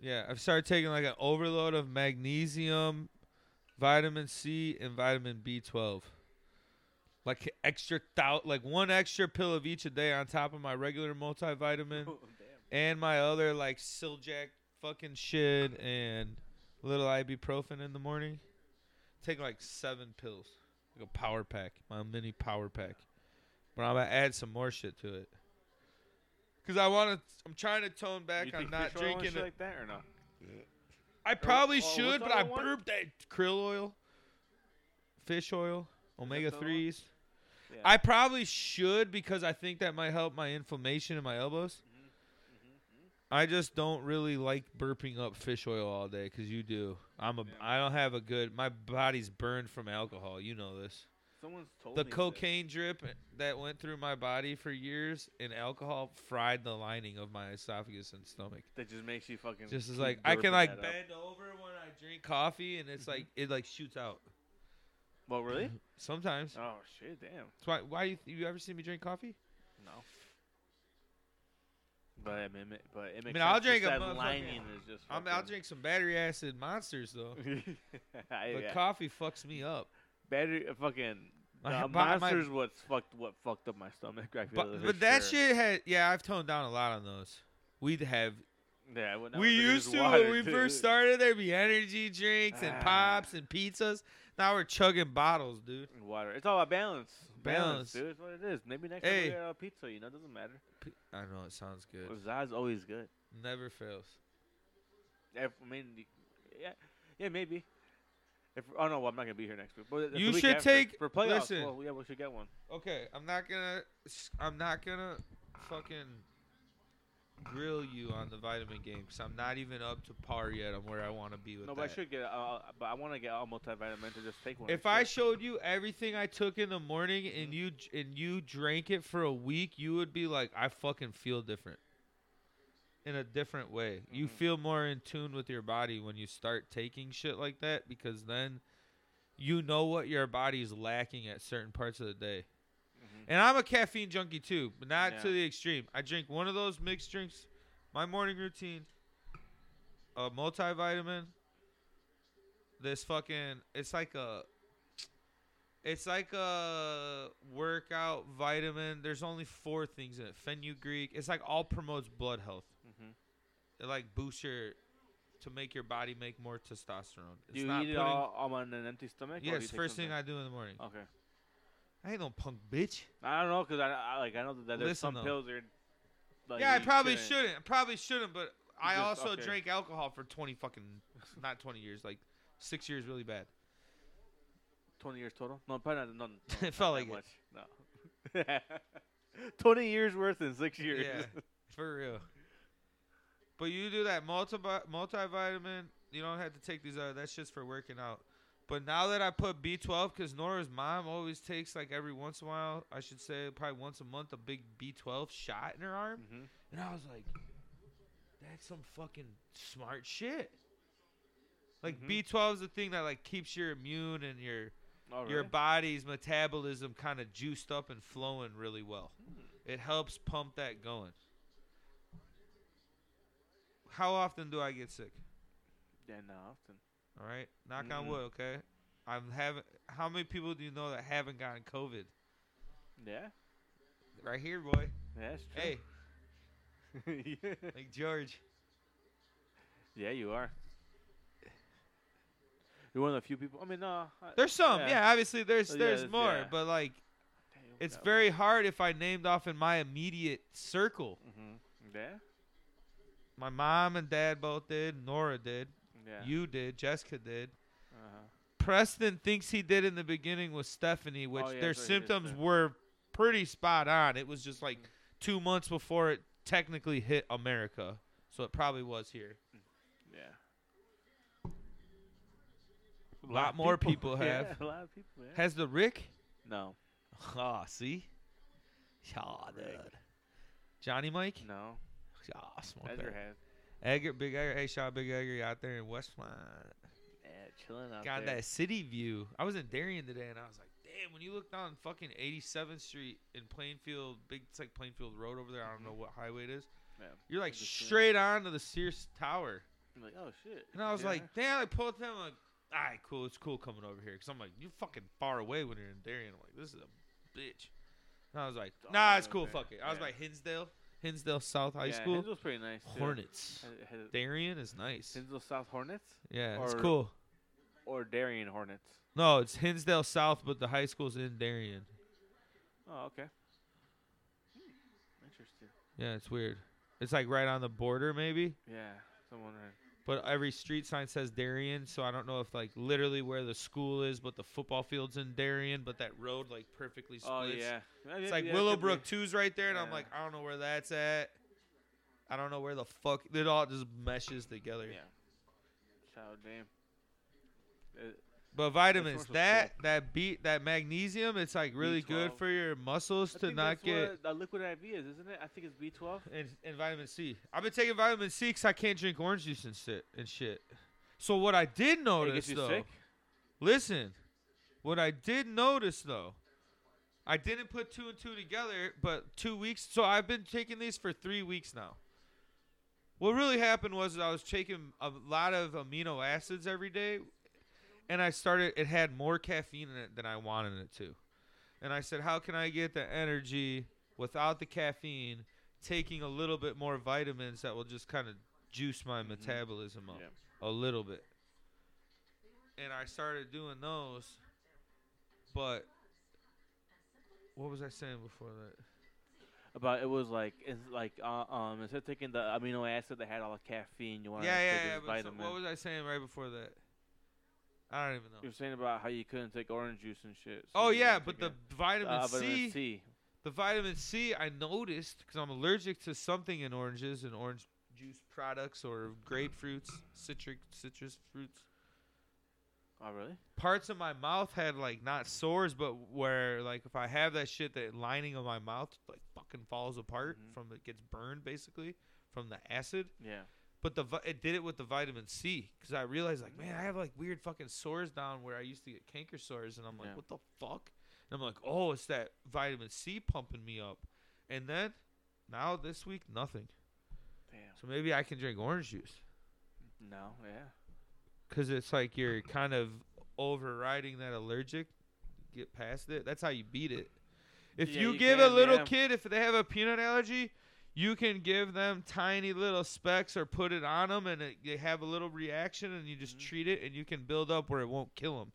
[SPEAKER 1] Yeah, I've started taking like an overload of magnesium, vitamin C, and vitamin B12. Like extra thou, like one extra pill of each a day on top of my regular multivitamin
[SPEAKER 2] Oh, [laughs] damn.
[SPEAKER 1] and my other like Siljac fucking shit and a little ibuprofen in the morning. Take like seven pills, like a power pack, my mini power pack. But I'm gonna add some more shit to it. Cause I want to. I'm trying to tone back
[SPEAKER 2] you
[SPEAKER 1] on
[SPEAKER 2] think
[SPEAKER 1] not
[SPEAKER 2] fish oil and
[SPEAKER 1] drinking.
[SPEAKER 2] shit
[SPEAKER 1] it.
[SPEAKER 2] like that or no?
[SPEAKER 1] I probably
[SPEAKER 2] oh, what's
[SPEAKER 1] should,
[SPEAKER 2] the
[SPEAKER 1] but I
[SPEAKER 2] other one?
[SPEAKER 1] burped that krill oil, fish oil,
[SPEAKER 2] the
[SPEAKER 1] omega
[SPEAKER 2] other one?
[SPEAKER 1] threes.
[SPEAKER 2] Yeah.
[SPEAKER 1] I probably should because I think that might help my inflammation in my elbows.
[SPEAKER 2] Mm-hmm,
[SPEAKER 1] I just don't really like burping up fish oil all day because you do. I'm a.
[SPEAKER 2] Yeah.
[SPEAKER 1] I don't have a good. My body's burned from alcohol. You know this.
[SPEAKER 2] Someone's told
[SPEAKER 1] The
[SPEAKER 2] me
[SPEAKER 1] cocaine drip that went through my body for years and alcohol fried the lining of my esophagus and stomach.
[SPEAKER 2] that, that just makes you fucking.
[SPEAKER 1] Just as
[SPEAKER 2] keep
[SPEAKER 1] like I
[SPEAKER 2] burping
[SPEAKER 1] can like Mm-hmm.
[SPEAKER 2] that up.
[SPEAKER 1] bend over when I drink coffee and it's like it like shoots out. [laughs]
[SPEAKER 2] Well, really?
[SPEAKER 1] Sometimes.
[SPEAKER 2] Oh shit! Damn.
[SPEAKER 1] That's why. Why you, you ever see me drink coffee?
[SPEAKER 2] No. But I mean, it- but it makes
[SPEAKER 1] mean, I'll
[SPEAKER 2] sense
[SPEAKER 1] drink a
[SPEAKER 2] just that
[SPEAKER 1] motherfucking-
[SPEAKER 2] lining is just.
[SPEAKER 1] I'm, I'll
[SPEAKER 2] fucking-
[SPEAKER 1] drink some battery acid monsters
[SPEAKER 2] [laughs]
[SPEAKER 1] though.
[SPEAKER 2] I-
[SPEAKER 1] But
[SPEAKER 2] yeah.
[SPEAKER 1] coffee fucks me up.
[SPEAKER 2] battery uh, fucking
[SPEAKER 1] My- [laughs]
[SPEAKER 2] the
[SPEAKER 1] my- my-
[SPEAKER 2] monsters what's fucked what fucked up my stomach. I feel
[SPEAKER 1] But,
[SPEAKER 2] for
[SPEAKER 1] but that
[SPEAKER 2] sure.
[SPEAKER 1] shit had yeah. I've toned down a lot on those. We'd have
[SPEAKER 2] Yeah, when I
[SPEAKER 1] we
[SPEAKER 2] was drinking
[SPEAKER 1] used
[SPEAKER 2] just
[SPEAKER 1] to
[SPEAKER 2] water,
[SPEAKER 1] when we
[SPEAKER 2] dude.
[SPEAKER 1] first started. There'd be energy drinks and
[SPEAKER 2] Ah.
[SPEAKER 1] pops and pizzas. Now we're chugging bottles, dude.
[SPEAKER 2] Water. It's all about balance.
[SPEAKER 1] Balance.
[SPEAKER 2] Balance, dude. That's what it is. Maybe next
[SPEAKER 1] Hey.
[SPEAKER 2] time we get a pizza, you know, it doesn't matter.
[SPEAKER 1] P- I know it sounds good.
[SPEAKER 2] Zai's always good.
[SPEAKER 1] Never fails.
[SPEAKER 2] If, I mean, y- yeah, yeah, maybe. If oh no, well, I'm not gonna be here next week. But the
[SPEAKER 1] You
[SPEAKER 2] week
[SPEAKER 1] should
[SPEAKER 2] after,
[SPEAKER 1] take-
[SPEAKER 2] for playoffs.
[SPEAKER 1] listen.
[SPEAKER 2] Well, yeah, we should get one.
[SPEAKER 1] Okay, I'm not gonna. I'm not gonna fucking grill you on the vitamin game because I'm not even up to par yet on where I want to be with
[SPEAKER 2] no,
[SPEAKER 1] that.
[SPEAKER 2] but I should get. Uh, but I want to get all multivitamin to just take one. Mm-hmm.
[SPEAKER 1] If
[SPEAKER 2] and
[SPEAKER 1] I
[SPEAKER 2] shit.
[SPEAKER 1] showed you everything I took in the morning and you j- and you drank it for a week, you would be like, I fucking feel different. In a different way, you
[SPEAKER 2] Mhm.
[SPEAKER 1] feel more in tune with your body when you start taking shit like that because then you know what your body's lacking at certain parts of the day.
[SPEAKER 2] Mhm.
[SPEAKER 1] And I'm a caffeine junkie too, but not to
[SPEAKER 2] Yeah.
[SPEAKER 1] the extreme. I drink one of those mixed drinks, my morning routine, a multivitamin. This fucking it's like a it's like a workout vitamin. There's only four things in it. Fenugreek. It's like all promotes blood health.
[SPEAKER 2] Mhm.
[SPEAKER 1] It like boosts your to make your body make more testosterone. It's
[SPEAKER 2] do you
[SPEAKER 1] not
[SPEAKER 2] eat it
[SPEAKER 1] putting-
[SPEAKER 2] all, all on an empty stomach?
[SPEAKER 1] Yes, first thing I do in the morning.
[SPEAKER 2] I. Okay.
[SPEAKER 1] I ain't no punk bitch.
[SPEAKER 2] I don't know because I, I like I know that there's
[SPEAKER 1] Listen,
[SPEAKER 2] some
[SPEAKER 1] though.
[SPEAKER 2] pills are. Like,
[SPEAKER 1] yeah, I
[SPEAKER 2] Oh, you
[SPEAKER 1] probably
[SPEAKER 2] shouldn't.
[SPEAKER 1] shouldn't. I probably shouldn't, but I
[SPEAKER 2] just-
[SPEAKER 1] also
[SPEAKER 2] okay.
[SPEAKER 1] drank alcohol for 20 fucking, not 20 years, like six years really bad.
[SPEAKER 2] Twenty years total? No, probably not.
[SPEAKER 1] [laughs]
[SPEAKER 2] No, no,
[SPEAKER 1] It
[SPEAKER 2] not
[SPEAKER 1] felt
[SPEAKER 2] that
[SPEAKER 1] like
[SPEAKER 2] much. No. [laughs] Twenty years worth in six years. [laughs]
[SPEAKER 1] Yeah, for real. But you do that multi multivitamin. You don't have to take these other. That's just for working out. But now that I put B12, because Nora's mom always takes like every once in a while, I should say probably once a month, a big B12 shot in her arm.
[SPEAKER 2] Mhm.
[SPEAKER 1] And I was like, that's some fucking smart shit. Like
[SPEAKER 2] Mhm.
[SPEAKER 1] B12 is the thing that like keeps your immune and your
[SPEAKER 2] Oh,
[SPEAKER 1] your
[SPEAKER 2] really?
[SPEAKER 1] body's metabolism kind of juiced up and flowing really well.
[SPEAKER 2] Hmm.
[SPEAKER 1] It helps pump that going. How often do I get sick?
[SPEAKER 2] yeah, no, often.
[SPEAKER 1] All right, knock on
[SPEAKER 2] Mm.
[SPEAKER 1] wood. Okay, I'm having. How many people do you know that haven't gotten COVID?
[SPEAKER 2] Yeah,
[SPEAKER 1] Right here, boy.
[SPEAKER 2] yeah, that's
[SPEAKER 1] Hey,
[SPEAKER 2] true.
[SPEAKER 1] like George.
[SPEAKER 2] [laughs] yeah, you are. You're one of the few people. I mean, no. I,
[SPEAKER 1] There's some, yeah.
[SPEAKER 2] Yeah.
[SPEAKER 1] obviously, there's
[SPEAKER 2] Oh, yeah,
[SPEAKER 1] there's
[SPEAKER 2] there's-
[SPEAKER 1] more,
[SPEAKER 2] yeah.
[SPEAKER 1] but like
[SPEAKER 2] Damn,
[SPEAKER 1] it's
[SPEAKER 2] that
[SPEAKER 1] very hard if I named off in my immediate circle.
[SPEAKER 2] was- Mhm. Yeah,
[SPEAKER 1] My mom and dad both did. Nora did.
[SPEAKER 2] yeah.
[SPEAKER 1] You did. Jessica did.
[SPEAKER 2] uh-huh.
[SPEAKER 1] Preston thinks he did in the beginning with Stephanie, which
[SPEAKER 2] Oh, yeah,
[SPEAKER 1] their
[SPEAKER 2] that's right, he did,
[SPEAKER 1] symptoms
[SPEAKER 2] yeah.
[SPEAKER 1] were pretty spot on. It was just like
[SPEAKER 2] Mhm.
[SPEAKER 1] two months before it technically hit America, so it probably was here.
[SPEAKER 2] yeah.
[SPEAKER 1] A lot more people, have.
[SPEAKER 2] [laughs] Yeah, a lot of people. Yeah.
[SPEAKER 1] Has the Rick? [laughs]
[SPEAKER 2] no,
[SPEAKER 1] Ah, see, yeah,
[SPEAKER 2] Rick. Mm.
[SPEAKER 1] dude. Johnny Mike,
[SPEAKER 2] no.
[SPEAKER 1] yeah, smoke
[SPEAKER 2] Edgar
[SPEAKER 1] that.
[SPEAKER 2] has.
[SPEAKER 1] Edgar, Big Edgar, hey, shout out Big Edgar you out there in West Line.
[SPEAKER 2] Yeah, chilling out
[SPEAKER 1] Got
[SPEAKER 2] there.
[SPEAKER 1] that city view. I was in Darien today, and I was like, "Damn!" When you look down fucking 87th Street in Plainfield, big it's like Plainfield Road over there. I don't know what highway it is.
[SPEAKER 2] Mm-hmm. Yeah.
[SPEAKER 1] You're like
[SPEAKER 2] Just seeing-
[SPEAKER 1] straight on to the Sears Tower,
[SPEAKER 2] I'm like, oh shit.
[SPEAKER 1] and I was
[SPEAKER 2] Yeah.
[SPEAKER 1] like, "Damn!" I pulled them like, "All right, cool. It's cool coming over here," because I'm like, "You're fucking far away when you're in Darien." I'm like, "This is a bitch," and I was like,
[SPEAKER 2] Oh,
[SPEAKER 1] "Nah,
[SPEAKER 2] I
[SPEAKER 1] it's
[SPEAKER 2] know
[SPEAKER 1] cool.
[SPEAKER 2] that.
[SPEAKER 1] Fuck it." I was
[SPEAKER 2] Yeah.
[SPEAKER 1] by Hinsdale. Hinsdale South High
[SPEAKER 2] yeah,
[SPEAKER 1] School.
[SPEAKER 2] Hinsdale's pretty nice. Too.
[SPEAKER 1] Hornets.
[SPEAKER 2] Has- has-
[SPEAKER 1] Darien is nice.
[SPEAKER 2] Hinsdale South Hornets
[SPEAKER 1] Yeah, it's
[SPEAKER 2] or-
[SPEAKER 1] cool.
[SPEAKER 2] or Darien Hornets.
[SPEAKER 1] No, it's Hinsdale South, but the high school's in Darien.
[SPEAKER 2] Oh, okay. Hmm, Interesting.
[SPEAKER 1] Yeah, it's weird. It's like right on the border, maybe.
[SPEAKER 2] Yeah, someone. Right.
[SPEAKER 1] But every street sign says Darien, so I don't know if like literally where the school is, but the football field's in Darien, but that road like perfectly splits.
[SPEAKER 2] Oh yeah.
[SPEAKER 1] It's like Willowbrook two's right there, and I'm
[SPEAKER 2] Yeah.
[SPEAKER 1] like, I don't know where that's at. I don't know where the fuck it all just meshes together.
[SPEAKER 2] Yeah. Child damn. It-
[SPEAKER 1] But vitamins,
[SPEAKER 2] source of
[SPEAKER 1] that that beat that magnesium, it's like really good
[SPEAKER 2] B12.
[SPEAKER 1] for your muscles
[SPEAKER 2] I
[SPEAKER 1] to
[SPEAKER 2] think
[SPEAKER 1] not
[SPEAKER 2] that's
[SPEAKER 1] get
[SPEAKER 2] what the liquid IV is, isn't it? I think it's B12.
[SPEAKER 1] and, and vitamin C. I've been taking vitamin C because I can't drink orange juice and shit and shit. So what I did
[SPEAKER 2] it
[SPEAKER 1] notice
[SPEAKER 2] gets you
[SPEAKER 1] though,
[SPEAKER 2] sick.
[SPEAKER 1] listen, what I did notice though, I didn't put two and two together, but two weeks. So I've been taking these for three weeks now. What really happened was I was taking a lot of amino acids every day, and I started. It had more caffeine in it than I wanted it to, and I said, "How can I get the energy without the caffeine? Taking a little bit more vitamins that will just kind of juice my metabolism up
[SPEAKER 2] Yeah.
[SPEAKER 1] a little bit." And I started doing those, but what was I saying before that?
[SPEAKER 2] About it was like it's like uh, um instead of taking the amino acid that had all the caffeine, you wanted
[SPEAKER 1] yeah,
[SPEAKER 2] to
[SPEAKER 1] yeah,
[SPEAKER 2] take
[SPEAKER 1] yeah.
[SPEAKER 2] this
[SPEAKER 1] But so
[SPEAKER 2] vitamin.
[SPEAKER 1] what was I saying right before that? I don't even
[SPEAKER 2] you
[SPEAKER 1] know.
[SPEAKER 2] were saying about how you couldn't take orange juice and shit. so
[SPEAKER 1] Oh
[SPEAKER 2] you
[SPEAKER 1] yeah,
[SPEAKER 2] were
[SPEAKER 1] but the
[SPEAKER 2] taking,
[SPEAKER 1] vitamin,
[SPEAKER 2] uh,
[SPEAKER 1] C,
[SPEAKER 2] vitamin C.
[SPEAKER 1] the vitamin C, I noticed because I'm allergic to something in oranges and orange juice products or grapefruits, citric citrus fruits.
[SPEAKER 2] Oh really?
[SPEAKER 1] Parts of my mouth had like not sores, but where like if I have that shit, that lining of my mouth like fucking falls apart
[SPEAKER 2] Mhm.
[SPEAKER 1] from it gets burned basically from the acid.
[SPEAKER 2] Yeah.
[SPEAKER 1] But the vi- it did it with the vitamin C because I realized like, man, I have like weird fucking sores down where I used to get canker sores, and I'm like,
[SPEAKER 2] Yeah.
[SPEAKER 1] what the fuck? And I'm like, oh, it's that vitamin C pumping me up. And then now this week nothing,
[SPEAKER 2] Damn.
[SPEAKER 1] so maybe I can drink orange juice
[SPEAKER 2] No. Yeah.
[SPEAKER 1] because it's like you're kind of overriding that allergic. Get past it. That's how you beat it. If
[SPEAKER 2] Yeah,
[SPEAKER 1] you,
[SPEAKER 2] you
[SPEAKER 1] give a
[SPEAKER 2] can,
[SPEAKER 1] little
[SPEAKER 2] yeah.
[SPEAKER 1] kid, if they have a peanut allergy, you can give them tiny little specks or put it on them, and it, they have a little reaction, and you just
[SPEAKER 2] Mhm.
[SPEAKER 1] treat it, and you can build up where it won't kill them.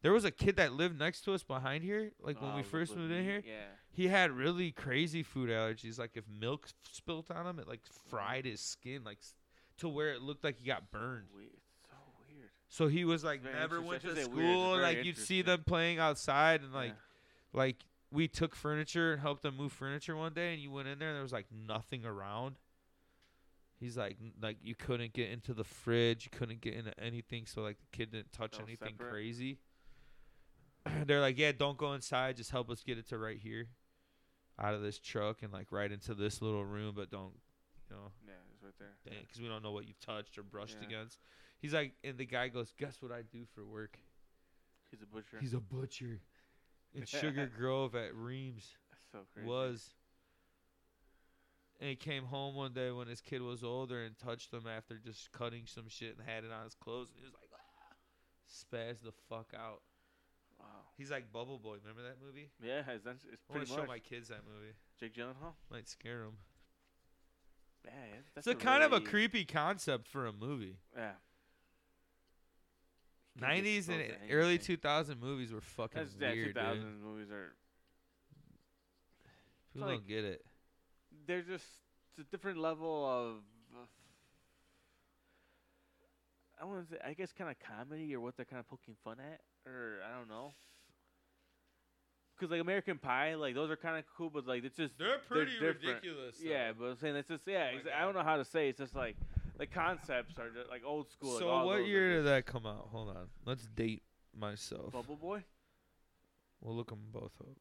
[SPEAKER 1] There was a kid that lived next to us behind here, like when
[SPEAKER 2] Oh,
[SPEAKER 1] we
[SPEAKER 2] with-
[SPEAKER 1] first
[SPEAKER 2] with
[SPEAKER 1] moved in
[SPEAKER 2] meat,
[SPEAKER 1] here.
[SPEAKER 2] Yeah.
[SPEAKER 1] He had really crazy food allergies. Like if milk spilt on him, it like
[SPEAKER 2] Mm-hmm.
[SPEAKER 1] fried his skin, like s- to where it looked like he got burned.
[SPEAKER 2] We- it's so weird.
[SPEAKER 1] So he was like
[SPEAKER 2] Very
[SPEAKER 1] never
[SPEAKER 2] interesting.
[SPEAKER 1] went
[SPEAKER 2] I should
[SPEAKER 1] to
[SPEAKER 2] say
[SPEAKER 1] school.
[SPEAKER 2] weird, it's
[SPEAKER 1] and,
[SPEAKER 2] very
[SPEAKER 1] like you'd see
[SPEAKER 2] interesting.
[SPEAKER 1] them playing outside, and like
[SPEAKER 2] Yeah.
[SPEAKER 1] like we took furniture and helped them move furniture one day, and you went in there and there was like nothing around. He's like n- like you couldn't get into the fridge, you couldn't get into anything, so like the kid didn't touch
[SPEAKER 2] All
[SPEAKER 1] anything
[SPEAKER 2] separate.
[SPEAKER 1] crazy. [clears throat] They're like, yeah, don't go inside, just help us get it to right here, out of this truck and like right into this little room, but don't, you know,
[SPEAKER 2] yeah, it's right there. Yeah.
[SPEAKER 1] because we don't know what you touched or brushed
[SPEAKER 2] Yeah.
[SPEAKER 1] against. He's like, and the guy goes, "Guess what I do for work?
[SPEAKER 2] He's a butcher.
[SPEAKER 1] He's a butcher
[SPEAKER 2] [laughs]
[SPEAKER 1] in Sugar Grove at Reams
[SPEAKER 2] That's so crazy.
[SPEAKER 1] was." And he came home one day when his kid was older and touched him after just cutting some shit and had it on his clothes. And he was like, ah, spazzed the fuck out.
[SPEAKER 2] Wow.
[SPEAKER 1] He's like Bubble Boy. Remember that movie?
[SPEAKER 2] Yeah, it's, that's- it's
[SPEAKER 1] I want
[SPEAKER 2] pretty
[SPEAKER 1] to show
[SPEAKER 2] much
[SPEAKER 1] my kids that movie.
[SPEAKER 2] Jake Gyllenhaal.
[SPEAKER 1] Might scare them.
[SPEAKER 2] Yeah, that's-
[SPEAKER 1] It's
[SPEAKER 2] that's
[SPEAKER 1] a kind of a
[SPEAKER 2] really-
[SPEAKER 1] creepy concept for a movie.
[SPEAKER 2] Yeah. Can't be
[SPEAKER 1] Nineties and
[SPEAKER 2] exposed to
[SPEAKER 1] early
[SPEAKER 2] anything.
[SPEAKER 1] two thousand movies were fucking
[SPEAKER 2] That's yeah,
[SPEAKER 1] weird, dude.
[SPEAKER 2] 2000 movies are
[SPEAKER 1] People
[SPEAKER 2] like-
[SPEAKER 1] don't get it.
[SPEAKER 2] they're just it's a different level of of- I want to say I guess kind of comedy or what they're kind of poking fun at or I don't know. Because like American Pie, like those are kind of cool, but like it's just different. Yeah, but I'm saying it's just yeah.
[SPEAKER 1] Oh my
[SPEAKER 2] exa- I don't know how to say. it, It's just like the concepts are just like old school. like,
[SPEAKER 1] So
[SPEAKER 2] all
[SPEAKER 1] what
[SPEAKER 2] those are
[SPEAKER 1] year did
[SPEAKER 2] just-
[SPEAKER 1] that come out? Hold on. Let's date myself.
[SPEAKER 2] Bubble Boy?
[SPEAKER 1] We'll look them both up.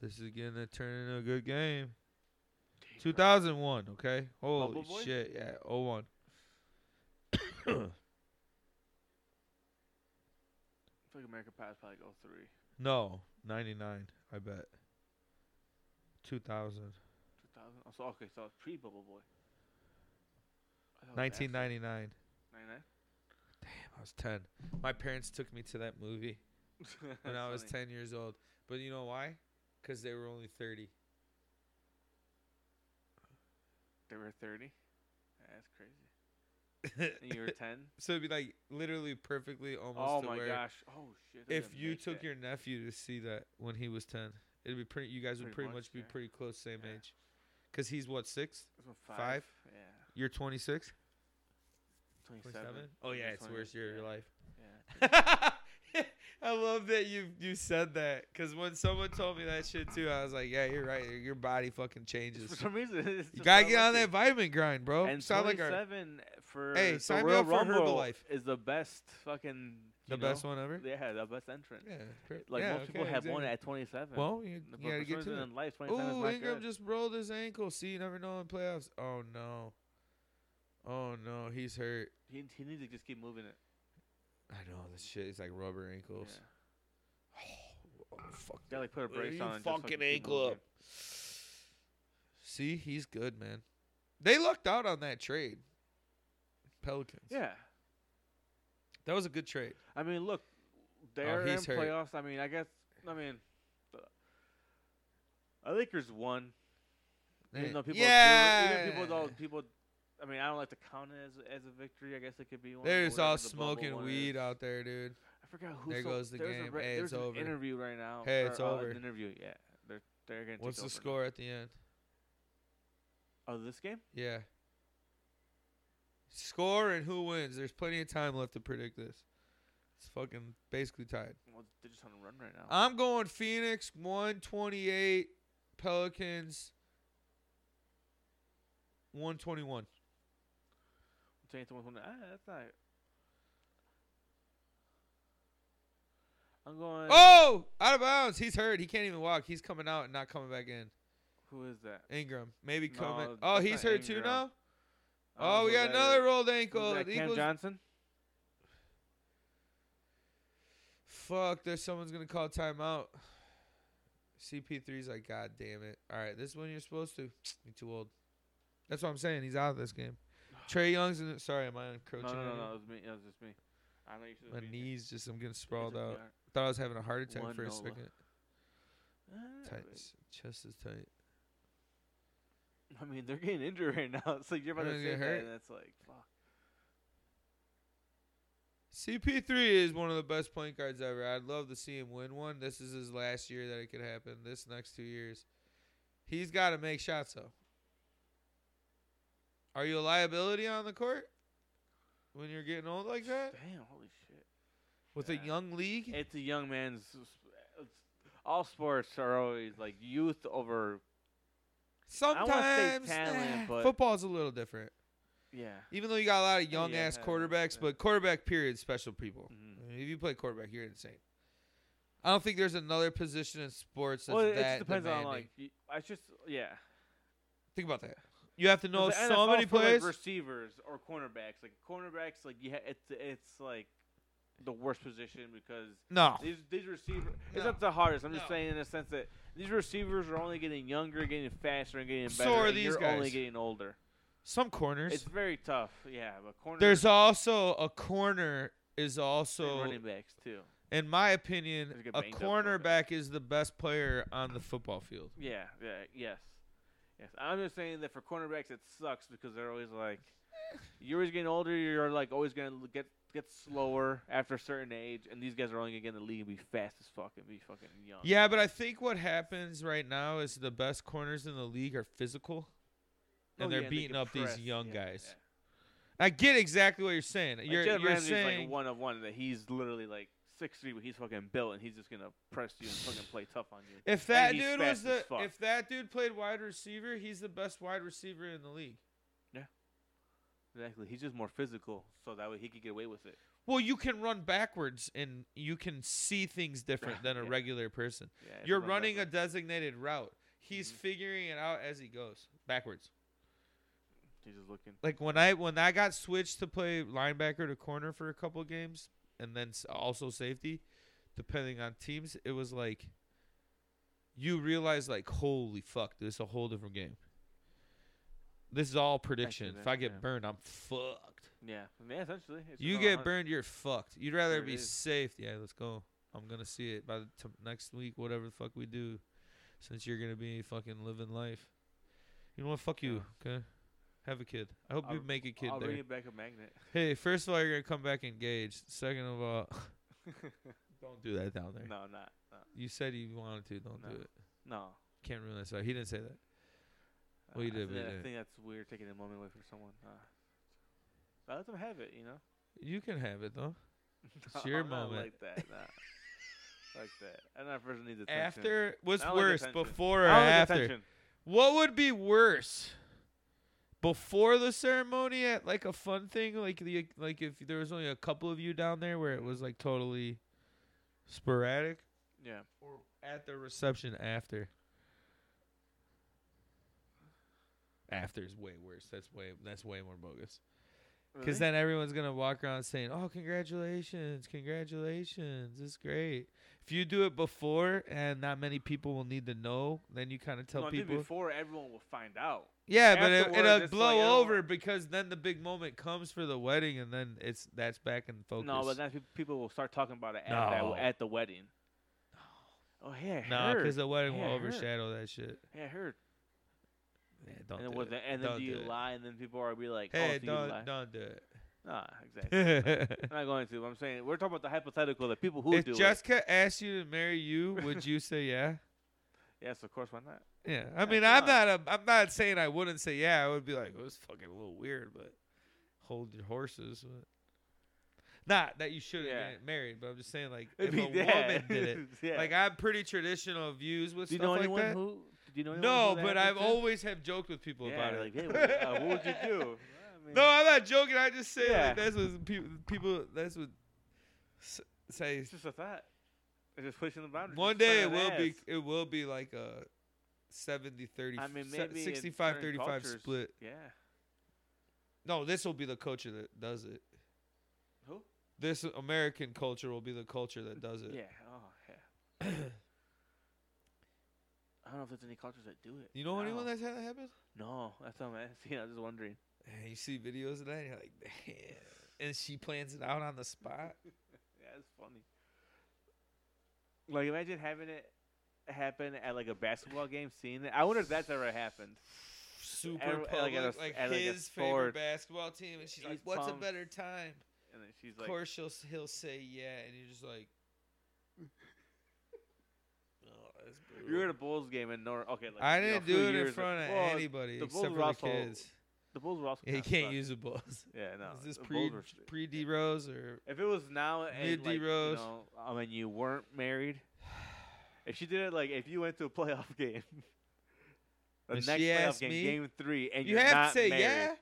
[SPEAKER 1] This is getting to turn into a good game.
[SPEAKER 2] Damn,
[SPEAKER 1] Two thousand one. Okay.
[SPEAKER 2] Bubble
[SPEAKER 1] Holy
[SPEAKER 2] Boy?
[SPEAKER 1] shit. Yeah. Oh one.
[SPEAKER 2] I feel like American Pie is probably like 03,
[SPEAKER 1] No. Ninety nine. I bet. Two thousand.
[SPEAKER 2] 2000. Oh, so okay, so it's pre Bubble Boy. I thought it was after.
[SPEAKER 1] Nineteen ninety nine.
[SPEAKER 2] 99?
[SPEAKER 1] I was 10. My parents took me to that movie [laughs]
[SPEAKER 2] [laughs]
[SPEAKER 1] when I was
[SPEAKER 2] Funny.
[SPEAKER 1] 10 years old. But you know why? Because they were only 30.
[SPEAKER 2] They were 30. That's crazy.
[SPEAKER 1] [laughs]
[SPEAKER 2] And you were 10.
[SPEAKER 1] so it'd be like literally perfectly [laughs] almost
[SPEAKER 2] oh
[SPEAKER 1] to
[SPEAKER 2] my
[SPEAKER 1] where
[SPEAKER 2] gosh. Oh shit. they're
[SPEAKER 1] if
[SPEAKER 2] gonna
[SPEAKER 1] you
[SPEAKER 2] make
[SPEAKER 1] took
[SPEAKER 2] that.
[SPEAKER 1] your nephew to see that when he was 10, it'd be pretty, you guys would
[SPEAKER 2] Pretty
[SPEAKER 1] pretty
[SPEAKER 2] much,
[SPEAKER 1] much be
[SPEAKER 2] yeah.
[SPEAKER 1] pretty close, same
[SPEAKER 2] Yeah.
[SPEAKER 1] age. Because he's what, sixth?
[SPEAKER 2] This one
[SPEAKER 1] five?
[SPEAKER 2] five. Yeah.
[SPEAKER 1] You're 26?
[SPEAKER 2] 27.
[SPEAKER 1] 27? Oh, yeah, it's
[SPEAKER 2] 28,
[SPEAKER 1] worst year of your
[SPEAKER 2] yeah,
[SPEAKER 1] life. [laughs]
[SPEAKER 2] Yeah. [laughs]
[SPEAKER 1] I love that you you said that because when someone told me that shit too, I was like, yeah, you're right. Your body fucking changes.
[SPEAKER 2] For some reason, [laughs] it's
[SPEAKER 1] You
[SPEAKER 2] just
[SPEAKER 1] gotta
[SPEAKER 2] not
[SPEAKER 1] get on
[SPEAKER 2] working.
[SPEAKER 1] that vitamin grind, bro.
[SPEAKER 2] And
[SPEAKER 1] Sound like our,
[SPEAKER 2] 27 for
[SPEAKER 1] Hey,
[SPEAKER 2] the
[SPEAKER 1] sign me
[SPEAKER 2] Royal
[SPEAKER 1] up for
[SPEAKER 2] Rumble
[SPEAKER 1] Herbalife.
[SPEAKER 2] is the best fucking
[SPEAKER 1] the
[SPEAKER 2] you
[SPEAKER 1] best
[SPEAKER 2] know?
[SPEAKER 1] one ever.
[SPEAKER 2] Yeah, the best entrant.
[SPEAKER 1] Yeah, per-
[SPEAKER 2] Like
[SPEAKER 1] yeah,
[SPEAKER 2] most people
[SPEAKER 1] okay,
[SPEAKER 2] have one
[SPEAKER 1] exactly.
[SPEAKER 2] at 27.
[SPEAKER 1] Well, you,
[SPEAKER 2] But
[SPEAKER 1] you gotta
[SPEAKER 2] for
[SPEAKER 1] get
[SPEAKER 2] some
[SPEAKER 1] to
[SPEAKER 2] reason
[SPEAKER 1] it.
[SPEAKER 2] in life, 27 is
[SPEAKER 1] Ooh,
[SPEAKER 2] not
[SPEAKER 1] Ingram
[SPEAKER 2] good.
[SPEAKER 1] just rolled his ankle. See, you never know in playoffs. Oh no, oh no, he's hurt.
[SPEAKER 2] He, he needs to just keep moving it.
[SPEAKER 1] I know this shit is like rubber ankles.
[SPEAKER 2] Yeah.
[SPEAKER 1] [sighs] Oh, fuck.
[SPEAKER 2] Gotta like put a
[SPEAKER 1] Where
[SPEAKER 2] brace
[SPEAKER 1] you
[SPEAKER 2] on. and just
[SPEAKER 1] fucking
[SPEAKER 2] keep
[SPEAKER 1] ankle
[SPEAKER 2] moving.
[SPEAKER 1] up. See, he's good, man. They lucked out on that trade. Pelicans.
[SPEAKER 2] Yeah.
[SPEAKER 1] That was a good trade.
[SPEAKER 2] I mean, look, they're in
[SPEAKER 1] Oh, he's hurt.
[SPEAKER 2] playoffs. I mean, I guess. I mean, the I Lakers won.
[SPEAKER 1] Eh,
[SPEAKER 2] Even though people,
[SPEAKER 1] yeah.
[SPEAKER 2] even people don't, people. I mean, I don't like to count it as as a victory. I guess it could be one.
[SPEAKER 1] They're just
[SPEAKER 2] whatever
[SPEAKER 1] all
[SPEAKER 2] the bubble
[SPEAKER 1] smoking
[SPEAKER 2] one
[SPEAKER 1] weed
[SPEAKER 2] is.
[SPEAKER 1] out there, dude.
[SPEAKER 2] I forgot who.
[SPEAKER 1] There
[SPEAKER 2] so-
[SPEAKER 1] goes the
[SPEAKER 2] there's a
[SPEAKER 1] game.
[SPEAKER 2] re-
[SPEAKER 1] Hey,
[SPEAKER 2] there's
[SPEAKER 1] it's
[SPEAKER 2] an
[SPEAKER 1] over.
[SPEAKER 2] interview right now.
[SPEAKER 1] Hey, it's
[SPEAKER 2] or, uh,
[SPEAKER 1] over.
[SPEAKER 2] An interview, yeah. They're they're gonna.
[SPEAKER 1] What's
[SPEAKER 2] take
[SPEAKER 1] the
[SPEAKER 2] over now.
[SPEAKER 1] score at the end?
[SPEAKER 2] of this game?
[SPEAKER 1] Yeah. Score and who wins. There's plenty of time left to predict this. It's fucking basically tied.
[SPEAKER 2] Well, they're just on a run right now.
[SPEAKER 1] I'm going Phoenix 128, Pelicans 121.
[SPEAKER 2] Twenty to one hundred. Ah, that's not. I'm going.
[SPEAKER 1] Oh, out of bounds. He's hurt. He can't even walk. He's coming out and not coming back in.
[SPEAKER 2] Who is that?
[SPEAKER 1] Ingram, maybe
[SPEAKER 2] No,
[SPEAKER 1] coming. oh,
[SPEAKER 2] that's
[SPEAKER 1] he's
[SPEAKER 2] not
[SPEAKER 1] hurt too
[SPEAKER 2] Ingram.
[SPEAKER 1] now.
[SPEAKER 2] I don't
[SPEAKER 1] Oh,
[SPEAKER 2] know
[SPEAKER 1] we
[SPEAKER 2] Um, who
[SPEAKER 1] got
[SPEAKER 2] that
[SPEAKER 1] another
[SPEAKER 2] is.
[SPEAKER 1] rolled
[SPEAKER 2] Who's
[SPEAKER 1] ankle.
[SPEAKER 2] that,
[SPEAKER 1] It
[SPEAKER 2] Cam
[SPEAKER 1] equals-
[SPEAKER 2] Johnson.
[SPEAKER 1] Fuck, there's someone's gonna call timeout. CP3's like, God damn it. All right, this one you're supposed to. You're too old. That's what I'm saying. He's out of this game. Trey Young's in. Sorry, am I
[SPEAKER 2] No,
[SPEAKER 1] encroaching?
[SPEAKER 2] no, no,
[SPEAKER 1] on
[SPEAKER 2] no.
[SPEAKER 1] you?
[SPEAKER 2] It was me. It was just me. I know you should.
[SPEAKER 1] My knees just, I'm getting sprawled out.
[SPEAKER 2] All
[SPEAKER 1] I thought I was having a heart attack
[SPEAKER 2] One
[SPEAKER 1] for a
[SPEAKER 2] Nola.
[SPEAKER 1] second.
[SPEAKER 2] right.
[SPEAKER 1] Tight, s- chest is tight.
[SPEAKER 2] I mean, they're getting injured right now. [laughs] It's like you're about to
[SPEAKER 1] Everyone's
[SPEAKER 2] say
[SPEAKER 1] getting
[SPEAKER 2] that,
[SPEAKER 1] hurt.
[SPEAKER 2] and that's like, fuck.
[SPEAKER 1] CP3 is one of the best point guards ever. I'd love to see him win one. This is his last year that it could happen. This next two years, he's got to make shots though. Are you a liability on the court when you're getting old like that
[SPEAKER 2] Damn, holy shit.
[SPEAKER 1] with a
[SPEAKER 2] Yeah.
[SPEAKER 1] young league?
[SPEAKER 2] It's a young man's. It's, all sports are always like youth over. wanna say
[SPEAKER 1] Sometimes
[SPEAKER 2] talent,
[SPEAKER 1] eh,
[SPEAKER 2] but-
[SPEAKER 1] football's a little different.
[SPEAKER 2] Yeah.
[SPEAKER 1] Even though you got a lot of young
[SPEAKER 2] yeah,
[SPEAKER 1] ass
[SPEAKER 2] yeah,
[SPEAKER 1] quarterbacks,
[SPEAKER 2] yeah.
[SPEAKER 1] but quarterback period special people.
[SPEAKER 2] Mhm.
[SPEAKER 1] I mean, if you play quarterback, you're insane. I don't think there's another position in sports that's
[SPEAKER 2] well, it
[SPEAKER 1] that
[SPEAKER 2] just depends
[SPEAKER 1] demanding.
[SPEAKER 2] on like. y- I just yeah.
[SPEAKER 1] Think about that. You have to know
[SPEAKER 2] Because the
[SPEAKER 1] so
[SPEAKER 2] NFL
[SPEAKER 1] many
[SPEAKER 2] for, like,
[SPEAKER 1] plays.
[SPEAKER 2] receivers or cornerbacks. Like cornerbacks, like yeah, it's it's like the worst position because
[SPEAKER 1] no.
[SPEAKER 2] these these receivers. It's
[SPEAKER 1] No.
[SPEAKER 2] not the hardest. I'm just
[SPEAKER 1] No.
[SPEAKER 2] saying in the sense that these receivers are only getting younger, getting faster, and getting better.
[SPEAKER 1] So are
[SPEAKER 2] and
[SPEAKER 1] these
[SPEAKER 2] you're only
[SPEAKER 1] guys.
[SPEAKER 2] getting older.
[SPEAKER 1] Some corners.
[SPEAKER 2] It's very tough. Yeah, but corners
[SPEAKER 1] There's also a corner is
[SPEAKER 2] and
[SPEAKER 1] also,
[SPEAKER 2] running backs too.
[SPEAKER 1] in my opinion,
[SPEAKER 2] They get
[SPEAKER 1] a
[SPEAKER 2] banged up real bad.
[SPEAKER 1] cornerback is the best player on the football field.
[SPEAKER 2] Yeah, yeah, yes, yes. I'm just saying that for cornerbacks, it sucks because they're always like, you're always getting older. You're like always gonna l- get get slower after a certain age, and these guys are only gonna get in the league and be fast as fuck and be fucking young.
[SPEAKER 1] Yeah, but I think what happens right now is the best corners in the league are physical,
[SPEAKER 2] Oh,
[SPEAKER 1] and they're
[SPEAKER 2] yeah, they
[SPEAKER 1] beating
[SPEAKER 2] can
[SPEAKER 1] up
[SPEAKER 2] press,
[SPEAKER 1] these young
[SPEAKER 2] yeah,
[SPEAKER 1] guys.
[SPEAKER 2] yeah.
[SPEAKER 1] I get exactly what you're saying.
[SPEAKER 2] Like,
[SPEAKER 1] you're
[SPEAKER 2] Jalen
[SPEAKER 1] you're
[SPEAKER 2] Ramsey's
[SPEAKER 1] saying
[SPEAKER 2] like one of one that he's literally like six three, but he's fucking built and he's just gonna press you and fucking play tough on
[SPEAKER 1] [laughs]
[SPEAKER 2] you.
[SPEAKER 1] If that
[SPEAKER 2] he's
[SPEAKER 1] dude was
[SPEAKER 2] fast as
[SPEAKER 1] the
[SPEAKER 2] fuck.
[SPEAKER 1] if that dude played wide receiver, he's the best wide receiver in the league.
[SPEAKER 2] Exactly, he's just more physical, so that way he could get away with it.
[SPEAKER 1] Well, you can run backwards and you can see things different
[SPEAKER 2] [laughs]
[SPEAKER 1] than a
[SPEAKER 2] Yeah.
[SPEAKER 1] regular person.
[SPEAKER 2] Yeah, it's
[SPEAKER 1] You're
[SPEAKER 2] about that
[SPEAKER 1] running a
[SPEAKER 2] way.
[SPEAKER 1] designated route. He's
[SPEAKER 2] Mhm.
[SPEAKER 1] figuring it out as he goes backwards.
[SPEAKER 2] He's just looking.
[SPEAKER 1] Like when I when I got switched to play linebacker to corner for a couple games and then s- also safety, depending on teams, it was like you realize like holy fuck, this is a whole different game. This is all prediction. If
[SPEAKER 2] that,
[SPEAKER 1] I get
[SPEAKER 2] yeah.
[SPEAKER 1] burned, I'm fucked.
[SPEAKER 2] Yeah, yeah, essentially. it's just
[SPEAKER 1] You
[SPEAKER 2] on a
[SPEAKER 1] get
[SPEAKER 2] hunt.
[SPEAKER 1] burned, you're fucked. You'd rather
[SPEAKER 2] There it
[SPEAKER 1] be
[SPEAKER 2] is.
[SPEAKER 1] safe. Yeah, let's go. I'm gonna see it by the t- next week, whatever the fuck we do. Since you're gonna be fucking living life, you know what? Fuck you. Okay, have a kid. I hope you
[SPEAKER 2] I'll-
[SPEAKER 1] make a kid
[SPEAKER 2] I'll
[SPEAKER 1] there.
[SPEAKER 2] bring it back a magnet.
[SPEAKER 1] Hey, first of all, you're gonna come back engaged. Second of
[SPEAKER 2] [laughs]
[SPEAKER 1] all, [laughs] don't do that down there.
[SPEAKER 2] no, I'm not. No.
[SPEAKER 1] You said you wanted to. Don't
[SPEAKER 2] No.
[SPEAKER 1] do it.
[SPEAKER 2] no.
[SPEAKER 1] Can't ruin that. Sorry, he didn't say that. Well,
[SPEAKER 2] Uh,
[SPEAKER 1] you
[SPEAKER 2] I
[SPEAKER 1] did, but
[SPEAKER 2] thi-
[SPEAKER 1] you
[SPEAKER 2] I
[SPEAKER 1] didn't.
[SPEAKER 2] think that's weird taking a moment away from someone. Uh, I let them have it, you know.
[SPEAKER 1] You can have it
[SPEAKER 2] [laughs]
[SPEAKER 1] though. It's your
[SPEAKER 2] I'm not
[SPEAKER 1] moment.
[SPEAKER 2] Like that. Nah. like that. I'm not a person who needs attention.
[SPEAKER 1] After what's
[SPEAKER 2] I don't like
[SPEAKER 1] worse,
[SPEAKER 2] attention.
[SPEAKER 1] before or
[SPEAKER 2] I don't like
[SPEAKER 1] after?
[SPEAKER 2] attention.
[SPEAKER 1] What would be worse? Before the ceremony at like a fun thing, like the like if there was only a couple of you down there where it was like totally sporadic,
[SPEAKER 2] Yeah.
[SPEAKER 1] or at the reception after. After is way worse. That's way that's way more bogus. Because then everyone's gonna walk around saying, "Oh, congratulations, congratulations, it's great." If you do it before and not many people will need to know, then you kind of tell
[SPEAKER 2] no, I think
[SPEAKER 1] people.
[SPEAKER 2] before everyone will find out.
[SPEAKER 1] Yeah, but it,
[SPEAKER 2] afterward,
[SPEAKER 1] it'll
[SPEAKER 2] it's
[SPEAKER 1] blow
[SPEAKER 2] like, oh.
[SPEAKER 1] over because then the big moment comes for the wedding, and then it's that's back in focus.
[SPEAKER 2] No, but then pe- people will start talking about it at, that
[SPEAKER 1] No.
[SPEAKER 2] w at the wedding. Oh, hey, I
[SPEAKER 1] no,
[SPEAKER 2] heard.
[SPEAKER 1] because the wedding
[SPEAKER 2] Yeah,
[SPEAKER 1] will
[SPEAKER 2] I heard.
[SPEAKER 1] overshadow that shit.
[SPEAKER 2] hey, I heard.
[SPEAKER 1] Yeah, don't
[SPEAKER 2] and then,
[SPEAKER 1] do
[SPEAKER 2] with
[SPEAKER 1] it.
[SPEAKER 2] the, and then
[SPEAKER 1] Don't
[SPEAKER 2] do you
[SPEAKER 1] do it.
[SPEAKER 2] lie? And then people are be like,
[SPEAKER 1] Hey,
[SPEAKER 2] oh, do you lie?
[SPEAKER 1] don't don't do it.
[SPEAKER 2] [laughs] Nah, exactly. [laughs] I'm not going to. I'm saying we're talking about the hypothetical that people
[SPEAKER 1] [laughs]
[SPEAKER 2] who
[SPEAKER 1] if
[SPEAKER 2] do it.
[SPEAKER 1] Jessica asked you to marry you, would you say yeah?
[SPEAKER 2] Yes, of course. Why not?
[SPEAKER 1] Yeah, I mean,
[SPEAKER 2] come
[SPEAKER 1] I'm
[SPEAKER 2] on.
[SPEAKER 1] not. A, I'm not saying I wouldn't say yeah. I would be like, it was fucking a little weird, but hold your horses. But not that you shouldn't
[SPEAKER 2] Yeah.
[SPEAKER 1] get married, but I'm just saying like
[SPEAKER 2] It'd
[SPEAKER 1] if a
[SPEAKER 2] be- yeah.
[SPEAKER 1] woman did it,
[SPEAKER 2] [laughs] Yeah.
[SPEAKER 1] like I'm pretty traditional views with
[SPEAKER 2] do you
[SPEAKER 1] stuff
[SPEAKER 2] know
[SPEAKER 1] like
[SPEAKER 2] anyone
[SPEAKER 1] that.
[SPEAKER 2] who? Do you know anyone?
[SPEAKER 1] no,
[SPEAKER 2] who that
[SPEAKER 1] but I've
[SPEAKER 2] happened to?
[SPEAKER 1] always have joked with people
[SPEAKER 2] yeah,
[SPEAKER 1] about it.
[SPEAKER 2] like, hey, what, uh, what would you
[SPEAKER 1] [laughs]
[SPEAKER 2] do? Well, I mean,
[SPEAKER 1] No, I'm not joking. I just say
[SPEAKER 2] Yeah.
[SPEAKER 1] like that's what people. People. That's what s- say.
[SPEAKER 2] it's just a thought. It's just pushing the boundaries.
[SPEAKER 1] One
[SPEAKER 2] just
[SPEAKER 1] day it
[SPEAKER 2] pushing
[SPEAKER 1] will
[SPEAKER 2] the
[SPEAKER 1] be.
[SPEAKER 2] ass.
[SPEAKER 1] It will be like a 70 30
[SPEAKER 2] I mean, maybe in
[SPEAKER 1] 65
[SPEAKER 2] certain
[SPEAKER 1] 35
[SPEAKER 2] cultures-
[SPEAKER 1] split.
[SPEAKER 2] Yeah.
[SPEAKER 1] No, this will be the culture that does it.
[SPEAKER 2] Who?
[SPEAKER 1] This American culture will be the culture that does it.
[SPEAKER 2] Yeah. Oh, yeah. I don't know if there's any cultures that do it.
[SPEAKER 1] [clears throat] You know anyone
[SPEAKER 2] No.
[SPEAKER 1] that's had that happen?
[SPEAKER 2] No, that's what I'm asking. [laughs] I was just wondering.
[SPEAKER 1] And you see videos of that, and you're like, damn. And she plans it out on the spot.
[SPEAKER 2] Yeah, it's funny. Like, imagine having it happen at like a basketball game, seeing it. I wonder if that's ever happened.
[SPEAKER 1] Super
[SPEAKER 2] Every- like
[SPEAKER 1] public,
[SPEAKER 2] at
[SPEAKER 1] like,
[SPEAKER 2] a s- at like a
[SPEAKER 1] his
[SPEAKER 2] sport.
[SPEAKER 1] favorite basketball team, and she's like,
[SPEAKER 2] He's
[SPEAKER 1] "What's a
[SPEAKER 2] pumped.
[SPEAKER 1] better time?"
[SPEAKER 2] And then she's
[SPEAKER 1] of
[SPEAKER 2] like,
[SPEAKER 1] course, she'll s- he'll say yeah, and you're just
[SPEAKER 2] [laughs]
[SPEAKER 1] like, oh, that's
[SPEAKER 2] "You're
[SPEAKER 1] brutal.
[SPEAKER 2] at a Bulls game in North." Okay, like,
[SPEAKER 1] I
[SPEAKER 2] you know, a
[SPEAKER 1] didn't
[SPEAKER 2] few
[SPEAKER 1] do it in
[SPEAKER 2] years a-
[SPEAKER 1] front of
[SPEAKER 2] well,
[SPEAKER 1] anybody
[SPEAKER 2] the
[SPEAKER 1] except
[SPEAKER 2] Bulls
[SPEAKER 1] for
[SPEAKER 2] were
[SPEAKER 1] the
[SPEAKER 2] also-
[SPEAKER 1] kids.
[SPEAKER 2] The Bulls were also.
[SPEAKER 1] Yeah, you
[SPEAKER 2] kinda
[SPEAKER 1] can't
[SPEAKER 2] sucked.
[SPEAKER 1] use the balls.
[SPEAKER 2] Yeah, no.
[SPEAKER 1] Is this
[SPEAKER 2] the
[SPEAKER 1] pre
[SPEAKER 2] Bulls were sh-
[SPEAKER 1] pre D Rose or
[SPEAKER 2] If it was now and
[SPEAKER 1] Mid
[SPEAKER 2] like, you
[SPEAKER 1] D-Rose.
[SPEAKER 2] know, I mean, you weren't married. If she did it like if you went to a playoff [laughs] game, the
[SPEAKER 1] If
[SPEAKER 2] next
[SPEAKER 1] she
[SPEAKER 2] playoff
[SPEAKER 1] asked
[SPEAKER 2] game,
[SPEAKER 1] me,
[SPEAKER 2] game three, and
[SPEAKER 1] you
[SPEAKER 2] you're
[SPEAKER 1] have
[SPEAKER 2] not
[SPEAKER 1] to say
[SPEAKER 2] married,
[SPEAKER 1] yeah.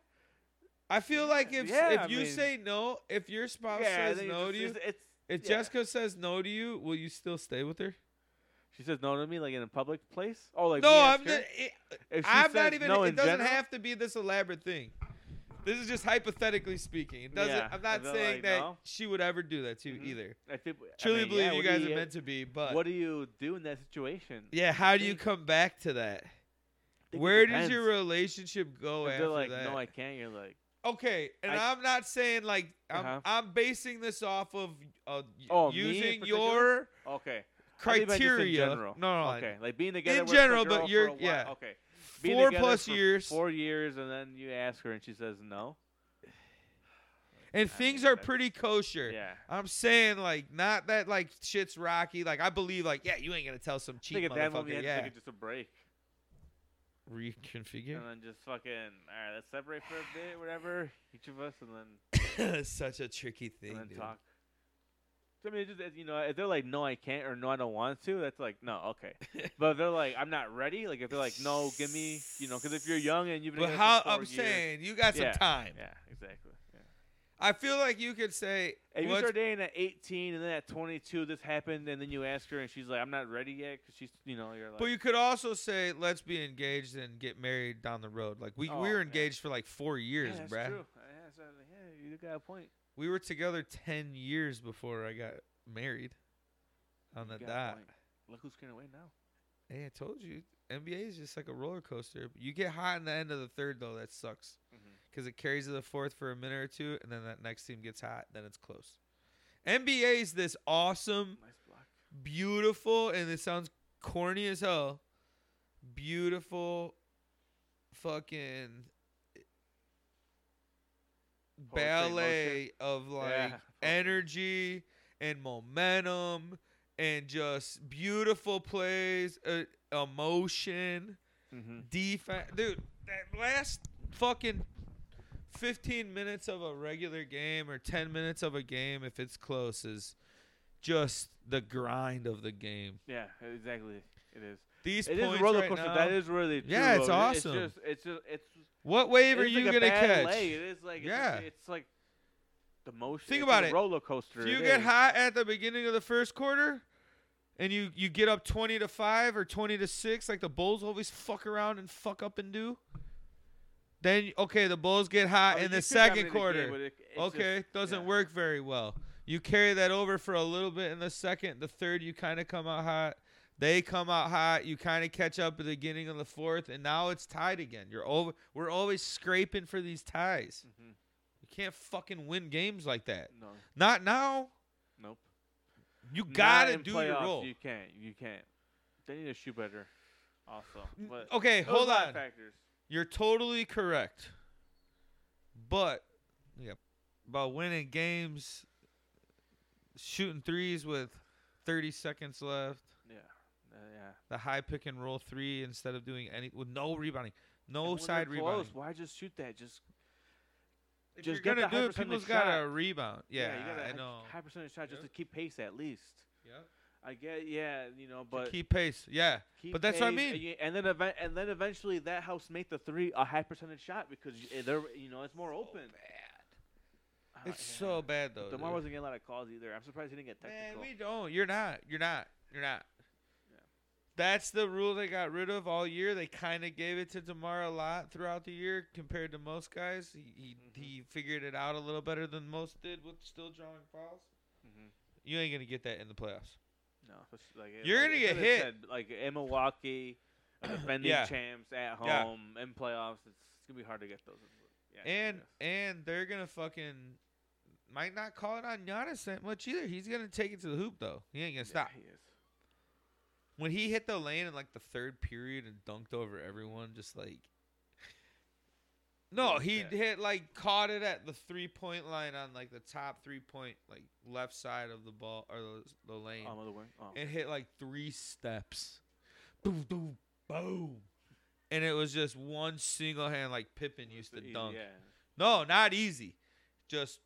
[SPEAKER 1] I feel like if
[SPEAKER 2] Yeah,
[SPEAKER 1] if
[SPEAKER 2] I
[SPEAKER 1] you
[SPEAKER 2] mean-
[SPEAKER 1] say no, if your spouse
[SPEAKER 2] yeah,
[SPEAKER 1] says
[SPEAKER 2] then
[SPEAKER 1] no
[SPEAKER 2] it's,
[SPEAKER 1] to you,
[SPEAKER 2] it's, it's-
[SPEAKER 1] if
[SPEAKER 2] yeah.
[SPEAKER 1] Jessica says no to you, will you still stay with her?
[SPEAKER 2] she says no to me like in a public place, oh like me
[SPEAKER 1] no, I'm
[SPEAKER 2] ask
[SPEAKER 1] not,
[SPEAKER 2] her?
[SPEAKER 1] it,
[SPEAKER 2] If she
[SPEAKER 1] I'm not
[SPEAKER 2] says
[SPEAKER 1] even.
[SPEAKER 2] no
[SPEAKER 1] it
[SPEAKER 2] in
[SPEAKER 1] doesn't
[SPEAKER 2] general,
[SPEAKER 1] have to be this elaborate thing. This is just hypothetically speaking. It doesn't.
[SPEAKER 2] Yeah,
[SPEAKER 1] I'm
[SPEAKER 2] I
[SPEAKER 1] not
[SPEAKER 2] feel
[SPEAKER 1] saying
[SPEAKER 2] like
[SPEAKER 1] that
[SPEAKER 2] no.
[SPEAKER 1] she would ever do that to you
[SPEAKER 2] Mhm.
[SPEAKER 1] either.
[SPEAKER 2] I think- I
[SPEAKER 1] Truly
[SPEAKER 2] mean,
[SPEAKER 1] believe
[SPEAKER 2] yeah,
[SPEAKER 1] you
[SPEAKER 2] what do
[SPEAKER 1] guys are meant to be, but
[SPEAKER 2] What do you do in that situation? I
[SPEAKER 1] yeah, how do you
[SPEAKER 2] think-
[SPEAKER 1] come back to that?
[SPEAKER 2] think it
[SPEAKER 1] Where does your
[SPEAKER 2] depends.
[SPEAKER 1] relationship go
[SPEAKER 2] If
[SPEAKER 1] after
[SPEAKER 2] they're like
[SPEAKER 1] that?
[SPEAKER 2] no, I can't. You're like
[SPEAKER 1] Okay, and I,
[SPEAKER 2] I-
[SPEAKER 1] am not saying like I'm.
[SPEAKER 2] Uh-huh.
[SPEAKER 1] I'm basing this off of uh, y-
[SPEAKER 2] Oh, me in
[SPEAKER 1] using
[SPEAKER 2] particular?
[SPEAKER 1] your
[SPEAKER 2] okay. I think about just in
[SPEAKER 1] criteria.
[SPEAKER 2] general.
[SPEAKER 1] No, no,
[SPEAKER 2] okay, like being together
[SPEAKER 1] in
[SPEAKER 2] with the
[SPEAKER 1] general, but
[SPEAKER 2] girl for
[SPEAKER 1] you're-
[SPEAKER 2] a while.
[SPEAKER 1] yeah.
[SPEAKER 2] okay. Being
[SPEAKER 1] four
[SPEAKER 2] together
[SPEAKER 1] plus
[SPEAKER 2] for
[SPEAKER 1] years,
[SPEAKER 2] four years, and then you ask her, and she says no.
[SPEAKER 1] and
[SPEAKER 2] I
[SPEAKER 1] things
[SPEAKER 2] mean,
[SPEAKER 1] are
[SPEAKER 2] that's-
[SPEAKER 1] pretty kosher.
[SPEAKER 2] Yeah,
[SPEAKER 1] I'm saying like not that like shit's rocky. Like I believe like yeah, you ain't gonna tell some
[SPEAKER 2] I
[SPEAKER 1] cheap
[SPEAKER 2] think at that moment you
[SPEAKER 1] motherfucker.
[SPEAKER 2] had
[SPEAKER 1] Yeah,
[SPEAKER 2] to take it just a break,
[SPEAKER 1] reconfigure.
[SPEAKER 2] and then just fucking all right, let's separate for a bit, whatever, each of us, and then
[SPEAKER 1] It's [laughs] Such a tricky thing.
[SPEAKER 2] and then
[SPEAKER 1] dude.
[SPEAKER 2] talk. So, I mean, it's just you know, if they're like, no, I can't, or no, I don't want to, that's like, no,
[SPEAKER 1] [laughs]
[SPEAKER 2] okay. but if they're like, I'm not ready, like if they're like, no, give me, you know, because if you're young and you've been
[SPEAKER 1] But
[SPEAKER 2] together
[SPEAKER 1] how
[SPEAKER 2] for four
[SPEAKER 1] I'm
[SPEAKER 2] years,
[SPEAKER 1] saying you got some
[SPEAKER 2] Yeah,
[SPEAKER 1] time.
[SPEAKER 2] yeah, exactly. Yeah.
[SPEAKER 1] I feel like you could say
[SPEAKER 2] If you
[SPEAKER 1] what's-
[SPEAKER 2] start dating at 18 and then at 22 this happened and then you ask her and she's like, I'm not ready yet because she's, you know, you're like,
[SPEAKER 1] But you could also say, let's be engaged and get married down the road. Like we,
[SPEAKER 2] Oh,
[SPEAKER 1] we were
[SPEAKER 2] yeah.
[SPEAKER 1] engaged for like four
[SPEAKER 2] yeah,
[SPEAKER 1] years,
[SPEAKER 2] that's
[SPEAKER 1] bruh.
[SPEAKER 2] true. Uh, Yeah, so, yeah, you got a point.
[SPEAKER 1] We were together ten years before I got married. On
[SPEAKER 2] You
[SPEAKER 1] the
[SPEAKER 2] got a
[SPEAKER 1] dot.
[SPEAKER 2] point. Look who's getting away now.
[SPEAKER 1] Hey, I told you, NBA is just like a roller coaster. You get hot in the end of the third though, that sucks
[SPEAKER 2] Mhm.
[SPEAKER 1] because it carries to the fourth for a minute or two, and then that next team gets hot, then it's close. NBA's this awesome
[SPEAKER 2] Nice block.
[SPEAKER 1] beautiful, and it sounds corny as hell. Beautiful, fucking ballet of like
[SPEAKER 2] Yeah.
[SPEAKER 1] energy and momentum and just beautiful plays, uh, emotion,
[SPEAKER 2] Mm-hmm.
[SPEAKER 1] defense. Dude, that last fucking 15 minutes of a regular game or 10 minutes of a game, if it's close, is just the grind of the game.
[SPEAKER 2] Yeah, exactly. It is.
[SPEAKER 1] These
[SPEAKER 2] It
[SPEAKER 1] points
[SPEAKER 2] is a roller
[SPEAKER 1] right
[SPEAKER 2] coaster.
[SPEAKER 1] now-
[SPEAKER 2] that is really true,
[SPEAKER 1] Yeah, it's
[SPEAKER 2] though. It-
[SPEAKER 1] awesome.
[SPEAKER 2] It's just, it's just, it's.
[SPEAKER 1] what wave are
[SPEAKER 2] it's
[SPEAKER 1] you
[SPEAKER 2] like a
[SPEAKER 1] gonna
[SPEAKER 2] bad
[SPEAKER 1] catch?
[SPEAKER 2] lay. It is like, it's
[SPEAKER 1] Yeah.
[SPEAKER 2] Like, it's like the motion.
[SPEAKER 1] Think
[SPEAKER 2] it's like
[SPEAKER 1] about
[SPEAKER 2] a
[SPEAKER 1] it.
[SPEAKER 2] Roller coaster.
[SPEAKER 1] If you
[SPEAKER 2] it
[SPEAKER 1] get
[SPEAKER 2] is.
[SPEAKER 1] hot at the beginning of the first quarter and you, you get up 20 to 5 or 20 to 6 like the bulls always fuck around and fuck up and do then okay the bulls get
[SPEAKER 2] I
[SPEAKER 1] hot
[SPEAKER 2] mean,
[SPEAKER 1] in
[SPEAKER 2] Oh, you
[SPEAKER 1] the
[SPEAKER 2] could dominate
[SPEAKER 1] second
[SPEAKER 2] the game,
[SPEAKER 1] quarter
[SPEAKER 2] but it- it's just-
[SPEAKER 1] okay doesn't
[SPEAKER 2] yeah.
[SPEAKER 1] work very well you carry that over for a little bit in the second the third you kind of come out hot they come out hot you kind of catch up at the beginning of the fourth and now it's tied again you're over we're always scraping for these ties
[SPEAKER 2] Mhm.
[SPEAKER 1] you can't fucking win games like that
[SPEAKER 2] No,
[SPEAKER 1] not now
[SPEAKER 2] nope.
[SPEAKER 1] you
[SPEAKER 2] Not
[SPEAKER 1] gotta
[SPEAKER 2] in
[SPEAKER 1] do
[SPEAKER 2] playoffs,
[SPEAKER 1] your role.
[SPEAKER 2] You can't. You can't. They need to shoot better. Also, but
[SPEAKER 1] Mm, okay,
[SPEAKER 2] those
[SPEAKER 1] hold
[SPEAKER 2] are the
[SPEAKER 1] on.
[SPEAKER 2] Factors.
[SPEAKER 1] You're totally correct. But yeah, about winning games, shooting threes with 30 seconds left,
[SPEAKER 2] Yeah. Uh, yeah.
[SPEAKER 1] the high pick and roll three instead of doing any with no rebounding,
[SPEAKER 2] And
[SPEAKER 1] no
[SPEAKER 2] when they're
[SPEAKER 1] side
[SPEAKER 2] close,
[SPEAKER 1] rebounding.
[SPEAKER 2] Why just shoot that? Just
[SPEAKER 1] If
[SPEAKER 2] just
[SPEAKER 1] you're gonna
[SPEAKER 2] get the
[SPEAKER 1] do
[SPEAKER 2] high
[SPEAKER 1] it,
[SPEAKER 2] percentage
[SPEAKER 1] people's gotta
[SPEAKER 2] shot.
[SPEAKER 1] rebound. Yeah,
[SPEAKER 2] you gotta
[SPEAKER 1] I
[SPEAKER 2] have
[SPEAKER 1] know.
[SPEAKER 2] high percentage shot just
[SPEAKER 1] Yep.
[SPEAKER 2] to keep pace at least.
[SPEAKER 1] Yep.
[SPEAKER 2] I get, yeah, you know,
[SPEAKER 1] But
[SPEAKER 2] but
[SPEAKER 1] keep pace. Yeah,
[SPEAKER 2] keep
[SPEAKER 1] but that's what I
[SPEAKER 2] pace,
[SPEAKER 1] mean.
[SPEAKER 2] And, you- and then event, and then eventually that house make the three a high percentage shot because y- they're you know it's more open. Ah,
[SPEAKER 1] it's
[SPEAKER 2] yeah.
[SPEAKER 1] so bad though.
[SPEAKER 2] But Demar
[SPEAKER 1] dude.
[SPEAKER 2] wasn't getting a lot of calls either. I'm surprised he didn't get
[SPEAKER 1] Man,
[SPEAKER 2] technical.
[SPEAKER 1] we don't. You're not. You're not. You're not.
[SPEAKER 2] Yeah.
[SPEAKER 1] That's the rule they got rid of all year. They kind of gave it to Demar a lot throughout the year compared to most guys. He he,
[SPEAKER 2] Mhm.
[SPEAKER 1] he figured it out a little better than most did with still drawing fouls.
[SPEAKER 2] Mhm.
[SPEAKER 1] You ain't gonna get that in the playoffs.
[SPEAKER 2] No, it's like,
[SPEAKER 1] You're
[SPEAKER 2] like
[SPEAKER 1] gonna
[SPEAKER 2] it
[SPEAKER 1] get
[SPEAKER 2] could've
[SPEAKER 1] hit.
[SPEAKER 2] said, like in Milwaukee,
[SPEAKER 1] [clears throat]
[SPEAKER 2] a defending
[SPEAKER 1] Yeah.
[SPEAKER 2] champs at
[SPEAKER 1] Yeah.
[SPEAKER 2] home in playoffs. It's, it's gonna be hard to get those. Yeah,
[SPEAKER 1] And
[SPEAKER 2] yes.
[SPEAKER 1] and they're gonna fucking might not call it on Giannis that much either. He's gonna take it to the hoop though. He ain't gonna
[SPEAKER 2] Yeah,
[SPEAKER 1] stop.
[SPEAKER 2] he is.
[SPEAKER 1] when he hit the lane in like the third period and dunked over everyone, just like. No,
[SPEAKER 2] was
[SPEAKER 1] he
[SPEAKER 2] that?
[SPEAKER 1] hit like caught it at the three point line on like the top three point like left side of the ball or the, the lane
[SPEAKER 2] Oh, another wing. Oh.
[SPEAKER 1] and hit like three steps, boom, boom, boom, and it was just one single hand like Pippen
[SPEAKER 2] It's
[SPEAKER 1] used
[SPEAKER 2] the
[SPEAKER 1] to
[SPEAKER 2] easy-
[SPEAKER 1] dunk.
[SPEAKER 2] Yeah.
[SPEAKER 1] No, not easy. Just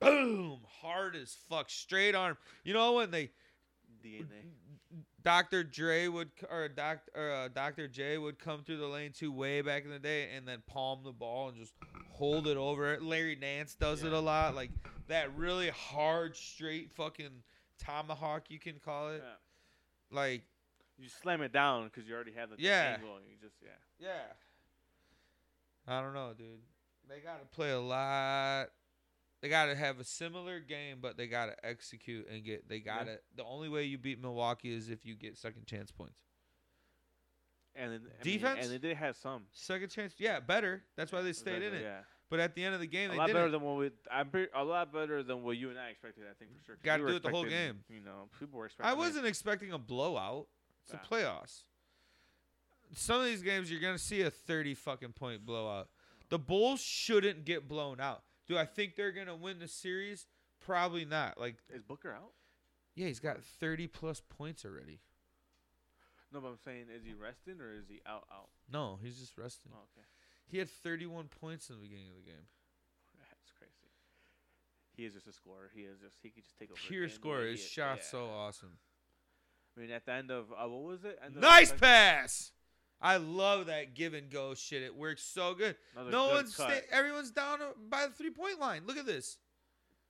[SPEAKER 1] boom, hard as fuck, straight arm. You know when they
[SPEAKER 2] DNA.
[SPEAKER 1] Dr. Dre would c- or Dr. Or, uh, Dr. J would come through the lane too way back in the day and then palm the ball and just hold it over. it. Larry Nance does it a
[SPEAKER 2] Yeah.
[SPEAKER 1] lot, like that really hard, straight fucking tomahawk you can call it.
[SPEAKER 2] Yeah.
[SPEAKER 1] Like
[SPEAKER 2] You slam it down because you already have the
[SPEAKER 1] Yeah.
[SPEAKER 2] angle. And you just yeah.
[SPEAKER 1] yeah, I don't know, dude. They gotta play a lot. They gotta have a similar game, but they gotta execute and get. They
[SPEAKER 2] Yeah.
[SPEAKER 1] gotta. The only way you beat Milwaukee is if you get second chance points.
[SPEAKER 2] And then I mean,
[SPEAKER 1] Defense?
[SPEAKER 2] and they did have some.
[SPEAKER 1] Second chance, yeah, better. That's why they stayed in
[SPEAKER 2] Exactly,
[SPEAKER 1] it.
[SPEAKER 2] Yeah.
[SPEAKER 1] But at the end of the game,
[SPEAKER 2] a
[SPEAKER 1] they
[SPEAKER 2] lot
[SPEAKER 1] did
[SPEAKER 2] better
[SPEAKER 1] it.
[SPEAKER 2] than what we. I'm pre- a lot better than what you and I expected. I think for sure. 'cause
[SPEAKER 1] Gotta
[SPEAKER 2] we were
[SPEAKER 1] do it the whole
[SPEAKER 2] expecting, You know, people were expecting.
[SPEAKER 1] I
[SPEAKER 2] it.
[SPEAKER 1] wasn't expecting a blowout. It's the
[SPEAKER 2] Yeah.
[SPEAKER 1] playoffs. Some of these games, you're gonna see a thirty fucking point blowout. The Bulls shouldn't get blown out. Do I think they're gonna win the series? Probably not. Like,
[SPEAKER 2] Is Booker out?
[SPEAKER 1] yeah, he's got thirty plus points already.
[SPEAKER 2] No, but I'm saying, is he resting or is he out? Out.
[SPEAKER 1] No, he's just resting.
[SPEAKER 2] Oh, okay.
[SPEAKER 1] He had thirty-one points in the beginning of the game.
[SPEAKER 2] That's crazy. He is just a scorer. He is just. He could just take over. a
[SPEAKER 1] Pure
[SPEAKER 2] game the
[SPEAKER 1] scorer.
[SPEAKER 2] way
[SPEAKER 1] His
[SPEAKER 2] he-
[SPEAKER 1] shot's
[SPEAKER 2] yeah.
[SPEAKER 1] so awesome.
[SPEAKER 2] I mean, at the end of uh, what was it? End of the
[SPEAKER 1] Nice
[SPEAKER 2] second-
[SPEAKER 1] pass. I love that give and go shit. It works so good.
[SPEAKER 2] another
[SPEAKER 1] No
[SPEAKER 2] good
[SPEAKER 1] one's
[SPEAKER 2] cut.
[SPEAKER 1] sta- everyone's down uh, by the three point line. Look at this.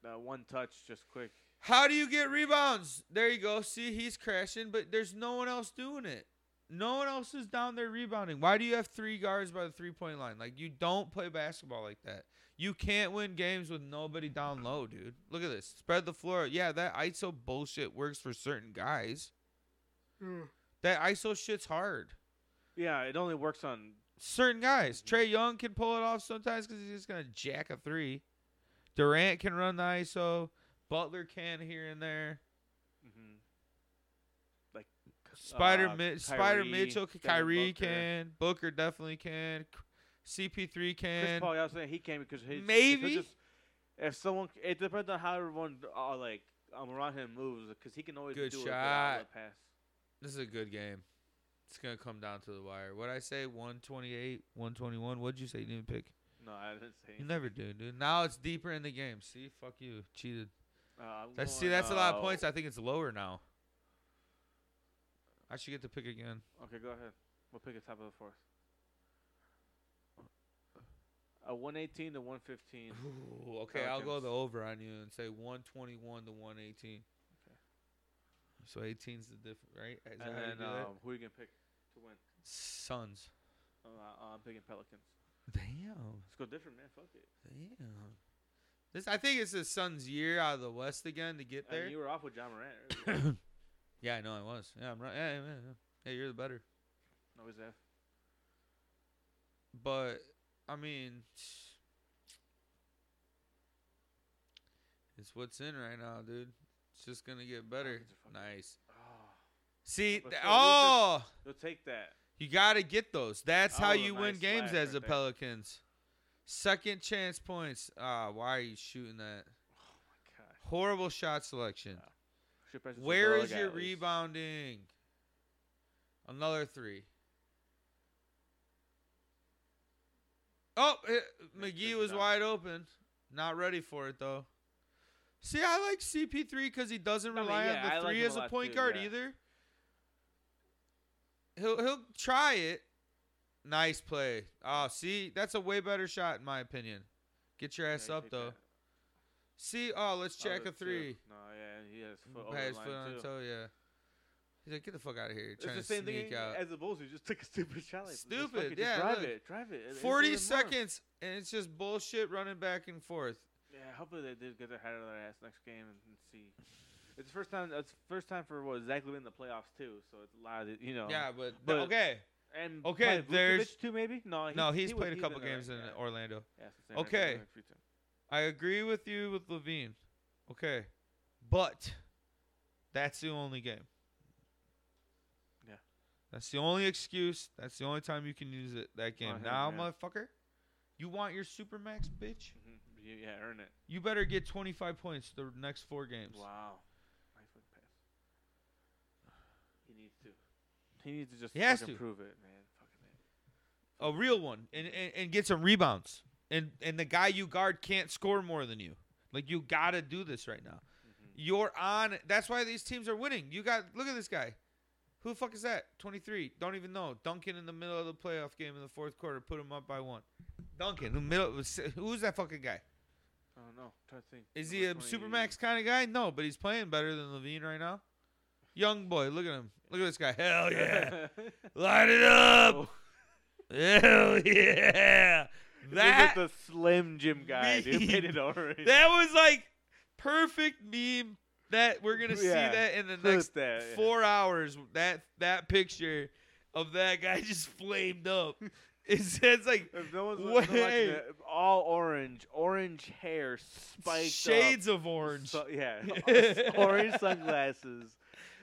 [SPEAKER 2] That one touch, just quick.
[SPEAKER 1] How do you get rebounds? There you go. See, he's crashing, but there's no one else doing it. No one else is down there rebounding. Why do you have three guards by the three point line? Like you don't play basketball like that. You can't win games with nobody down low, dude. Look at this. Spread the floor. Yeah, that ISO bullshit works for certain guys. That ISO shit's hard.
[SPEAKER 2] Yeah, it only works on.
[SPEAKER 1] certain guys. Trey Young can pull it off sometimes because he's just gonna jack a three. Durant can run the ISO. Butler can here and there.
[SPEAKER 2] mhm.
[SPEAKER 1] Spider
[SPEAKER 2] Uh,
[SPEAKER 1] Mi- Spider
[SPEAKER 2] Kyrie,
[SPEAKER 1] Mitchell,
[SPEAKER 2] Devin
[SPEAKER 1] Kyrie
[SPEAKER 2] Booker.
[SPEAKER 1] can, Booker definitely can, C- CP3
[SPEAKER 2] Chris
[SPEAKER 1] can.
[SPEAKER 2] Paul, yeah, I was saying he can because his he'll
[SPEAKER 1] Maybe.
[SPEAKER 2] just- if someone, it depends on how everyone uh, like um, around him moves because he can always
[SPEAKER 1] Good
[SPEAKER 2] do a
[SPEAKER 1] shot.
[SPEAKER 2] outlet pass.
[SPEAKER 1] This is a good game. It's gonna come down to the wire. What I say, 128, 121. What'd you say? You didn't pick.
[SPEAKER 2] No, I didn't say.
[SPEAKER 1] You never do, dude. Now it's deeper in the game. See, fuck you, cheated.
[SPEAKER 2] Uh, I'm
[SPEAKER 1] That's see,
[SPEAKER 2] going,
[SPEAKER 1] that's a lot of
[SPEAKER 2] uh,
[SPEAKER 1] points. I think it's lower now. I should get to pick again.
[SPEAKER 2] Okay, go ahead. We'll pick a top of the fourth. A 118 to 115.
[SPEAKER 1] Ooh, okay, I'll go
[SPEAKER 2] Pelicans.
[SPEAKER 1] the over on you and say 121 to 118.
[SPEAKER 2] Okay.
[SPEAKER 1] So 18's the difference, right? Is that
[SPEAKER 2] and
[SPEAKER 1] how you do
[SPEAKER 2] then
[SPEAKER 1] that?
[SPEAKER 2] um, who are you going to pick to win?
[SPEAKER 1] Suns.
[SPEAKER 2] Uh, uh, I'm picking Pelicans.
[SPEAKER 1] Damn.
[SPEAKER 2] Let's go different, man. Fuck it.
[SPEAKER 1] Damn. This I think it's the Suns' year out of the West again to get there.
[SPEAKER 2] And you were off with John Morant. earlier.
[SPEAKER 1] [laughs] [coughs] yeah, I know I was. Yeah, I'm right. Yeah, yeah, yeah. yeah, you're the better.
[SPEAKER 2] no, he's F.
[SPEAKER 1] But I mean, it's what's in right now, dude. It's just gonna get better.
[SPEAKER 2] Rockets are fucking-
[SPEAKER 1] Nice.
[SPEAKER 2] Oh,
[SPEAKER 1] See,
[SPEAKER 2] But
[SPEAKER 1] th-
[SPEAKER 2] still,
[SPEAKER 1] oh,
[SPEAKER 2] losing- you'll take that.
[SPEAKER 1] you gotta get those. That's
[SPEAKER 2] Oh,
[SPEAKER 1] how
[SPEAKER 2] a
[SPEAKER 1] you win
[SPEAKER 2] nice
[SPEAKER 1] games
[SPEAKER 2] slash
[SPEAKER 1] as
[SPEAKER 2] right
[SPEAKER 1] the
[SPEAKER 2] there.
[SPEAKER 1] Pelicans. Second chance points. Ah, why are you shooting that?
[SPEAKER 2] Oh, my God.
[SPEAKER 1] Horrible shot selection.
[SPEAKER 2] Yeah. Should pass it to
[SPEAKER 1] Where
[SPEAKER 2] Gorilla
[SPEAKER 1] is
[SPEAKER 2] guy
[SPEAKER 1] your
[SPEAKER 2] at least.
[SPEAKER 1] rebounding? Another three. Oh, eh,
[SPEAKER 2] Nice
[SPEAKER 1] McGee
[SPEAKER 2] good
[SPEAKER 1] was
[SPEAKER 2] job.
[SPEAKER 1] wide open. Not ready for it though. See, I like CP3 because he doesn't
[SPEAKER 2] I mean,
[SPEAKER 1] rely
[SPEAKER 2] yeah, I
[SPEAKER 1] on the
[SPEAKER 2] like
[SPEAKER 1] three
[SPEAKER 2] him a
[SPEAKER 1] as a
[SPEAKER 2] lot,
[SPEAKER 1] point
[SPEAKER 2] too,
[SPEAKER 1] guard
[SPEAKER 2] yeah.
[SPEAKER 1] either. He'll he'll try it. Nice play. Oh, see, that's a way better shot in my opinion. Get your
[SPEAKER 2] Yeah,
[SPEAKER 1] ass
[SPEAKER 2] you
[SPEAKER 1] up
[SPEAKER 2] take
[SPEAKER 1] though.
[SPEAKER 2] that.
[SPEAKER 1] See, oh, let's
[SPEAKER 2] Oh,
[SPEAKER 1] check
[SPEAKER 2] that's
[SPEAKER 1] a
[SPEAKER 2] two.
[SPEAKER 1] three.
[SPEAKER 2] No, yeah, he has foot over
[SPEAKER 1] Had
[SPEAKER 2] the
[SPEAKER 1] his foot
[SPEAKER 2] line,
[SPEAKER 1] on
[SPEAKER 2] too.
[SPEAKER 1] his toe, yeah. He's like, get the fuck out of here. You're
[SPEAKER 2] It's
[SPEAKER 1] trying
[SPEAKER 2] the same
[SPEAKER 1] to sneak
[SPEAKER 2] thing
[SPEAKER 1] out.
[SPEAKER 2] as the Bulls. You just took a stupid shot. Like,
[SPEAKER 1] Stupid,
[SPEAKER 2] Just fucking
[SPEAKER 1] yeah,
[SPEAKER 2] Just drive
[SPEAKER 1] look.
[SPEAKER 2] it. Drive it. it- it's
[SPEAKER 1] 40
[SPEAKER 2] even more.
[SPEAKER 1] seconds, and it's just bullshit running back and forth.
[SPEAKER 2] Yeah, hopefully they did get their head out of their ass next game and, and see. It's the first time. It's the first time for what Zach Levine in the playoffs too. So it's a lot of the- you know.
[SPEAKER 1] Yeah, but,
[SPEAKER 2] but-
[SPEAKER 1] okay.
[SPEAKER 2] And
[SPEAKER 1] Okay,
[SPEAKER 2] probably
[SPEAKER 1] there's-
[SPEAKER 2] Vucevic, too maybe. No, he,
[SPEAKER 1] No, he's
[SPEAKER 2] he was-
[SPEAKER 1] played a
[SPEAKER 2] he's
[SPEAKER 1] couple
[SPEAKER 2] been alright,
[SPEAKER 1] games in
[SPEAKER 2] yeah.
[SPEAKER 1] Orlando.
[SPEAKER 2] Yeah, it's the same record,
[SPEAKER 1] Okay.
[SPEAKER 2] like, few times.
[SPEAKER 1] I agree with you with Levine. Okay. But that's the only game.
[SPEAKER 2] Yeah.
[SPEAKER 1] That's the only excuse. That's the only time you can use it that game.
[SPEAKER 2] him,
[SPEAKER 1] now,
[SPEAKER 2] yeah.
[SPEAKER 1] motherfucker, you want your Supermax, bitch?
[SPEAKER 2] Mhm. You- Yeah, earn it.
[SPEAKER 1] You better get 25 points the next four games.
[SPEAKER 2] Wow. Nice look pass. He needs to. He needs to just
[SPEAKER 1] He has
[SPEAKER 2] fucking
[SPEAKER 1] to.
[SPEAKER 2] prove it, man. Fucking man.
[SPEAKER 1] a real one and, and, and get some rebounds and and the guy you guard can't score more than you like you gotta do this right now you're on that's why these teams are winning you got look at this guy who the fuck is that 23 don't even know duncan in the middle of the playoff game in the fourth quarter put him up by one duncan in the middle who's that fucking guy
[SPEAKER 2] Mm-hmm. I don't know. Try to think.
[SPEAKER 1] is he a
[SPEAKER 2] Number 20.
[SPEAKER 1] supermax kind of guy no but he's playing better than levine right now young boy look at him look at this guy hell
[SPEAKER 2] [laughs]
[SPEAKER 1] yeah light it
[SPEAKER 2] Oh.
[SPEAKER 1] up [laughs] hell yeah that
[SPEAKER 2] That the Slim Jim guy, dude,
[SPEAKER 1] [laughs] Me-
[SPEAKER 2] painted orange.
[SPEAKER 1] That was like perfect meme that we're gonna see
[SPEAKER 2] Yeah,
[SPEAKER 1] that in the
[SPEAKER 2] clip
[SPEAKER 1] next
[SPEAKER 2] that, yeah.
[SPEAKER 1] four hours. That that picture of that guy [laughs] just flamed up. It says like
[SPEAKER 2] If no one's no
[SPEAKER 1] Wait.
[SPEAKER 2] one's watching it, all orange, orange hair, [laughs] spiked
[SPEAKER 1] shades
[SPEAKER 2] up,
[SPEAKER 1] of orange.
[SPEAKER 2] su- yeah,
[SPEAKER 1] [laughs]
[SPEAKER 2] orange sunglasses.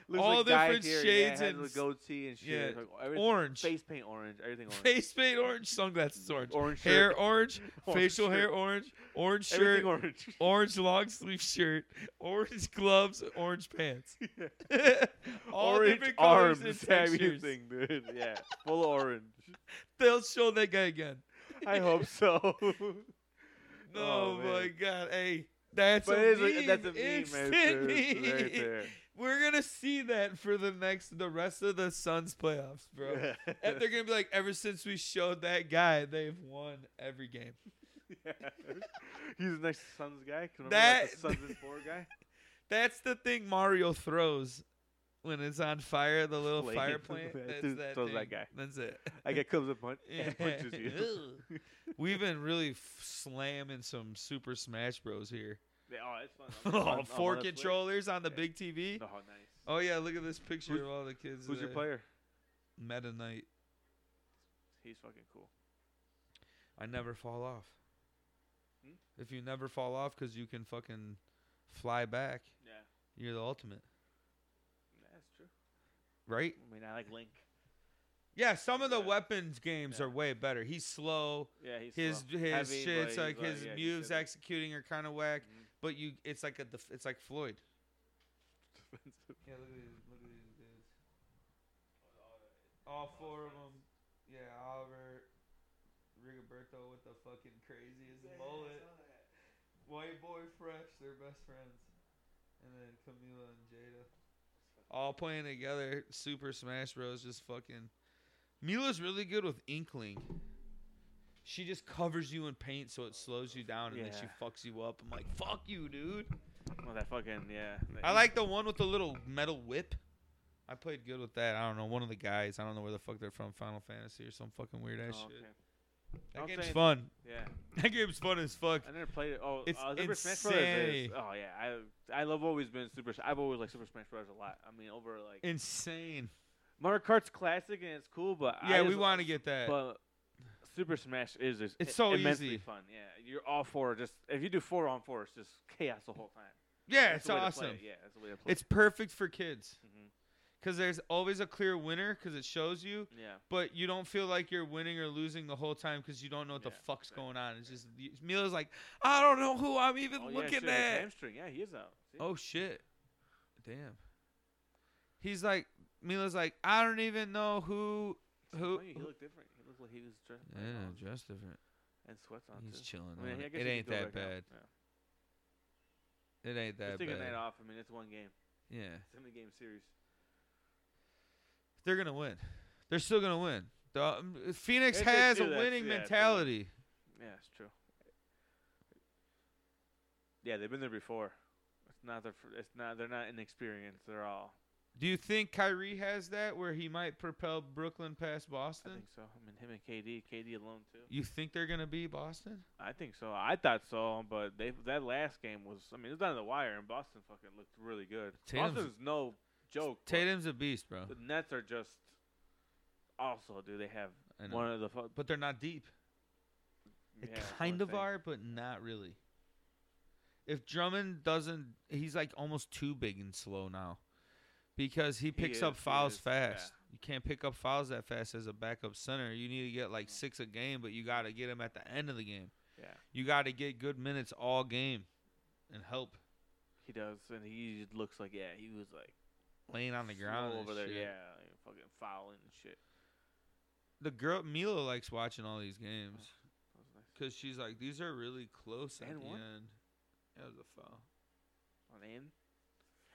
[SPEAKER 2] Looks
[SPEAKER 1] All
[SPEAKER 2] like dyed
[SPEAKER 1] different
[SPEAKER 2] hair,
[SPEAKER 1] shades
[SPEAKER 2] yeah,
[SPEAKER 1] and
[SPEAKER 2] and
[SPEAKER 1] s-
[SPEAKER 2] goatee and shit.
[SPEAKER 1] yeah,
[SPEAKER 2] like, everything-
[SPEAKER 1] orange. [laughs]
[SPEAKER 2] face paint, orange, everything orange.
[SPEAKER 1] Face paint orange, sunglasses orange,
[SPEAKER 2] Orange
[SPEAKER 1] hair
[SPEAKER 2] shirt.
[SPEAKER 1] orange,
[SPEAKER 2] Orange
[SPEAKER 1] facial hair
[SPEAKER 2] shirt.
[SPEAKER 1] orange, orange shirt,
[SPEAKER 2] everything orange.
[SPEAKER 1] orange long sleeve shirt, orange [laughs] gloves, orange
[SPEAKER 2] [laughs]
[SPEAKER 1] pants. [laughs] All
[SPEAKER 2] orange
[SPEAKER 1] different colors
[SPEAKER 2] arms,
[SPEAKER 1] and textures.
[SPEAKER 2] [laughs] everything, dude. Yeah, full orange.
[SPEAKER 1] They'll show that guy again.
[SPEAKER 2] I hope so. [laughs]
[SPEAKER 1] Oh,
[SPEAKER 2] Oh,
[SPEAKER 1] my
[SPEAKER 2] man.
[SPEAKER 1] god, hey, that's
[SPEAKER 2] but
[SPEAKER 1] a
[SPEAKER 2] it is
[SPEAKER 1] meme.
[SPEAKER 2] a, that's a meme,
[SPEAKER 1] [laughs] Instant
[SPEAKER 2] right there,
[SPEAKER 1] meme.
[SPEAKER 2] right there.
[SPEAKER 1] We're gonna see that for the next, the rest of the Suns playoffs, bro.
[SPEAKER 2] [laughs] Yeah.
[SPEAKER 1] And they're gonna be like, ever since we showed that guy, they've won every game.
[SPEAKER 2] [laughs] He's the next Suns guy. Can remember
[SPEAKER 1] That-
[SPEAKER 2] the Suns and four
[SPEAKER 1] [laughs]
[SPEAKER 2] guy.
[SPEAKER 1] That's the thing Mario throws when it's on fire, the little
[SPEAKER 2] Flame. [laughs]
[SPEAKER 1] fire plant.
[SPEAKER 2] That
[SPEAKER 1] That's
[SPEAKER 2] dude
[SPEAKER 1] that
[SPEAKER 2] throws that
[SPEAKER 1] thing.
[SPEAKER 2] guy.
[SPEAKER 1] That's it.
[SPEAKER 2] I get comes up punch,
[SPEAKER 1] Yeah.
[SPEAKER 2] [laughs] and
[SPEAKER 1] [laughs]
[SPEAKER 2] punches you.
[SPEAKER 1] Ugh. We've been really f- slamming some Super Smash Bros here.
[SPEAKER 2] [laughs] Yeah, oh, it's
[SPEAKER 1] [laughs]
[SPEAKER 2] fun. I'm- I'm- I'm
[SPEAKER 1] Oh,
[SPEAKER 2] on
[SPEAKER 1] four
[SPEAKER 2] that Switch.
[SPEAKER 1] controllers on the
[SPEAKER 2] Yeah.
[SPEAKER 1] big TV.
[SPEAKER 2] Oh, nice.
[SPEAKER 1] Oh Uh, yeah, look at this picture
[SPEAKER 2] Who's-
[SPEAKER 1] of all the kids.
[SPEAKER 2] Who's your
[SPEAKER 1] there.
[SPEAKER 2] player?
[SPEAKER 1] Meta Knight.
[SPEAKER 2] He's fucking cool.
[SPEAKER 1] I never fall off.
[SPEAKER 2] Hmm?
[SPEAKER 1] If you never fall off, because you can fucking fly back,
[SPEAKER 2] Yeah,
[SPEAKER 1] you're the ultimate.
[SPEAKER 2] that's true.
[SPEAKER 1] right?
[SPEAKER 2] I mean, I like Link.
[SPEAKER 1] Yeah, some of the
[SPEAKER 2] Yeah.
[SPEAKER 1] weapons games
[SPEAKER 2] Yeah.
[SPEAKER 1] are way better. He's slow.
[SPEAKER 2] Yeah, he's
[SPEAKER 1] his
[SPEAKER 2] slow.
[SPEAKER 1] his
[SPEAKER 2] Heavy, but
[SPEAKER 1] shit's
[SPEAKER 2] he's
[SPEAKER 1] like
[SPEAKER 2] light,
[SPEAKER 1] his
[SPEAKER 2] yeah, he's
[SPEAKER 1] moves
[SPEAKER 2] heavy. Mm-hmm.
[SPEAKER 1] executing are kind of whack, but you it's like a def- it's like Floyd.
[SPEAKER 2] Mhm.
[SPEAKER 1] Yeah, look at these, look at these dudes. All four of them. Yeah, Oliver, Rigoberto with the fucking craziest mullet. White boy fresh, they're best friends. And then Camila and Jada. All playing together, Super Smash Bros. Just fucking. Mila's really good with Inkling. She just covers you in paint so it slows you down and then she
[SPEAKER 2] Yeah.
[SPEAKER 1] fucks you up. I'm like, fuck you, dude.
[SPEAKER 2] Well, that fucking yeah. that
[SPEAKER 1] I
[SPEAKER 2] he-
[SPEAKER 1] like the one with the little metal whip. I played good with that. I don't know. One of the guys. I don't know where the fuck they're from. Final Fantasy or some fucking weird ass
[SPEAKER 2] Oh,
[SPEAKER 1] shit.
[SPEAKER 2] okay.
[SPEAKER 1] That
[SPEAKER 2] I'm
[SPEAKER 1] game's
[SPEAKER 2] saying-
[SPEAKER 1] fun. [laughs]
[SPEAKER 2] Yeah,
[SPEAKER 1] That game's fun as fuck.
[SPEAKER 2] I never played it. Oh,
[SPEAKER 1] It's
[SPEAKER 2] uh, Super Smash Brothers. Is,
[SPEAKER 1] insanity.
[SPEAKER 2] oh yeah, I I love always been Super. I've always liked Super Smash Brothers a lot. I mean, over like
[SPEAKER 1] Insane.
[SPEAKER 2] Mario Kart's classic and it's cool, but I
[SPEAKER 1] Yeah, we
[SPEAKER 2] just-
[SPEAKER 1] want to get that.
[SPEAKER 2] But Super Smash is just
[SPEAKER 1] It's
[SPEAKER 2] i-
[SPEAKER 1] so
[SPEAKER 2] immensely
[SPEAKER 1] easy.
[SPEAKER 2] fun. Yeah, you're all four. Just if you do four on four, it's just chaos the whole time.
[SPEAKER 1] yeah,
[SPEAKER 2] That's
[SPEAKER 1] it's
[SPEAKER 2] the way to play
[SPEAKER 1] awesome.
[SPEAKER 2] it. Yeah, that's the way to play.
[SPEAKER 1] It's perfect for kids
[SPEAKER 2] it. hmm
[SPEAKER 1] because there's always a clear winner because it shows you,
[SPEAKER 2] Yeah.
[SPEAKER 1] but you don't feel like you're winning or losing the whole time because you don't know what the
[SPEAKER 2] Yeah,
[SPEAKER 1] fuck's
[SPEAKER 2] right.
[SPEAKER 1] going on. It's just you- Mila's like, I don't know who I'm even
[SPEAKER 2] Oh, yeah,
[SPEAKER 1] looking
[SPEAKER 2] shit, his
[SPEAKER 1] at.
[SPEAKER 2] hamstring. Yeah, he is out. See?
[SPEAKER 1] Oh shit. Damn. He's like Mila's like, I don't even know who
[SPEAKER 2] He's
[SPEAKER 1] who
[SPEAKER 2] funny, He looked different. He looked like he was dressed. like all-
[SPEAKER 1] dressed different.
[SPEAKER 2] and sweats on.
[SPEAKER 1] He's
[SPEAKER 2] too.
[SPEAKER 1] chilling.
[SPEAKER 2] I mean,
[SPEAKER 1] on
[SPEAKER 2] I
[SPEAKER 1] it.
[SPEAKER 2] guess
[SPEAKER 1] it
[SPEAKER 2] he could
[SPEAKER 1] ain't
[SPEAKER 2] go
[SPEAKER 1] that
[SPEAKER 2] right now.
[SPEAKER 1] bad.
[SPEAKER 2] Yeah.
[SPEAKER 1] It ain't that
[SPEAKER 2] Just taking
[SPEAKER 1] bad.
[SPEAKER 2] that off. I mean, it's one game.
[SPEAKER 1] Yeah.
[SPEAKER 2] It's in the game series.
[SPEAKER 1] They're gonna win. They're still gonna win. The, um, Phoenix
[SPEAKER 2] They could
[SPEAKER 1] has a
[SPEAKER 2] do that,
[SPEAKER 1] winning
[SPEAKER 2] yeah, it's a win.
[SPEAKER 1] mentality.
[SPEAKER 2] Yeah, it's true. Yeah, they've been there before. It's not their. fir- It's not. They're not inexperienced. They're all.
[SPEAKER 1] Do you think Kyrie has that where he might propel Brooklyn past Boston?
[SPEAKER 2] I think so. I mean, him and KD, KD alone too.
[SPEAKER 1] you think they're gonna be Boston?
[SPEAKER 2] I think so. I thought so, but they that last game was. I mean, it was down to the wire, and Boston fucking looked really good.
[SPEAKER 1] Tatum's-
[SPEAKER 2] Boston's no joke. but
[SPEAKER 1] Tatum's a beast, bro.
[SPEAKER 2] The Nets are just. Also, do they have
[SPEAKER 1] I know.
[SPEAKER 2] one of the? Fu-
[SPEAKER 1] But they're not deep. They
[SPEAKER 2] yeah, that's
[SPEAKER 1] kind
[SPEAKER 2] one
[SPEAKER 1] of
[SPEAKER 2] thing.
[SPEAKER 1] are, but not really. If Drummond doesn't, he's like almost too big and slow now, because he picks up
[SPEAKER 2] is, he
[SPEAKER 1] fouls
[SPEAKER 2] is, yeah.
[SPEAKER 1] fast. You can't pick up fouls that fast as a backup center. You need to get like six a game, but you got to get him at the end of the game.
[SPEAKER 2] Yeah.
[SPEAKER 1] You got to get good minutes all game, and help
[SPEAKER 2] He does, and he just looks like yeah. He was like
[SPEAKER 1] laying on the ground
[SPEAKER 2] slow
[SPEAKER 1] and
[SPEAKER 2] over there.
[SPEAKER 1] shit.
[SPEAKER 2] Yeah, like, fucking fouling and shit.
[SPEAKER 1] The girl Mila likes watching all these games
[SPEAKER 2] That was nice.
[SPEAKER 1] because she's like, these are really close at
[SPEAKER 2] And
[SPEAKER 1] the
[SPEAKER 2] one?
[SPEAKER 1] end. That was a foul.
[SPEAKER 2] On Aiden.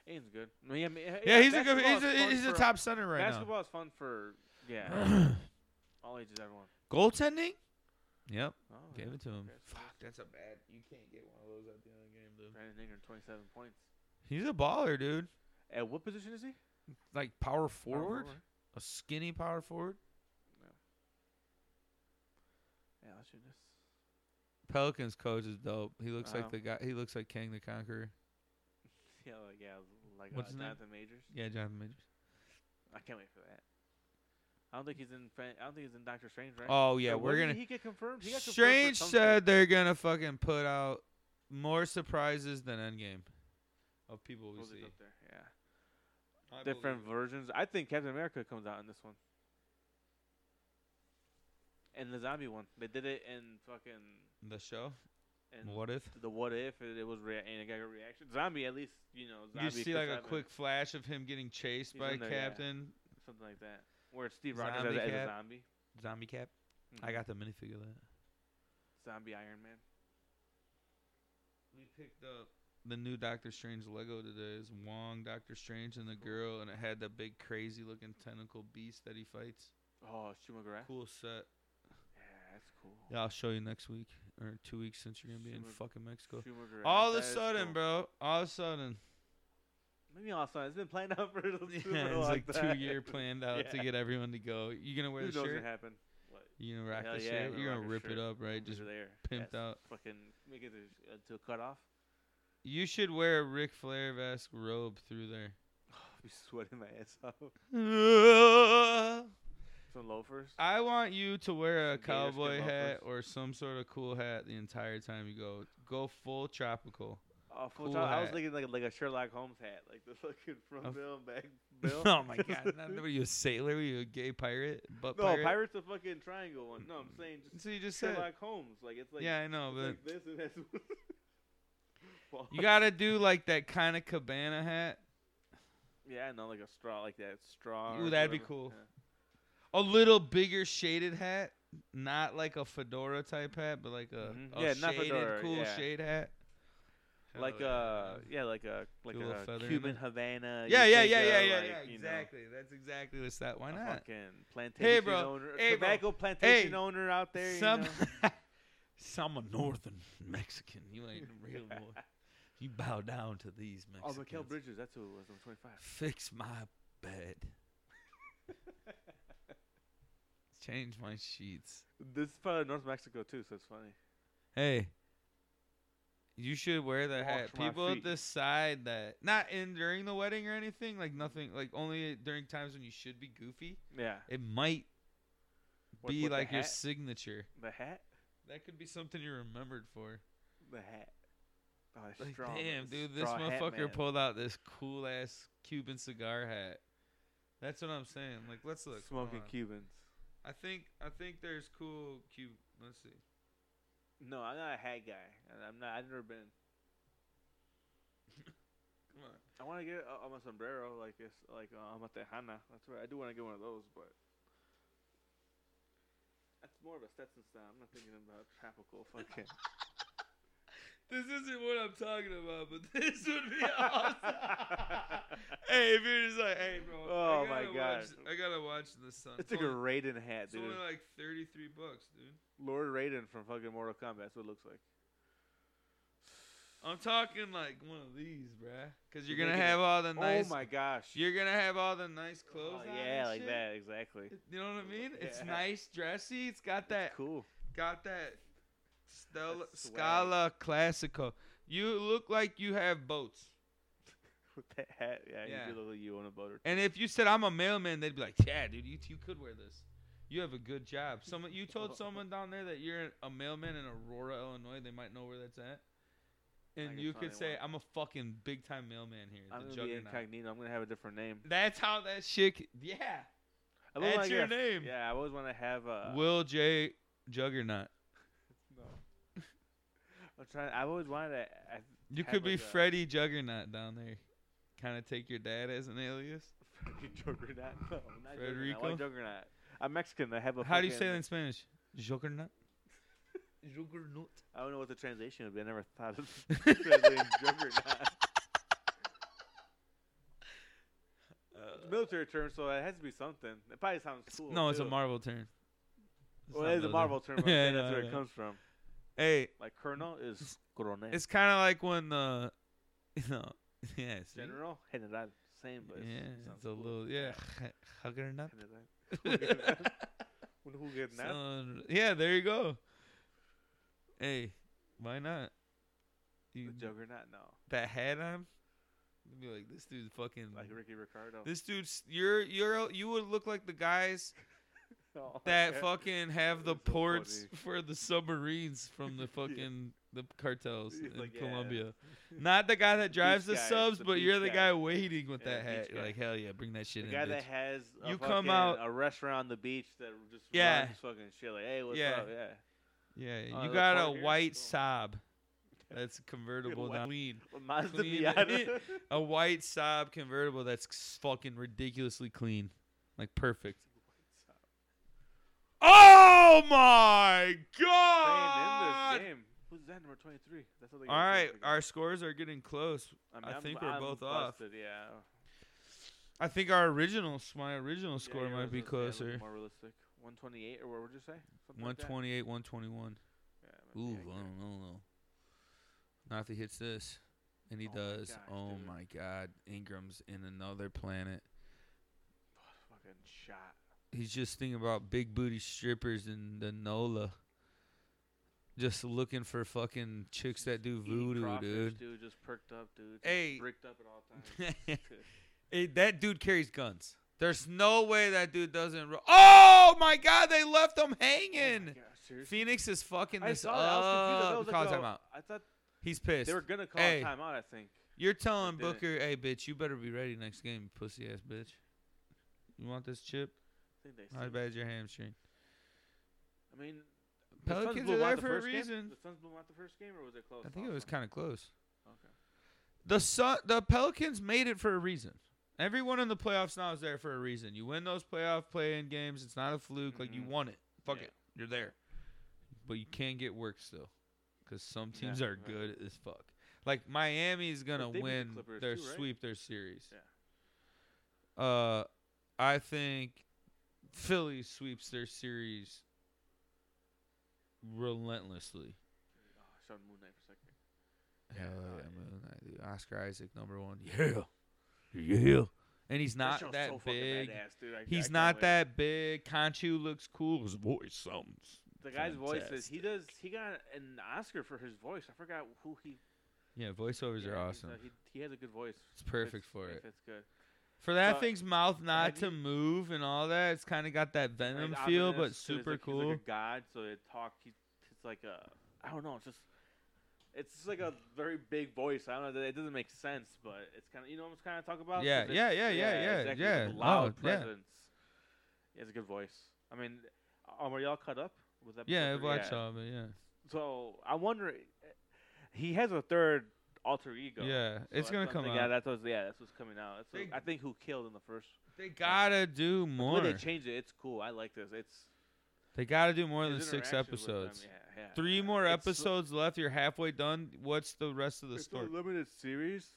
[SPEAKER 2] Aiden's good. I mean, I mean,
[SPEAKER 1] Yeah, he's a good.
[SPEAKER 2] basketball
[SPEAKER 1] He's
[SPEAKER 2] is
[SPEAKER 1] a,
[SPEAKER 2] fun
[SPEAKER 1] he's a
[SPEAKER 2] for-
[SPEAKER 1] top center right now.
[SPEAKER 2] basketball is fun for yeah,
[SPEAKER 1] [coughs]
[SPEAKER 2] all ages, everyone.
[SPEAKER 1] [clears throat] Goaltending? Yep.
[SPEAKER 2] Oh,
[SPEAKER 1] Gave
[SPEAKER 2] yeah.
[SPEAKER 1] it to him.
[SPEAKER 2] Congrats.
[SPEAKER 1] that's a bad. You can't get one of those at the end of the game, dude.
[SPEAKER 2] Brandon Ingram, 27 points.
[SPEAKER 1] He's a baller, dude.
[SPEAKER 2] At what position is he?
[SPEAKER 1] Like power
[SPEAKER 2] Power
[SPEAKER 1] forward, a skinny power forward.
[SPEAKER 2] Yeah, I'll shoot this.
[SPEAKER 1] Pelicans coach is dope. He looks
[SPEAKER 2] Oh.
[SPEAKER 1] like the guy. He looks like Kang the Conqueror.
[SPEAKER 2] [laughs] Yeah, like, yeah, like
[SPEAKER 1] What's
[SPEAKER 2] uh,
[SPEAKER 1] his name?
[SPEAKER 2] Jonathan Majors.
[SPEAKER 1] Yeah, Jonathan Majors.
[SPEAKER 2] I can't wait for that. I don't think he's in. Fran- I don't think he's in Doctor Strange, right?
[SPEAKER 1] Oh yeah,
[SPEAKER 2] Or
[SPEAKER 1] we're
[SPEAKER 2] when
[SPEAKER 1] gonna.
[SPEAKER 2] did He get confirmed. He got confirmed for
[SPEAKER 1] Strange
[SPEAKER 2] something.
[SPEAKER 1] said they're gonna fucking put out more surprises than Endgame of people we
[SPEAKER 2] Was it
[SPEAKER 1] see.
[SPEAKER 2] up there? Yeah. Different versions. I think Captain America comes out in this one. And the zombie one. They did it in fucking.
[SPEAKER 1] The show.
[SPEAKER 2] In
[SPEAKER 1] What if?
[SPEAKER 2] the what if it, it was rea- and it got a reaction. Zombie, at least you know. Zombie
[SPEAKER 1] You see
[SPEAKER 2] Chris
[SPEAKER 1] like a
[SPEAKER 2] Evans,
[SPEAKER 1] quick flash of him getting chased
[SPEAKER 2] He's
[SPEAKER 1] by
[SPEAKER 2] in there, yeah.
[SPEAKER 1] Captain
[SPEAKER 2] something like that, where it's Steve Rogers as,
[SPEAKER 1] Zombie
[SPEAKER 2] a- as a
[SPEAKER 1] Cap.
[SPEAKER 2] zombie.
[SPEAKER 1] Zombie Cap. I
[SPEAKER 2] Mhm.
[SPEAKER 1] got the minifigure of that.
[SPEAKER 2] Hmm. zombie Iron Man.
[SPEAKER 1] We picked up the new Doctor Strange Lego today. Is Wong Doctor Strange and the girl, and it had the big crazy looking tentacle beast that he fights.
[SPEAKER 2] Oh, Shuma McGrath.
[SPEAKER 1] Cool set.
[SPEAKER 2] Yeah, that's cool.
[SPEAKER 1] Yeah, I'll show you next week or in two weeks since you're gonna be in
[SPEAKER 2] Super-
[SPEAKER 1] fucking Mexico.
[SPEAKER 2] Shuma McGrath.
[SPEAKER 1] All of
[SPEAKER 2] that
[SPEAKER 1] a
[SPEAKER 2] is
[SPEAKER 1] sudden,
[SPEAKER 2] cool.
[SPEAKER 1] bro. All of a sudden,
[SPEAKER 2] Maybe all of a sudden it's been planned out [laughs] for [laughs] super
[SPEAKER 1] [laughs] yeah, it's
[SPEAKER 2] long.
[SPEAKER 1] like two
[SPEAKER 2] time. [laughs]
[SPEAKER 1] year planned out to
[SPEAKER 2] Yeah.
[SPEAKER 1] get everyone to go. You gonna
[SPEAKER 2] Who
[SPEAKER 1] wear
[SPEAKER 2] knows
[SPEAKER 1] the
[SPEAKER 2] what
[SPEAKER 1] shirt?
[SPEAKER 2] happened? What?
[SPEAKER 1] You gonna rock
[SPEAKER 2] Hell
[SPEAKER 1] the
[SPEAKER 2] yeah, I'm
[SPEAKER 1] shirt?
[SPEAKER 2] gonna
[SPEAKER 1] You're gonna
[SPEAKER 2] rock a
[SPEAKER 1] rip
[SPEAKER 2] shirt.
[SPEAKER 1] it up, right?
[SPEAKER 2] Just
[SPEAKER 1] Just
[SPEAKER 2] there.
[SPEAKER 1] pimped out.
[SPEAKER 2] Fucking make it to, uh, to a cutoff.
[SPEAKER 1] you should wear a Ric Flair esque robe through there.
[SPEAKER 2] I'll [laughs] be sweating my ass off.
[SPEAKER 1] [laughs]
[SPEAKER 2] Some loafers.
[SPEAKER 1] I want you to wear a
[SPEAKER 2] Some gator skin
[SPEAKER 1] cowboy hat
[SPEAKER 2] loafers.
[SPEAKER 1] or some sort of cool hat the entire time you go. Go full tropical.
[SPEAKER 2] Oh, full
[SPEAKER 1] Cool
[SPEAKER 2] time. I was
[SPEAKER 1] hat.
[SPEAKER 2] thinking like like a Sherlock Holmes hat, like the fucking front
[SPEAKER 1] Of- [laughs]
[SPEAKER 2] bill and back Bill.
[SPEAKER 1] oh
[SPEAKER 2] [laughs]
[SPEAKER 1] my god! Not, were you a sailor? Were you a gay pirate? Butt
[SPEAKER 2] no,
[SPEAKER 1] pirate?
[SPEAKER 2] pirates a fucking triangle one.
[SPEAKER 1] [clears throat]
[SPEAKER 2] No, I'm saying just
[SPEAKER 1] So you just said,
[SPEAKER 2] Sherlock Holmes. Like it's like
[SPEAKER 1] yeah, I know,
[SPEAKER 2] it's
[SPEAKER 1] but
[SPEAKER 2] like this and that's. [laughs] Well,
[SPEAKER 1] you gotta do like that kind of cabana hat.
[SPEAKER 2] [laughs] yeah, no, like a straw, like that straw.
[SPEAKER 1] Ooh,
[SPEAKER 2] or
[SPEAKER 1] that'd be
[SPEAKER 2] whatever.
[SPEAKER 1] cool.
[SPEAKER 2] Yeah.
[SPEAKER 1] A little bigger shaded hat, not like a fedora type hat, but like a,
[SPEAKER 2] Mhm.
[SPEAKER 1] a
[SPEAKER 2] Yeah,
[SPEAKER 1] shaded,
[SPEAKER 2] not fedora,
[SPEAKER 1] cool
[SPEAKER 2] yeah.
[SPEAKER 1] shade hat. Mm-hmm. Hell
[SPEAKER 2] like
[SPEAKER 1] yeah,
[SPEAKER 2] uh
[SPEAKER 1] man.
[SPEAKER 2] yeah like a like
[SPEAKER 1] Do a little feather in
[SPEAKER 2] a
[SPEAKER 1] it.
[SPEAKER 2] Cuban Havana. you
[SPEAKER 1] yeah, yeah,
[SPEAKER 2] take
[SPEAKER 1] yeah,
[SPEAKER 2] a,
[SPEAKER 1] yeah, yeah,
[SPEAKER 2] like,
[SPEAKER 1] yeah.
[SPEAKER 2] you know,
[SPEAKER 1] Exactly. That's exactly what's that. Why
[SPEAKER 2] a
[SPEAKER 1] not?
[SPEAKER 2] Fucking plantation
[SPEAKER 1] bro.
[SPEAKER 2] owner,
[SPEAKER 1] Hey, bro.
[SPEAKER 2] tobacco plantation
[SPEAKER 1] Hey.
[SPEAKER 2] owner out there. you
[SPEAKER 1] Some, [laughs]
[SPEAKER 2] know?
[SPEAKER 1] some are northern Mexican. You ain't real
[SPEAKER 2] [laughs]
[SPEAKER 1] boy. You bow down to these
[SPEAKER 2] Oh,
[SPEAKER 1] Mexicans.
[SPEAKER 2] Mikel Bridges, that's who it was. I'm 25.
[SPEAKER 1] Fix my bed. Change my sheets.
[SPEAKER 2] [laughs] This is part of North Mexico too, so it's funny.
[SPEAKER 1] Hey, you should wear the
[SPEAKER 2] Wash
[SPEAKER 1] hat.
[SPEAKER 2] my
[SPEAKER 1] People
[SPEAKER 2] feet.
[SPEAKER 1] decide that not in during the wedding or anything. Like nothing. Like only during times when you should be goofy.
[SPEAKER 2] Yeah.
[SPEAKER 1] It might
[SPEAKER 2] What-
[SPEAKER 1] be
[SPEAKER 2] what,
[SPEAKER 1] like
[SPEAKER 2] the
[SPEAKER 1] your
[SPEAKER 2] hat?
[SPEAKER 1] signature.
[SPEAKER 2] the hat,
[SPEAKER 1] That could be something you're remembered for.
[SPEAKER 2] the hat. Oh, that's
[SPEAKER 1] Like,
[SPEAKER 2] strong.
[SPEAKER 1] damn,
[SPEAKER 2] that's
[SPEAKER 1] dude, this
[SPEAKER 2] straw hat
[SPEAKER 1] motherfucker
[SPEAKER 2] man.
[SPEAKER 1] pulled out this cool ass Cuban cigar hat. That's what I'm saying. Like, let's look. hold
[SPEAKER 2] smoking
[SPEAKER 1] on.
[SPEAKER 2] Cubans.
[SPEAKER 1] I think I think there's cool Cube. Let's see.
[SPEAKER 2] No, I'm not a hat guy. and I'm not. I've never been.
[SPEAKER 1] Come on.
[SPEAKER 2] I want to get uh, um, a sombrero like this, like uh, a Matejana. That's right. I do want to get one of those, but that's more of a Stetson style. I'm not thinking about
[SPEAKER 1] [laughs]
[SPEAKER 2] tropical fucking.
[SPEAKER 1] This isn't what I'm talking about, but [laughs] this would be awesome. [laughs] hey, if you're just like, hey, bro.
[SPEAKER 2] Oh,
[SPEAKER 1] I
[SPEAKER 2] my
[SPEAKER 1] gotta
[SPEAKER 2] God.
[SPEAKER 1] watch- I gotta watch the sun.
[SPEAKER 2] it's like a
[SPEAKER 1] only,
[SPEAKER 2] Raiden hat,
[SPEAKER 1] it's
[SPEAKER 2] dude.
[SPEAKER 1] only like 33 bucks, dude.
[SPEAKER 2] Lord Raiden from fucking Mortal Kombat. That's what it looks like.
[SPEAKER 1] I'm talking like one of these, bruh. Cause you're
[SPEAKER 2] You're
[SPEAKER 1] gonna
[SPEAKER 2] making it-
[SPEAKER 1] have all the nice.
[SPEAKER 2] oh my gosh.
[SPEAKER 1] You're gonna have all the nice clothes.
[SPEAKER 2] Oh,
[SPEAKER 1] on
[SPEAKER 2] yeah,
[SPEAKER 1] and
[SPEAKER 2] like
[SPEAKER 1] shit.
[SPEAKER 2] that exactly.
[SPEAKER 1] It- You know what I mean? It's
[SPEAKER 2] Yeah.
[SPEAKER 1] nice, dressy. It's got that,
[SPEAKER 2] That's cool. [laughs]
[SPEAKER 1] got that Stella,
[SPEAKER 2] That swag.
[SPEAKER 1] Scala Classico. You look like you have boats.
[SPEAKER 2] With that hat, yeah,
[SPEAKER 1] Yeah.
[SPEAKER 2] you do look like you own a boat or
[SPEAKER 1] And if you said I'm a mailman, they'd be like, "Yeah, dude, you, you could wear this. You have a good job." Someone you
[SPEAKER 2] [laughs]
[SPEAKER 1] told someone down there that you're a mailman in Aurora, Illinois. They might know where that's at. And
[SPEAKER 2] can
[SPEAKER 1] you could
[SPEAKER 2] find
[SPEAKER 1] say,
[SPEAKER 2] one.
[SPEAKER 1] "I'm a fucking big time mailman here."
[SPEAKER 2] I'm
[SPEAKER 1] the
[SPEAKER 2] gonna be
[SPEAKER 1] juggernaut.
[SPEAKER 2] incognito. I'm gonna have a different name.
[SPEAKER 1] That's how that shit. c- Yeah.
[SPEAKER 2] I look
[SPEAKER 1] That's
[SPEAKER 2] like
[SPEAKER 1] your
[SPEAKER 2] a-
[SPEAKER 1] name.
[SPEAKER 2] Yeah, I always want to have a.
[SPEAKER 1] Will J. Juggernaut.
[SPEAKER 2] No. I'm trying. I always wanted to. I,
[SPEAKER 1] You
[SPEAKER 2] have
[SPEAKER 1] could be
[SPEAKER 2] like a-
[SPEAKER 1] Freddy Juggernaut down there. Kind of take your dad as an alias.
[SPEAKER 2] [laughs] fucking juggernaut. No, not juggernaut. Why
[SPEAKER 1] Frederico?
[SPEAKER 2] juggernaut? I'm Mexican. I have a.
[SPEAKER 1] How do you say
[SPEAKER 2] fucking-
[SPEAKER 1] that in Spanish? Juggernaut. Juggernaut. [laughs]
[SPEAKER 2] I don't know what the translation would be. I never thought of [laughs] translating juggernaut. It's a military term, so it has to be something. It probably sounds cool.
[SPEAKER 1] no, it's a
[SPEAKER 2] too.
[SPEAKER 1] Marvel term.
[SPEAKER 2] Well,
[SPEAKER 1] not
[SPEAKER 2] it is a
[SPEAKER 1] military. [laughs]
[SPEAKER 2] Marvel term. But
[SPEAKER 1] Yeah,
[SPEAKER 2] yeah,
[SPEAKER 1] I
[SPEAKER 2] that's
[SPEAKER 1] know,
[SPEAKER 2] where
[SPEAKER 1] I
[SPEAKER 2] it
[SPEAKER 1] know.
[SPEAKER 2] comes from.
[SPEAKER 1] Hey,
[SPEAKER 2] Like colonel is coronel.
[SPEAKER 1] it's kind of like when uh, [laughs] you know, [laughs] yeah, see?
[SPEAKER 2] general, general, same, but it's-
[SPEAKER 1] yeah,
[SPEAKER 2] it sounds
[SPEAKER 1] it's a
[SPEAKER 2] cool.
[SPEAKER 1] little, yeah, [laughs]
[SPEAKER 2] [laughs]
[SPEAKER 1] Juggernaut. [laughs]
[SPEAKER 2] General. [laughs] Juggernaut. Who- who get that?
[SPEAKER 1] So, yeah, there you go. Hey, why not?
[SPEAKER 2] The
[SPEAKER 1] You,
[SPEAKER 2] juggernaut, no,
[SPEAKER 1] that hat on, you'd be like, this dude's fucking.
[SPEAKER 2] like Ricky Ricardo.
[SPEAKER 1] Mm.
[SPEAKER 2] [laughs]
[SPEAKER 1] This dude's you're you're you would look like the guys
[SPEAKER 2] Oh,
[SPEAKER 1] that
[SPEAKER 2] yeah.
[SPEAKER 1] fucking have the
[SPEAKER 2] It's so
[SPEAKER 1] ports
[SPEAKER 2] funny.
[SPEAKER 1] for the submarines from the
[SPEAKER 2] [laughs] Yeah.
[SPEAKER 1] fucking the cartels
[SPEAKER 2] He's
[SPEAKER 1] in
[SPEAKER 2] like, yeah.
[SPEAKER 1] Colombia. Not the guy that drives the,
[SPEAKER 2] beach guy,
[SPEAKER 1] subs,
[SPEAKER 2] the
[SPEAKER 1] but you're the
[SPEAKER 2] beach guy.
[SPEAKER 1] guy waiting with
[SPEAKER 2] Yeah,
[SPEAKER 1] that
[SPEAKER 2] the beach
[SPEAKER 1] hat. You're
[SPEAKER 2] guy.
[SPEAKER 1] like, hell yeah, bring that
[SPEAKER 2] The
[SPEAKER 1] shit
[SPEAKER 2] guy
[SPEAKER 1] in. bitch."
[SPEAKER 2] that has a
[SPEAKER 1] You come
[SPEAKER 2] fucking-
[SPEAKER 1] out-
[SPEAKER 2] a restaurant on the beach that just
[SPEAKER 1] Yeah.
[SPEAKER 2] runs fucking shit like hey what's
[SPEAKER 1] Yeah.
[SPEAKER 2] up yeah
[SPEAKER 1] yeah,
[SPEAKER 2] Oh,
[SPEAKER 1] you
[SPEAKER 2] the
[SPEAKER 1] got a
[SPEAKER 2] port here?
[SPEAKER 1] white
[SPEAKER 2] Cool.
[SPEAKER 1] Saab.
[SPEAKER 2] [laughs]
[SPEAKER 1] That's convertible
[SPEAKER 2] Wow.
[SPEAKER 1] down clean.
[SPEAKER 2] Well, Mazda
[SPEAKER 1] Clean [laughs]
[SPEAKER 2] Miata [laughs]
[SPEAKER 1] A white Saab convertible that's s- fucking ridiculously clean, like perfect. Oh my
[SPEAKER 2] playing
[SPEAKER 1] god!
[SPEAKER 2] in this game who's that number twenty three that's what they
[SPEAKER 1] All
[SPEAKER 2] gotta say
[SPEAKER 1] right,
[SPEAKER 2] for the
[SPEAKER 1] our
[SPEAKER 2] game.
[SPEAKER 1] scores are getting close. I
[SPEAKER 2] I'm-
[SPEAKER 1] think we're
[SPEAKER 2] I'm
[SPEAKER 1] both off.
[SPEAKER 2] busted, yeah
[SPEAKER 1] I think our original, s- my original
[SPEAKER 2] Yeah,
[SPEAKER 1] score
[SPEAKER 2] yours
[SPEAKER 1] might be
[SPEAKER 2] is, yeah, a little
[SPEAKER 1] closer.
[SPEAKER 2] more realistic one twenty eight or what would you say Something like that?
[SPEAKER 1] 128, 121.
[SPEAKER 2] Yeah, it
[SPEAKER 1] Ooh,
[SPEAKER 2] might be
[SPEAKER 1] I
[SPEAKER 2] accurate.
[SPEAKER 1] don't know. Not if he hits this. And he
[SPEAKER 2] Oh my
[SPEAKER 1] does.
[SPEAKER 2] gosh,
[SPEAKER 1] oh
[SPEAKER 2] dude.
[SPEAKER 1] my god. Ingram's in another planet.
[SPEAKER 2] fucking shot
[SPEAKER 1] He's just thinking about big booty strippers in the NOLA. Just looking for fucking chicks that do
[SPEAKER 2] Eating
[SPEAKER 1] voodoo,
[SPEAKER 2] crawfish,
[SPEAKER 1] dude.
[SPEAKER 2] dude just perked up dude just
[SPEAKER 1] Hey.
[SPEAKER 2] bricked up
[SPEAKER 1] [laughs]
[SPEAKER 2] at all times Oh
[SPEAKER 1] Hey, that dude carries guns. There's no way that dude doesn't. Ro- oh my god, they left him
[SPEAKER 2] Oh my
[SPEAKER 1] hanging.
[SPEAKER 2] gosh, seriously?
[SPEAKER 1] Phoenix is fucking
[SPEAKER 2] I
[SPEAKER 1] this
[SPEAKER 2] saw
[SPEAKER 1] up.
[SPEAKER 2] that. I was confused. I was
[SPEAKER 1] Call
[SPEAKER 2] like,
[SPEAKER 1] a
[SPEAKER 2] oh,
[SPEAKER 1] timeout.
[SPEAKER 2] I thought
[SPEAKER 1] He's pissed.
[SPEAKER 2] They were gonna call
[SPEAKER 1] Hey.
[SPEAKER 2] a timeout, I think.
[SPEAKER 1] You're telling
[SPEAKER 2] did it.
[SPEAKER 1] Booker, hey, bitch, you better be ready next game, you pussy ass bitch. You want this chip?
[SPEAKER 2] I think they
[SPEAKER 1] How
[SPEAKER 2] suck.
[SPEAKER 1] bad's your hamstring?
[SPEAKER 2] I mean, the Suns
[SPEAKER 1] Pelicans
[SPEAKER 2] blew
[SPEAKER 1] are
[SPEAKER 2] them out
[SPEAKER 1] there
[SPEAKER 2] the
[SPEAKER 1] for a
[SPEAKER 2] first game?
[SPEAKER 1] reason.
[SPEAKER 2] The Suns blew them out the first game, or was it close?
[SPEAKER 1] I think it was
[SPEAKER 2] also?
[SPEAKER 1] kind of close.
[SPEAKER 2] Okay.
[SPEAKER 1] The Sun, the Pelicans made it for a reason. Everyone in the playoffs now is there for a reason. You win those playoff play-in games. It's not a fluke. Like you
[SPEAKER 2] Mhm.
[SPEAKER 1] won it. Fuck
[SPEAKER 2] Yeah.
[SPEAKER 1] it. You're there. But you can get work still, because some
[SPEAKER 2] Yeah,
[SPEAKER 1] teams are
[SPEAKER 2] right.
[SPEAKER 1] good as fuck. Like Miami is gonna
[SPEAKER 2] they beat the
[SPEAKER 1] win
[SPEAKER 2] Clippers
[SPEAKER 1] their
[SPEAKER 2] too, right?
[SPEAKER 1] sweep their series.
[SPEAKER 2] Yeah.
[SPEAKER 1] Uh, I think Philly sweeps their series relentlessly.
[SPEAKER 2] Oh, I shot Moon Knight for a second.
[SPEAKER 1] Yeah,
[SPEAKER 2] Yeah,
[SPEAKER 1] yeah,
[SPEAKER 2] uh,
[SPEAKER 1] Moon Knight, dude. Oscar Isaac, number one. [laughs] Yeah, yeah. And he's
[SPEAKER 2] That
[SPEAKER 1] not
[SPEAKER 2] show's
[SPEAKER 1] that
[SPEAKER 2] so fucking
[SPEAKER 1] big.
[SPEAKER 2] badass, dude. I- I
[SPEAKER 1] He's
[SPEAKER 2] can't
[SPEAKER 1] not
[SPEAKER 2] wait.
[SPEAKER 1] that big. Conchu looks cool. His voice sounds.
[SPEAKER 2] The guy's voice is he does he got an Oscar for his voice. I forgot who he.
[SPEAKER 1] Yeah, voiceovers
[SPEAKER 2] yeah,
[SPEAKER 1] are
[SPEAKER 2] he's,
[SPEAKER 1] awesome.
[SPEAKER 2] uh, he, he has a good voice.
[SPEAKER 1] it's perfect for it.
[SPEAKER 2] It's good.
[SPEAKER 1] For that
[SPEAKER 2] but
[SPEAKER 1] thing's mouth not
[SPEAKER 2] have
[SPEAKER 1] to
[SPEAKER 2] you-
[SPEAKER 1] move and all that, it's kind of got that
[SPEAKER 2] Like,
[SPEAKER 1] venom feel,
[SPEAKER 2] ominous, 'cause
[SPEAKER 1] but
[SPEAKER 2] it's
[SPEAKER 1] super
[SPEAKER 2] like-
[SPEAKER 1] cool.
[SPEAKER 2] He's like a god, so it talk. He, it's like a I don't know. It's just it's just like a very big voice. I don't know. It doesn't make sense, but it's kind of you know what I'm kind of talking about. 'Cause
[SPEAKER 1] Yeah,
[SPEAKER 2] it's-
[SPEAKER 1] yeah, yeah, yeah, yeah,
[SPEAKER 2] exactly,
[SPEAKER 1] yeah,
[SPEAKER 2] it's a
[SPEAKER 1] no,
[SPEAKER 2] Loud
[SPEAKER 1] yeah.
[SPEAKER 2] presence. He has a good voice. I mean, um, are y'all caught up with that?
[SPEAKER 1] yeah, I
[SPEAKER 2] episode three?
[SPEAKER 1] watched all of it.
[SPEAKER 2] So I wonder. He has a third alter ego.
[SPEAKER 1] Yeah, yeah.
[SPEAKER 2] So
[SPEAKER 1] it's
[SPEAKER 2] that's
[SPEAKER 1] gonna
[SPEAKER 2] what I'm
[SPEAKER 1] come
[SPEAKER 2] thinking, Yeah,
[SPEAKER 1] out.
[SPEAKER 2] that's what's yeah, that's what's coming out. That's what,
[SPEAKER 1] They-
[SPEAKER 2] I think who killed in the first.
[SPEAKER 1] They gotta do
[SPEAKER 2] the
[SPEAKER 1] more.
[SPEAKER 2] way They
[SPEAKER 1] They,
[SPEAKER 2] changed it. It's cool. I like this. It's
[SPEAKER 1] gotta do more than
[SPEAKER 2] his
[SPEAKER 1] six
[SPEAKER 2] interactions with them,
[SPEAKER 1] episodes.
[SPEAKER 2] yeah, yeah.
[SPEAKER 1] Three more
[SPEAKER 2] It's so-
[SPEAKER 1] episodes left. You're halfway done. What's the rest of the
[SPEAKER 2] it's
[SPEAKER 1] story?
[SPEAKER 2] a limited series.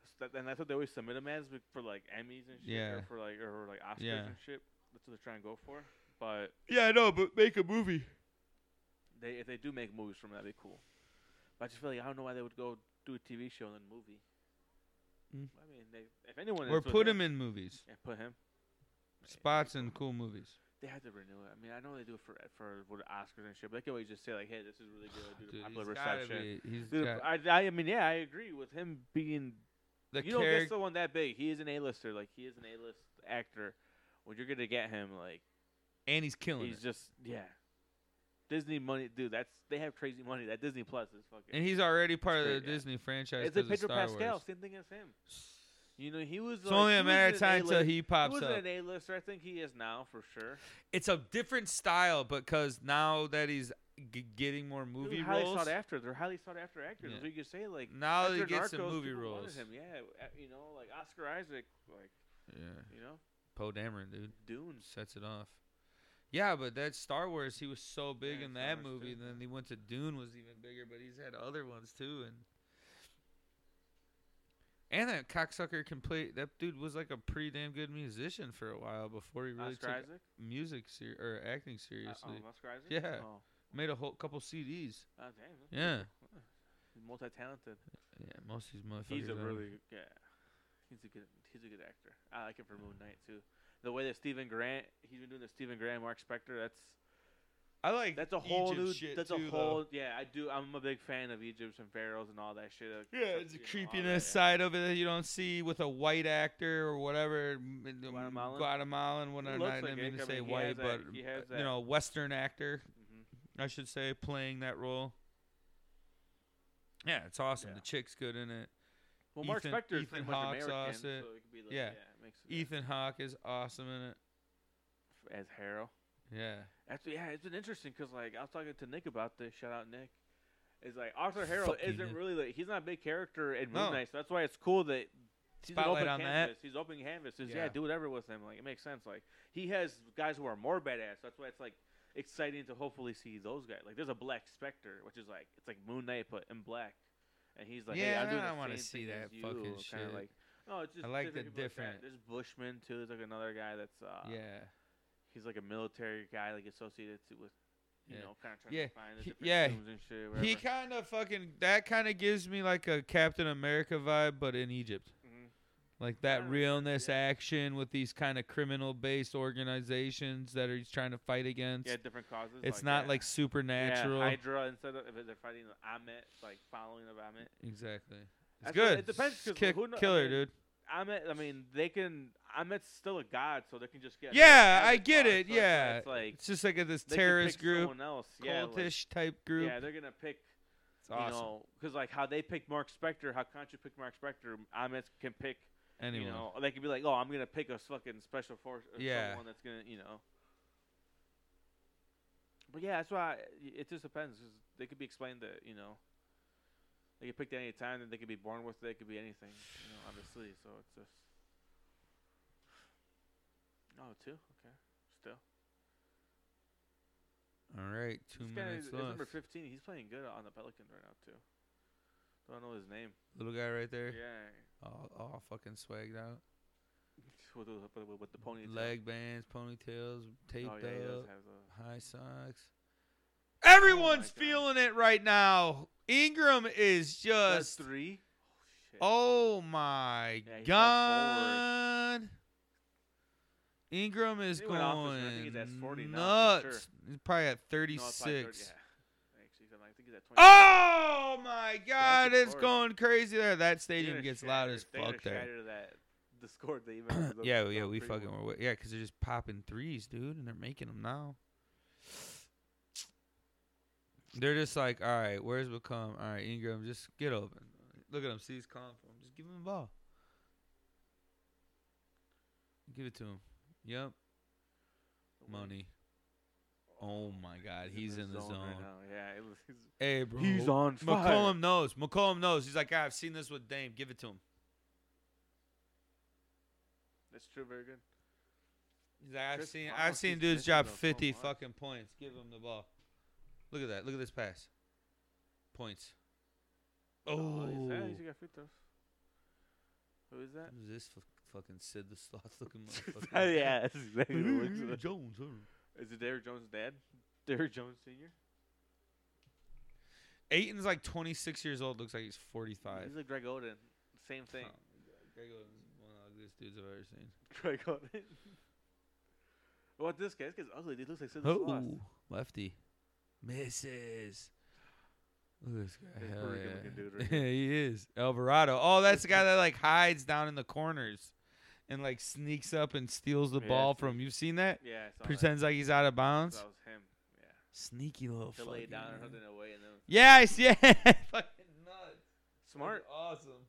[SPEAKER 2] That's- that- And that's what they always submit them as bec- for like Emmys and shit,
[SPEAKER 1] Yeah.
[SPEAKER 2] or for like or like Oscars
[SPEAKER 1] Yeah.
[SPEAKER 2] and shit. That's what they're trying to go for. But
[SPEAKER 1] Yeah, I know, but make a movie.
[SPEAKER 2] they if they do make movies from it, that'd be cool. But I just feel like I don't know why they would go do a TV show and then movie.
[SPEAKER 1] Mm.
[SPEAKER 2] I mean, they if anyone
[SPEAKER 1] Or
[SPEAKER 2] that's what
[SPEAKER 1] put
[SPEAKER 2] they-
[SPEAKER 1] him in movies.
[SPEAKER 2] yeah, put him
[SPEAKER 1] Spots in cool movies.
[SPEAKER 2] They had to renew it. I mean, I know they do it for for what Oscars and shit, but they can always just say like, "Hey, this is really good due to
[SPEAKER 1] Dude,
[SPEAKER 2] popular
[SPEAKER 1] he's gotta
[SPEAKER 2] reception."
[SPEAKER 1] be- he's
[SPEAKER 2] Dude,
[SPEAKER 1] got-
[SPEAKER 2] I, I I mean, yeah, I agree with him being
[SPEAKER 1] the
[SPEAKER 2] you don't get
[SPEAKER 1] character.
[SPEAKER 2] someone that big. He is an A-lister. Like he is an A-list actor. When you're gonna get him, like
[SPEAKER 1] and he's killing
[SPEAKER 2] he's
[SPEAKER 1] it.
[SPEAKER 2] just yeah. Disney money, dude. That's they have crazy money. That Disney Plus is fucking.
[SPEAKER 1] And he's already part of the
[SPEAKER 2] great, yeah.
[SPEAKER 1] Disney franchise.
[SPEAKER 2] It's like
[SPEAKER 1] 'cause of
[SPEAKER 2] Pedro
[SPEAKER 1] Star
[SPEAKER 2] Pascal,
[SPEAKER 1] Wars.
[SPEAKER 2] same thing as him. You know, he was.
[SPEAKER 1] It's only a matter of time
[SPEAKER 2] until
[SPEAKER 1] until he pops
[SPEAKER 2] wasn't
[SPEAKER 1] up.
[SPEAKER 2] an A-lister. I think he is now for sure.
[SPEAKER 1] It's a different style because now that he's g- getting more
[SPEAKER 2] Dude,
[SPEAKER 1] movie
[SPEAKER 2] highly
[SPEAKER 1] roles,
[SPEAKER 2] sought after. They're highly sought after actors.
[SPEAKER 1] Yeah.
[SPEAKER 2] So you could say like
[SPEAKER 1] now that he
[SPEAKER 2] after
[SPEAKER 1] gets some
[SPEAKER 2] Narcos,
[SPEAKER 1] movie
[SPEAKER 2] people wanted
[SPEAKER 1] roles.
[SPEAKER 2] Him. Yeah, uh, you know, like Oscar Isaac, like
[SPEAKER 1] Yeah,
[SPEAKER 2] you know,
[SPEAKER 1] Poe Dameron, dude,
[SPEAKER 2] Dune.
[SPEAKER 1] sets it off. Yeah, but that Star Wars, he was so big
[SPEAKER 2] Yeah,
[SPEAKER 1] in
[SPEAKER 2] Star
[SPEAKER 1] that
[SPEAKER 2] Wars
[SPEAKER 1] movie.
[SPEAKER 2] too.
[SPEAKER 1] Then he went to Dune, was even bigger, but he's had other ones too, and and that cocksucker can play. That dude was like a pretty damn good musician for a while before he really
[SPEAKER 2] Oscar
[SPEAKER 1] took
[SPEAKER 2] Isaac.
[SPEAKER 1] music ser- or acting seriously.
[SPEAKER 2] Uh, um, Oscar Isaac.
[SPEAKER 1] Yeah.
[SPEAKER 2] Oh.
[SPEAKER 1] Made a whole couple CDs.
[SPEAKER 2] Oh, damn, that's pretty
[SPEAKER 1] Yeah.
[SPEAKER 2] cool. Huh. He's multi-talented.
[SPEAKER 1] Yeah, most of these motherfuckers.
[SPEAKER 2] He's a
[SPEAKER 1] are-
[SPEAKER 2] really good- yeah. He's a good he's a good actor. I like him for Moon Knight too. The way that Stephen Grant he's been doing the Stephen Grant Mark Spector that's
[SPEAKER 1] I like
[SPEAKER 2] that's a whole
[SPEAKER 1] Egypt
[SPEAKER 2] new
[SPEAKER 1] shit
[SPEAKER 2] that's
[SPEAKER 1] too,
[SPEAKER 2] a whole yeah I do I'm a big fan of Egypts and pharaohs and all that shit. uh,
[SPEAKER 1] Though. Yeah,
[SPEAKER 2] so-
[SPEAKER 1] it's a
[SPEAKER 2] you know, all
[SPEAKER 1] creepiness
[SPEAKER 2] that,
[SPEAKER 1] side of it that you don't see with a white actor or whatever. m- m-
[SPEAKER 2] Guatemalan?
[SPEAKER 1] Guatemalan. What
[SPEAKER 2] It
[SPEAKER 1] I
[SPEAKER 2] looks
[SPEAKER 1] didn't
[SPEAKER 2] like
[SPEAKER 1] mean
[SPEAKER 2] it.
[SPEAKER 1] to
[SPEAKER 2] I
[SPEAKER 1] say
[SPEAKER 2] mean, he
[SPEAKER 1] white,
[SPEAKER 2] has
[SPEAKER 1] but
[SPEAKER 2] that- he has
[SPEAKER 1] you
[SPEAKER 2] that.
[SPEAKER 1] know, Western actor,
[SPEAKER 2] yeah. Mhm.
[SPEAKER 1] I should say, playing that role. Yeah, it's awesome.
[SPEAKER 2] Yeah.
[SPEAKER 1] The chick's good in it.
[SPEAKER 2] Well, Mark
[SPEAKER 1] Ethan-
[SPEAKER 2] Spector is
[SPEAKER 1] Ethan
[SPEAKER 2] pretty
[SPEAKER 1] Hawke's
[SPEAKER 2] much American,
[SPEAKER 1] awesome.
[SPEAKER 2] so it could be like,
[SPEAKER 1] Yeah.
[SPEAKER 2] yeah. it makes sense.
[SPEAKER 1] Ethan Hawke is awesome in it.
[SPEAKER 2] as Harrow.
[SPEAKER 1] Yeah.
[SPEAKER 2] Actually, yeah, it's been interesting because like I was talking to Nick about this. Shout out Nick. Is like Arthur Harrow
[SPEAKER 1] Fucking
[SPEAKER 2] isn't
[SPEAKER 1] Nick.
[SPEAKER 2] really like he's not a big character in Moon
[SPEAKER 1] No.
[SPEAKER 2] Knight, so that's why it's cool that he's an
[SPEAKER 1] Spotlight
[SPEAKER 2] open
[SPEAKER 1] on that.
[SPEAKER 2] canvas. He's open canvas. He's, yeah.
[SPEAKER 1] Yeah.
[SPEAKER 2] do whatever with him. Like it makes sense. Like he has guys who are more badass. That's why it's like exciting to hopefully see those guys. Like there's a Black Spectre, which is like it's like Moon Knight but in black, and he's like, hey,
[SPEAKER 1] Yeah,
[SPEAKER 2] I'm doing
[SPEAKER 1] I
[SPEAKER 2] the
[SPEAKER 1] wanna
[SPEAKER 2] same
[SPEAKER 1] see
[SPEAKER 2] thing as
[SPEAKER 1] that
[SPEAKER 2] you,
[SPEAKER 1] fucking
[SPEAKER 2] kinda
[SPEAKER 1] shit.
[SPEAKER 2] Like, no, it's just
[SPEAKER 1] like the
[SPEAKER 2] people like that.
[SPEAKER 1] different-
[SPEAKER 2] There's Bushman too. There's like another guy that's uh,
[SPEAKER 1] yeah.
[SPEAKER 2] he's like a military guy, like associated to, with, you
[SPEAKER 1] Yeah.
[SPEAKER 2] know, kind of trying
[SPEAKER 1] Yeah,
[SPEAKER 2] to find the
[SPEAKER 1] he-
[SPEAKER 2] different
[SPEAKER 1] yeah,
[SPEAKER 2] tombs and shit.
[SPEAKER 1] He
[SPEAKER 2] whatever.
[SPEAKER 1] kind of fucking that kind of gives me like a Captain America vibe, but in Egypt.
[SPEAKER 2] Mhm.
[SPEAKER 1] Like
[SPEAKER 2] Yeah, I
[SPEAKER 1] that
[SPEAKER 2] remember,
[SPEAKER 1] realness
[SPEAKER 2] yeah.
[SPEAKER 1] action with these kind of criminal-based organizations that are he's trying to fight against.
[SPEAKER 2] Yeah, different causes.
[SPEAKER 1] it's not
[SPEAKER 2] yeah.
[SPEAKER 1] like
[SPEAKER 2] Yeah,
[SPEAKER 1] supernatural.
[SPEAKER 2] Hydra instead of if they're fighting the Amet, like following of Amet.
[SPEAKER 1] exactly. It's
[SPEAKER 2] That's what-
[SPEAKER 1] good.
[SPEAKER 2] it depends,
[SPEAKER 1] It's
[SPEAKER 2] 'cause
[SPEAKER 1] kick-
[SPEAKER 2] who kno- I
[SPEAKER 1] killer,
[SPEAKER 2] mean,
[SPEAKER 1] dude.
[SPEAKER 2] Amet, I mean, they can. Amet's still a god, so they can just get.
[SPEAKER 1] Yeah,
[SPEAKER 2] another
[SPEAKER 1] I
[SPEAKER 2] god,
[SPEAKER 1] get
[SPEAKER 2] so
[SPEAKER 1] it,
[SPEAKER 2] it's not-
[SPEAKER 1] yeah.
[SPEAKER 2] it's like
[SPEAKER 1] It's just like a, this
[SPEAKER 2] they could
[SPEAKER 1] terrorist
[SPEAKER 2] pick
[SPEAKER 1] group,
[SPEAKER 2] someone else. Yeah, like-
[SPEAKER 1] cultish type group.
[SPEAKER 2] Yeah, they're gonna pick.
[SPEAKER 1] It's awesome.
[SPEAKER 2] You know, because like how they picked Mark Spector, how Contra picked Mark Spector, Ahmed can pick.
[SPEAKER 1] anyway,
[SPEAKER 2] You know, they could be like, oh, I'm gonna pick a fucking special force, or
[SPEAKER 1] Yeah.
[SPEAKER 2] someone that's gonna, you know. But yeah, that's why it just depends. 'cause they could be explained that you know. They could pick at any time, and they could be born with it. They could be anything, you know, obviously. So it's just. Oh, two. Okay, still.
[SPEAKER 1] all right, two
[SPEAKER 2] This guy
[SPEAKER 1] minutes
[SPEAKER 2] is, is
[SPEAKER 1] left.
[SPEAKER 2] number 15. He's playing good on the Pelicans right now too. Don't know his name.
[SPEAKER 1] Little guy right there,
[SPEAKER 2] Yeah, [laughs]
[SPEAKER 1] all, all fucking swagged out,
[SPEAKER 2] with the, with the- with the ponytail.
[SPEAKER 1] leg bands, ponytails, taped
[SPEAKER 2] Oh yeah, he does
[SPEAKER 1] up,
[SPEAKER 2] have the.
[SPEAKER 1] high socks. Everyone's
[SPEAKER 2] God.
[SPEAKER 1] feeling it right now. Ingram is
[SPEAKER 2] That's
[SPEAKER 1] just
[SPEAKER 2] three. Oh shit.
[SPEAKER 1] Oh my
[SPEAKER 2] Yeah, he fell
[SPEAKER 1] god. Ingram is
[SPEAKER 2] He went off his- I think
[SPEAKER 1] going
[SPEAKER 2] he's at 40 now,
[SPEAKER 1] nuts.
[SPEAKER 2] for sure.
[SPEAKER 1] He's probably at
[SPEAKER 2] No,
[SPEAKER 1] 36.
[SPEAKER 2] it's probably thirty- yeah. Actually, I'm like- I think he's at 20.
[SPEAKER 1] Oh my god,
[SPEAKER 2] Thank you,
[SPEAKER 1] it's
[SPEAKER 2] Lord.
[SPEAKER 1] going crazy there. That
[SPEAKER 2] They're
[SPEAKER 1] stadium
[SPEAKER 2] gonna
[SPEAKER 1] gets loud
[SPEAKER 2] shatter-
[SPEAKER 1] as
[SPEAKER 2] they're
[SPEAKER 1] fuck
[SPEAKER 2] gonna
[SPEAKER 1] there.
[SPEAKER 2] shatter That, the score
[SPEAKER 1] [clears throat]
[SPEAKER 2] they even have the-
[SPEAKER 1] yeah,
[SPEAKER 2] the
[SPEAKER 1] yeah, we
[SPEAKER 2] three
[SPEAKER 1] fucking
[SPEAKER 2] one.
[SPEAKER 1] were. wa- Yeah, because they're just popping threes, dude, and they're making them now. They're just like, all right, where's become? All right, Ingram, just get open. Look at him. See, he's calling for him. Just give him the ball. Give it to him. Yep,
[SPEAKER 2] The win.
[SPEAKER 1] money. Oh my God, he's in the
[SPEAKER 2] right
[SPEAKER 1] zone.
[SPEAKER 2] now. Yeah, it was, he's,
[SPEAKER 1] Hey, bro.
[SPEAKER 2] he's on fire.
[SPEAKER 1] McCollum knows. McCollum knows. He's like, "Ah, I've seen this with Dame. Give it to him.
[SPEAKER 2] That's true. Very good.
[SPEAKER 1] He's like, I've
[SPEAKER 2] Chris
[SPEAKER 1] seen
[SPEAKER 2] Paul
[SPEAKER 1] I've seen
[SPEAKER 2] keeps
[SPEAKER 1] dudes
[SPEAKER 2] missing
[SPEAKER 1] drop
[SPEAKER 2] though so
[SPEAKER 1] 50
[SPEAKER 2] much.
[SPEAKER 1] fucking points. Give him the ball. Look at that. Look at this pass. Points. Oh,
[SPEAKER 2] he's, yeah, he's
[SPEAKER 1] who's
[SPEAKER 2] got free throws. Who is
[SPEAKER 1] [laughs]
[SPEAKER 2] that?
[SPEAKER 1] this f- fucking Sid the Sloth
[SPEAKER 2] [laughs]
[SPEAKER 1] looking
[SPEAKER 2] Oh,
[SPEAKER 1] motherfucker?
[SPEAKER 2] yeah, that's exactly what it was.
[SPEAKER 1] [laughs] Jones. huh?
[SPEAKER 2] Is it Derrick Jones' dad? [laughs] Derrick Jones Senior.
[SPEAKER 1] Aiton's like 26 years old. Looks like he's 45.
[SPEAKER 2] He's like Greg Oden. Same
[SPEAKER 1] Oh, my
[SPEAKER 2] thing.
[SPEAKER 1] God. Greg Oden's one of the ugliest dudes I've ever seen.
[SPEAKER 2] [laughs] Greg Oden. What this guy? This guy's ugly. Dude looks like Sidney Sloth.
[SPEAKER 1] Oh, lefty. Misses. Look at this guy.
[SPEAKER 2] He's a
[SPEAKER 1] Hell
[SPEAKER 2] pretty
[SPEAKER 1] yeah.
[SPEAKER 2] good-looking dude right
[SPEAKER 1] Yeah,
[SPEAKER 2] here.
[SPEAKER 1] [laughs] he is. Alvarado. Oh, that's the guy that like hides down in the corners and like sneaks up and steals the
[SPEAKER 2] Yeah,
[SPEAKER 1] ball
[SPEAKER 2] it's the-
[SPEAKER 1] from you've seen that?
[SPEAKER 2] Yeah, I saw
[SPEAKER 1] Pretends like he's out of
[SPEAKER 2] that.
[SPEAKER 1] bounds.
[SPEAKER 2] That was him. Yeah,
[SPEAKER 1] Sneaky little
[SPEAKER 2] to lay
[SPEAKER 1] fucking.
[SPEAKER 2] down and
[SPEAKER 1] man.
[SPEAKER 2] holding it away and then
[SPEAKER 1] Yes, [laughs] yeah. fucking nuts.
[SPEAKER 2] smart.
[SPEAKER 1] That's Awesome.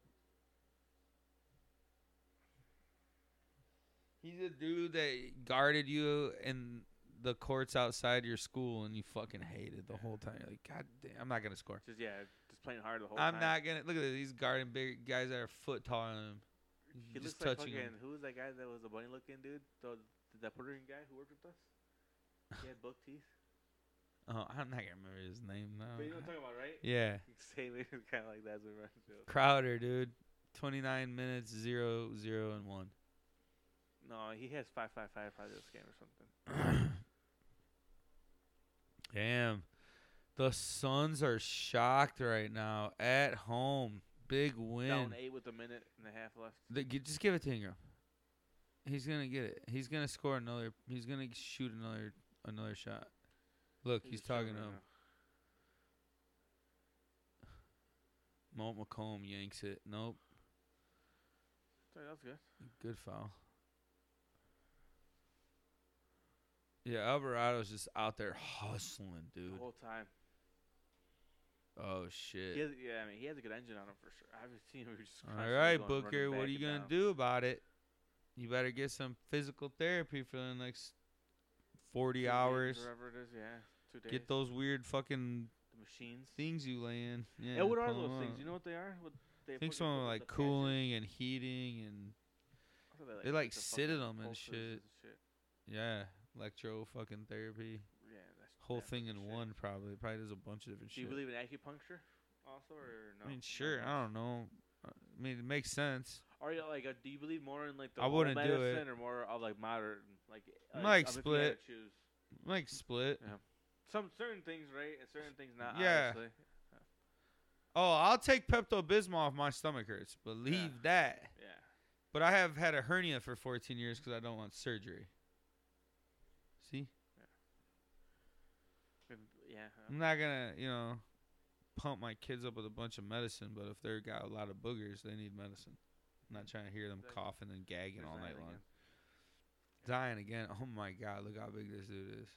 [SPEAKER 1] He's a dude that guarded you in the courts outside your school, and you fucking hated the whole time. You're like, God damn, I'm not gonna score.
[SPEAKER 2] Just yeah, just playing hard the whole
[SPEAKER 1] I'm
[SPEAKER 2] time.
[SPEAKER 1] not gonna look at this. He's guarding big guys that are foot taller than him.
[SPEAKER 2] He
[SPEAKER 1] just
[SPEAKER 2] looks like
[SPEAKER 1] touching
[SPEAKER 2] fucking.
[SPEAKER 1] 'em.
[SPEAKER 2] Who was that guy that was a bunny looking dude? The, that Puerto Rican guy who worked with us. He had buck
[SPEAKER 1] [laughs]
[SPEAKER 2] teeth.
[SPEAKER 1] Oh, I'm not gonna remember his name now.
[SPEAKER 2] But you know what I'm talking about, right?
[SPEAKER 1] Uh-huh. Yeah,
[SPEAKER 2] [laughs] Same, kind of like that as we run to.
[SPEAKER 1] Crowder, dude. 29 minutes, zero, zero, and one.
[SPEAKER 2] No, he has five five five probably this game or something.
[SPEAKER 1] [clears throat] Damn. The Suns are shocked right now at home. Big win.
[SPEAKER 2] Down eight with a minute and a half left.
[SPEAKER 1] They, gi- just give it to Ingram. He's gonna get it. He's gonna score another. He's gonna shoot another another shot. Look, he's,
[SPEAKER 2] just
[SPEAKER 1] talking
[SPEAKER 2] chilling
[SPEAKER 1] to him.
[SPEAKER 2] right
[SPEAKER 1] Malt McComb yanks it. Nope.
[SPEAKER 2] now. Sorry, that was good.
[SPEAKER 1] Good foul. Yeah, Alvarado's just out there hustling,
[SPEAKER 2] The
[SPEAKER 1] dude.
[SPEAKER 2] whole time.
[SPEAKER 1] Oh
[SPEAKER 2] He
[SPEAKER 1] shit.
[SPEAKER 2] has, yeah, I mean, he has a good engine on him for sure. I haven't seen him. Just
[SPEAKER 1] All
[SPEAKER 2] constantly
[SPEAKER 1] right,
[SPEAKER 2] going running
[SPEAKER 1] Booker, what
[SPEAKER 2] back
[SPEAKER 1] are you
[SPEAKER 2] and
[SPEAKER 1] gonna
[SPEAKER 2] down.
[SPEAKER 1] do about it? You better get some physical therapy for the next
[SPEAKER 2] Two
[SPEAKER 1] forty
[SPEAKER 2] games,
[SPEAKER 1] hours.
[SPEAKER 2] Whatever it is, yeah. Two days.
[SPEAKER 1] Get those weird fucking
[SPEAKER 2] the machines.
[SPEAKER 1] things you lay in. Yeah,
[SPEAKER 2] Yeah, what are
[SPEAKER 1] pull 'em
[SPEAKER 2] those things?
[SPEAKER 1] out.
[SPEAKER 2] You know what they are? What they
[SPEAKER 1] I think
[SPEAKER 2] fucking
[SPEAKER 1] some
[SPEAKER 2] put in
[SPEAKER 1] are
[SPEAKER 2] the
[SPEAKER 1] like
[SPEAKER 2] patches.
[SPEAKER 1] cooling and heating and
[SPEAKER 2] I thought
[SPEAKER 1] they, like,
[SPEAKER 2] the
[SPEAKER 1] sit in
[SPEAKER 2] fucking
[SPEAKER 1] 'em and
[SPEAKER 2] pulses
[SPEAKER 1] shit. yeah, electro fucking therapy.
[SPEAKER 2] Yeah, that's
[SPEAKER 1] Whole
[SPEAKER 2] that
[SPEAKER 1] thing in
[SPEAKER 2] fucking shit.
[SPEAKER 1] one probably. Probably does a bunch of different
[SPEAKER 2] Do you
[SPEAKER 1] shit.
[SPEAKER 2] believe in acupuncture, also, or no?
[SPEAKER 1] I mean,
[SPEAKER 2] Not
[SPEAKER 1] sure.
[SPEAKER 2] much.
[SPEAKER 1] I don't know. I mean, it makes sense.
[SPEAKER 2] Are you like? uh do you believe more in like the
[SPEAKER 1] I
[SPEAKER 2] old
[SPEAKER 1] wouldn't do it.
[SPEAKER 2] medicine or more of like modern? Like,
[SPEAKER 1] I'm, like,
[SPEAKER 2] if you had to
[SPEAKER 1] split.
[SPEAKER 2] Choose
[SPEAKER 1] Like split.
[SPEAKER 2] some certain things right and certain things not.
[SPEAKER 1] Yeah.
[SPEAKER 2] Obviously.
[SPEAKER 1] Oh, I'll take Pepto Bismol if my stomach hurts. Believe that.
[SPEAKER 2] Yeah.
[SPEAKER 1] But I have had a hernia for 14 years because I don't want surgery. See,
[SPEAKER 2] Maybe- Yeah. uh,
[SPEAKER 1] I'm not gonna, you know, pump my kids up with a bunch of medicine. But if they're got a lot of boogers, they need medicine. I'm not trying to hear them
[SPEAKER 2] Exactly.
[SPEAKER 1] coughing and gagging
[SPEAKER 2] there's
[SPEAKER 1] all
[SPEAKER 2] that
[SPEAKER 1] night
[SPEAKER 2] again.
[SPEAKER 1] long. Dying again. Oh my God! Look how big this dude is.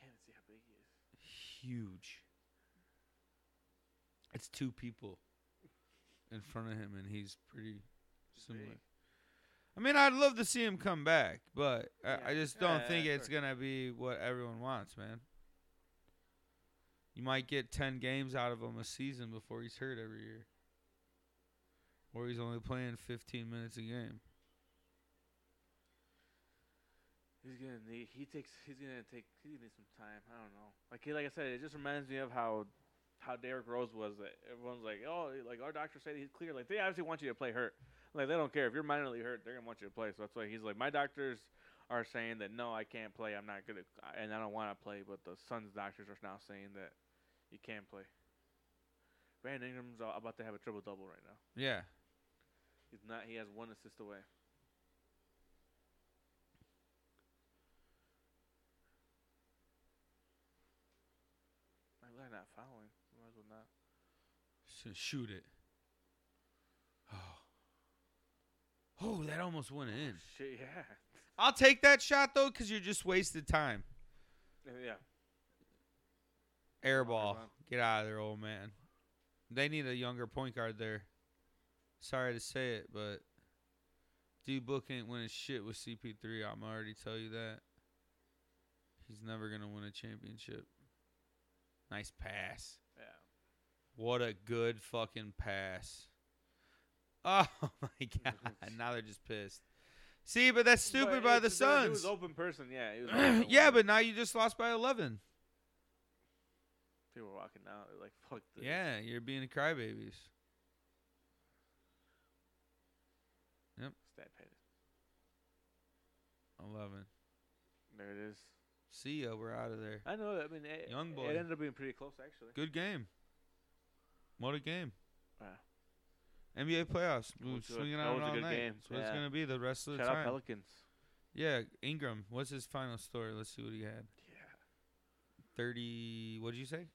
[SPEAKER 2] Can't even see how big he is.
[SPEAKER 1] Huge. It's two people in front of him, and he's pretty
[SPEAKER 2] He's
[SPEAKER 1] similar.
[SPEAKER 2] big.
[SPEAKER 1] I mean, I'd love to see him come back, but I, I
[SPEAKER 2] Yeah,
[SPEAKER 1] just don't
[SPEAKER 2] yeah,
[SPEAKER 1] think
[SPEAKER 2] yeah,
[SPEAKER 1] it's
[SPEAKER 2] sure.
[SPEAKER 1] gonna be what everyone wants, man. You might get ten games out of him a season before he's hurt every year, or he's only playing fifteen minutes a game.
[SPEAKER 2] He's gonna need. He takes. He's gonna take. He needs some time. I don't know. Like he- like I said, it just reminds me of how how Derrick Rose was. That everyone's like, oh, like our doctor said he's clear. Like they obviously want you to play hurt. Like they don't care if you're minorly hurt. They're gonna want you to play. So that's why he's like, my doctors are saying that no, I can't play. I'm not gonna, and I don't want to play. But the Suns doctors are now saying that you can play. Brandon Ingram's a- about to have a triple double right now.
[SPEAKER 1] Yeah,
[SPEAKER 2] He's not. He has one assist away. I'm glad not following. Might as well not.
[SPEAKER 1] just gonna shoot it. Oh, oh, that almost went in.
[SPEAKER 2] Shit, yeah, [laughs]
[SPEAKER 1] I'll take that shot though, because you're just wasted time.
[SPEAKER 2] Yeah, yeah.
[SPEAKER 1] Air
[SPEAKER 2] Sorry,
[SPEAKER 1] ball.
[SPEAKER 2] man.
[SPEAKER 1] Get out of there, old man. They need a younger point guard there. Sorry to say it, but D Book ain't winning shit with CP3. I'm already tell you that. He's never gonna win a championship. Nice pass.
[SPEAKER 2] yeah.
[SPEAKER 1] What a good fucking pass. [laughs] Oh my god. Now they're just pissed. See, but that's stupid
[SPEAKER 2] But
[SPEAKER 1] by
[SPEAKER 2] it's
[SPEAKER 1] the
[SPEAKER 2] just that It
[SPEAKER 1] [clears throat] Suns.
[SPEAKER 2] was open person. Yeah,
[SPEAKER 1] [clears throat]
[SPEAKER 2] it was open
[SPEAKER 1] yeah,
[SPEAKER 2] one.
[SPEAKER 1] but now you just lost by 11.
[SPEAKER 2] people were walking out. They're like, fuck this.
[SPEAKER 1] Yeah, you're being a crybabies.
[SPEAKER 2] Stat pad.
[SPEAKER 1] 11.
[SPEAKER 2] There it is.
[SPEAKER 1] See ya. We're out of there.
[SPEAKER 2] I know. I mean, it,
[SPEAKER 1] Young boy.
[SPEAKER 2] It ended up being pretty close actually.
[SPEAKER 1] Good game. What a game.
[SPEAKER 2] Wow.
[SPEAKER 1] NBA playoffs.
[SPEAKER 2] was
[SPEAKER 1] We were
[SPEAKER 2] good.
[SPEAKER 1] swinging
[SPEAKER 2] That
[SPEAKER 1] out
[SPEAKER 2] was a
[SPEAKER 1] all
[SPEAKER 2] good
[SPEAKER 1] night.
[SPEAKER 2] game,
[SPEAKER 1] So it's
[SPEAKER 2] yeah.
[SPEAKER 1] gonna be the rest of the
[SPEAKER 2] Shout out
[SPEAKER 1] time.
[SPEAKER 2] Pelicans.
[SPEAKER 1] yeah, Ingram. What's his final story? Let's see what he had.
[SPEAKER 2] Yeah.
[SPEAKER 1] Thirty. What did you say?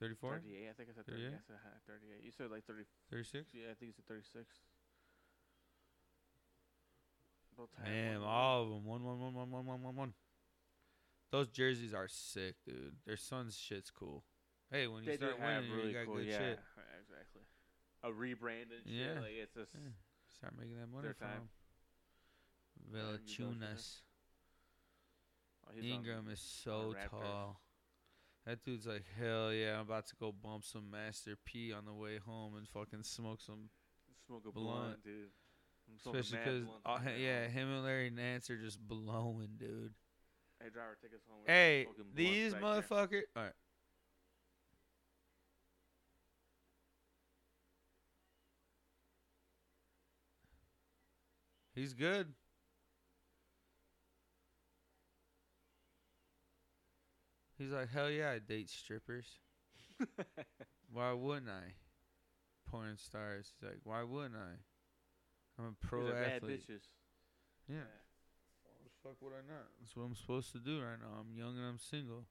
[SPEAKER 1] Thirty-four.
[SPEAKER 2] Thirty-eight. I think I
[SPEAKER 1] 38?
[SPEAKER 2] said thirty. I said uh, thirty-eight. You said like thirty.
[SPEAKER 1] Thirty-six.
[SPEAKER 2] Yeah, I think it's a 36. About time
[SPEAKER 1] Damn,
[SPEAKER 2] one
[SPEAKER 1] all of them. One, one, one, one, one, one, one, one. Those jerseys are sick, dude. Their son's shit's cool. Hey, when
[SPEAKER 2] win.
[SPEAKER 1] you
[SPEAKER 2] They do
[SPEAKER 1] start
[SPEAKER 2] have
[SPEAKER 1] winning,
[SPEAKER 2] really
[SPEAKER 1] you got
[SPEAKER 2] cool,
[SPEAKER 1] good
[SPEAKER 2] yeah,
[SPEAKER 1] shit.
[SPEAKER 2] exactly. A rebrand and shit.
[SPEAKER 1] Yeah.
[SPEAKER 2] Like it's just
[SPEAKER 1] Yeah. Start making that money
[SPEAKER 2] Their
[SPEAKER 1] from
[SPEAKER 2] time.
[SPEAKER 1] 'em.
[SPEAKER 2] Yeah, you go from there.
[SPEAKER 1] Valachunas.
[SPEAKER 2] oh, he's on-
[SPEAKER 1] Ingram is so
[SPEAKER 2] Raptors.
[SPEAKER 1] tall. That dude's like, hell yeah, I'm about to go bump some Master P on the way home and fucking smoke some.
[SPEAKER 2] smoke a
[SPEAKER 1] blunt.
[SPEAKER 2] blunt, dude. I'm smoking
[SPEAKER 1] Especially
[SPEAKER 2] mad
[SPEAKER 1] because,
[SPEAKER 2] blunts right now.
[SPEAKER 1] [laughs] yeah, him and Larry Nance are just blowing, dude.
[SPEAKER 2] Hey, driver, take us home. We're
[SPEAKER 1] Hey,
[SPEAKER 2] smoking blunts
[SPEAKER 1] these
[SPEAKER 2] back there.
[SPEAKER 1] motherfuckers. All right. He's good. He's like, hell yeah, I date strippers.
[SPEAKER 2] [laughs]
[SPEAKER 1] Why wouldn't I? Porn stars. He's like, why wouldn't I? I'm a pro
[SPEAKER 2] These are bad
[SPEAKER 1] athlete.
[SPEAKER 2] bitches.
[SPEAKER 1] Yeah.
[SPEAKER 2] Yeah.
[SPEAKER 1] Why the fuck would I not? That's what I'm supposed to do right now. I'm young and I'm single.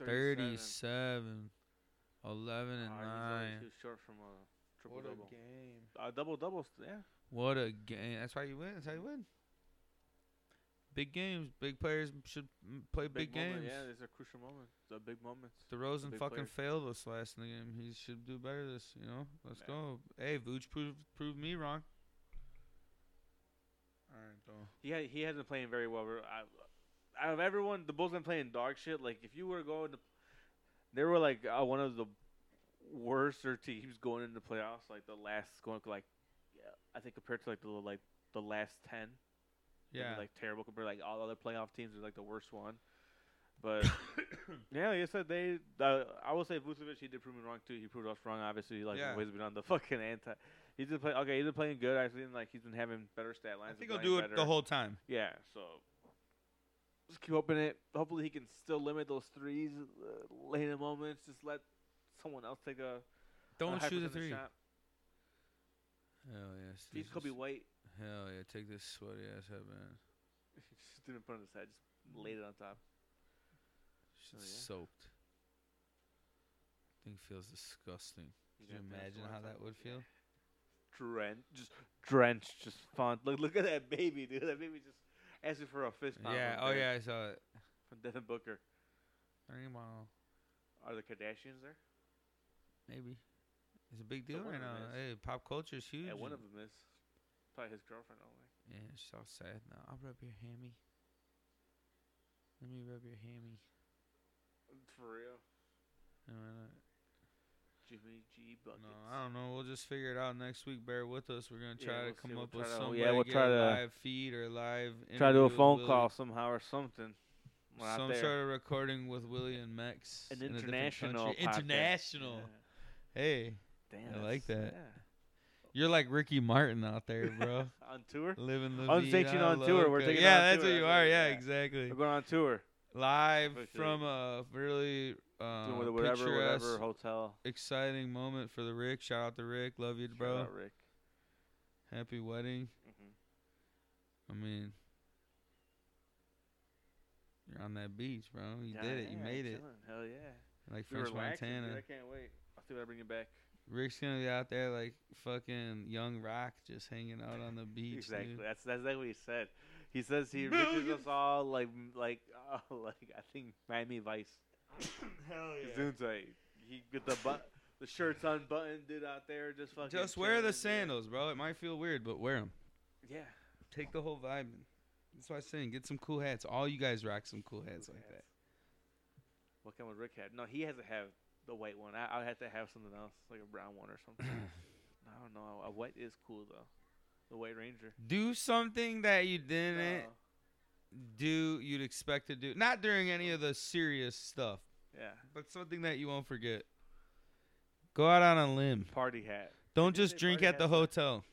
[SPEAKER 2] 37.
[SPEAKER 1] 37 11 and
[SPEAKER 2] Oh, he's always
[SPEAKER 1] 9
[SPEAKER 2] too short from a triple double.
[SPEAKER 1] game
[SPEAKER 2] A double double, yeah.
[SPEAKER 1] what a game that's why you win that's how you win big games big players m- should m- play big,
[SPEAKER 2] moment,
[SPEAKER 1] games
[SPEAKER 2] Yeah, these are crucial moments. They're big moments.
[SPEAKER 1] DeRozan
[SPEAKER 2] big
[SPEAKER 1] fucking
[SPEAKER 2] players.
[SPEAKER 1] failed us last in the game. He should do better this, you know? Let's
[SPEAKER 2] Yeah.
[SPEAKER 1] go. Hey, Vooch proved, proved me wrong. All right, though.
[SPEAKER 2] He ha- he hasn't been playing very well. We're- I, out of everyone, the Bulls been playing dog shit. Like if you were going to, they were like uh, one of the worser teams going into playoffs. Like the last going like, yeah, I think compared to like the like the last ten, they've been,
[SPEAKER 1] Yeah.
[SPEAKER 2] like terrible compared to, like all other playoff teams are like the worst one.
[SPEAKER 1] [coughs]
[SPEAKER 2] But yeah, like I said, they. Uh, I will say Vucevic, he did prove me wrong too. He proved us wrong, obviously. Like
[SPEAKER 1] Yeah.
[SPEAKER 2] always been on the [laughs] fucking anti. He's been playing okay. He's been playing good. I've seen like he's been having better stat
[SPEAKER 1] I
[SPEAKER 2] lines.
[SPEAKER 1] think
[SPEAKER 2] been
[SPEAKER 1] he'll
[SPEAKER 2] playing
[SPEAKER 1] do it
[SPEAKER 2] better.
[SPEAKER 1] the whole time.
[SPEAKER 2] Yeah, so just keep hoping it. Hopefully, he can still limit those threes uh, later moments. Just let someone else take a a
[SPEAKER 1] Don't
[SPEAKER 2] high
[SPEAKER 1] shoot a
[SPEAKER 2] percentage
[SPEAKER 1] three. Hell
[SPEAKER 2] Shot.
[SPEAKER 1] yes.
[SPEAKER 2] Feed Kobe White. [laughs]
[SPEAKER 1] Hell yeah, take this sweaty ass headband.
[SPEAKER 2] just didn't put it on the side. Just laid it on top.
[SPEAKER 1] She's
[SPEAKER 2] Oh, yeah.
[SPEAKER 1] soaked. Thing feels disgusting. Could you
[SPEAKER 2] Yeah, that's
[SPEAKER 1] imagine
[SPEAKER 2] what I
[SPEAKER 1] how
[SPEAKER 2] thought.
[SPEAKER 1] that would feel?
[SPEAKER 2] Drenched, just drenched, just font. Look, look at that baby, dude. That baby just asking for a fist
[SPEAKER 1] Yeah.
[SPEAKER 2] pound. right
[SPEAKER 1] Oh
[SPEAKER 2] there
[SPEAKER 1] yeah, I saw it.
[SPEAKER 2] From Devin Booker.
[SPEAKER 1] Three mile.
[SPEAKER 2] Are the Kardashians there?
[SPEAKER 1] Maybe it's a big deal
[SPEAKER 2] one
[SPEAKER 1] right
[SPEAKER 2] of
[SPEAKER 1] now.
[SPEAKER 2] them
[SPEAKER 1] Hey, pop culture is huge.
[SPEAKER 2] Yeah, one
[SPEAKER 1] and-
[SPEAKER 2] of them is probably his girlfriend. Only.
[SPEAKER 1] Yeah, she's all sad now. I'll rub your hammy. Let me rub your hammy.
[SPEAKER 2] For real.
[SPEAKER 1] No, I
[SPEAKER 2] Jimmy G
[SPEAKER 1] don't-
[SPEAKER 2] buckets.
[SPEAKER 1] no, I don't know. We'll just figure it out next week. Bear with us. We're gonna
[SPEAKER 2] Yeah,
[SPEAKER 1] try
[SPEAKER 2] we'll
[SPEAKER 1] to
[SPEAKER 2] see.
[SPEAKER 1] come
[SPEAKER 2] We'll
[SPEAKER 1] up
[SPEAKER 2] try
[SPEAKER 1] with
[SPEAKER 2] to- yeah,
[SPEAKER 1] some way
[SPEAKER 2] we'll
[SPEAKER 1] to
[SPEAKER 2] try
[SPEAKER 1] get a
[SPEAKER 2] to-
[SPEAKER 1] live feed or live.
[SPEAKER 2] Try to do
[SPEAKER 1] interview
[SPEAKER 2] a
[SPEAKER 1] with
[SPEAKER 2] phone
[SPEAKER 1] Willie.
[SPEAKER 2] call somehow or something. We're not
[SPEAKER 1] Some
[SPEAKER 2] there.
[SPEAKER 1] sort of recording with Willie and Max.
[SPEAKER 2] An
[SPEAKER 1] in a different
[SPEAKER 2] international
[SPEAKER 1] country.
[SPEAKER 2] podcast.
[SPEAKER 1] International. Hey,
[SPEAKER 2] Yeah.
[SPEAKER 1] I
[SPEAKER 2] Damn,
[SPEAKER 1] like
[SPEAKER 2] that's-
[SPEAKER 1] you're like Ricky Martin out there,
[SPEAKER 2] [laughs]
[SPEAKER 1] bro.
[SPEAKER 2] yeah. on tour.
[SPEAKER 1] Living the
[SPEAKER 2] I was taking
[SPEAKER 1] vida
[SPEAKER 2] on tour. We're
[SPEAKER 1] loca.
[SPEAKER 2] taking
[SPEAKER 1] yeah,
[SPEAKER 2] on
[SPEAKER 1] that's
[SPEAKER 2] tour.
[SPEAKER 1] what you
[SPEAKER 2] That's what
[SPEAKER 1] are.
[SPEAKER 2] it is.
[SPEAKER 1] Yeah,
[SPEAKER 2] Yeah.
[SPEAKER 1] exactly.
[SPEAKER 2] We're going on tour.
[SPEAKER 1] Live
[SPEAKER 2] Which is-
[SPEAKER 1] from a really uh,
[SPEAKER 2] Doing whatever,
[SPEAKER 1] picturesque,
[SPEAKER 2] whatever hotel.
[SPEAKER 1] exciting moment for the Rick. Shout out to Rick. Love you,
[SPEAKER 2] Shout
[SPEAKER 1] bro.
[SPEAKER 2] out Rick.
[SPEAKER 1] Happy wedding.
[SPEAKER 2] Mhm.
[SPEAKER 1] I mean, you're on that beach, bro. You
[SPEAKER 2] Yeah,
[SPEAKER 1] did it. You
[SPEAKER 2] yeah,
[SPEAKER 1] made it.
[SPEAKER 2] chillin'll, Hell yeah.
[SPEAKER 1] Like
[SPEAKER 2] We were
[SPEAKER 1] French
[SPEAKER 2] relaxing, dude,
[SPEAKER 1] Montana.
[SPEAKER 2] I can't wait. I'll see what I bring you back.
[SPEAKER 1] Rick's gonna be out there like fucking young rock, just hanging out on the beach.
[SPEAKER 2] exactly.
[SPEAKER 1] Dude.
[SPEAKER 2] That's that's like what he said. He says
[SPEAKER 1] [laughs]
[SPEAKER 2] he reaches us
[SPEAKER 1] Millions.
[SPEAKER 2] all like m- like [laughs] uh, like I think Miami Vice. [laughs] Hell yeah. like he with the but the shirts unbuttoned, dude, out there just fucking.
[SPEAKER 1] Just wear the
[SPEAKER 2] chilling, dude.
[SPEAKER 1] sandals, bro. It might feel weird, but wear them.
[SPEAKER 2] Yeah.
[SPEAKER 1] Take the whole vibe. in. That's why I'm saying, get some cool hats. All you guys rock some cool hats
[SPEAKER 2] Cool
[SPEAKER 1] like that.
[SPEAKER 2] hats. What kind of Rick had? No, he has to have the white one. I I would have to have something else, like a brown one or
[SPEAKER 1] [laughs]
[SPEAKER 2] something. I don't know. A white is cool though. The White Ranger.
[SPEAKER 1] [clears throat] Do something that you didn't
[SPEAKER 2] Uh,
[SPEAKER 1] do. You'd expect to do not during any of the serious stuff,
[SPEAKER 2] yeah.
[SPEAKER 1] but something that you won't forget. Go out on a limb.
[SPEAKER 2] Party hat.
[SPEAKER 1] Don't
[SPEAKER 2] did
[SPEAKER 1] just
[SPEAKER 2] say
[SPEAKER 1] drink
[SPEAKER 2] party
[SPEAKER 1] at the
[SPEAKER 2] hats, huh?
[SPEAKER 1] hotel.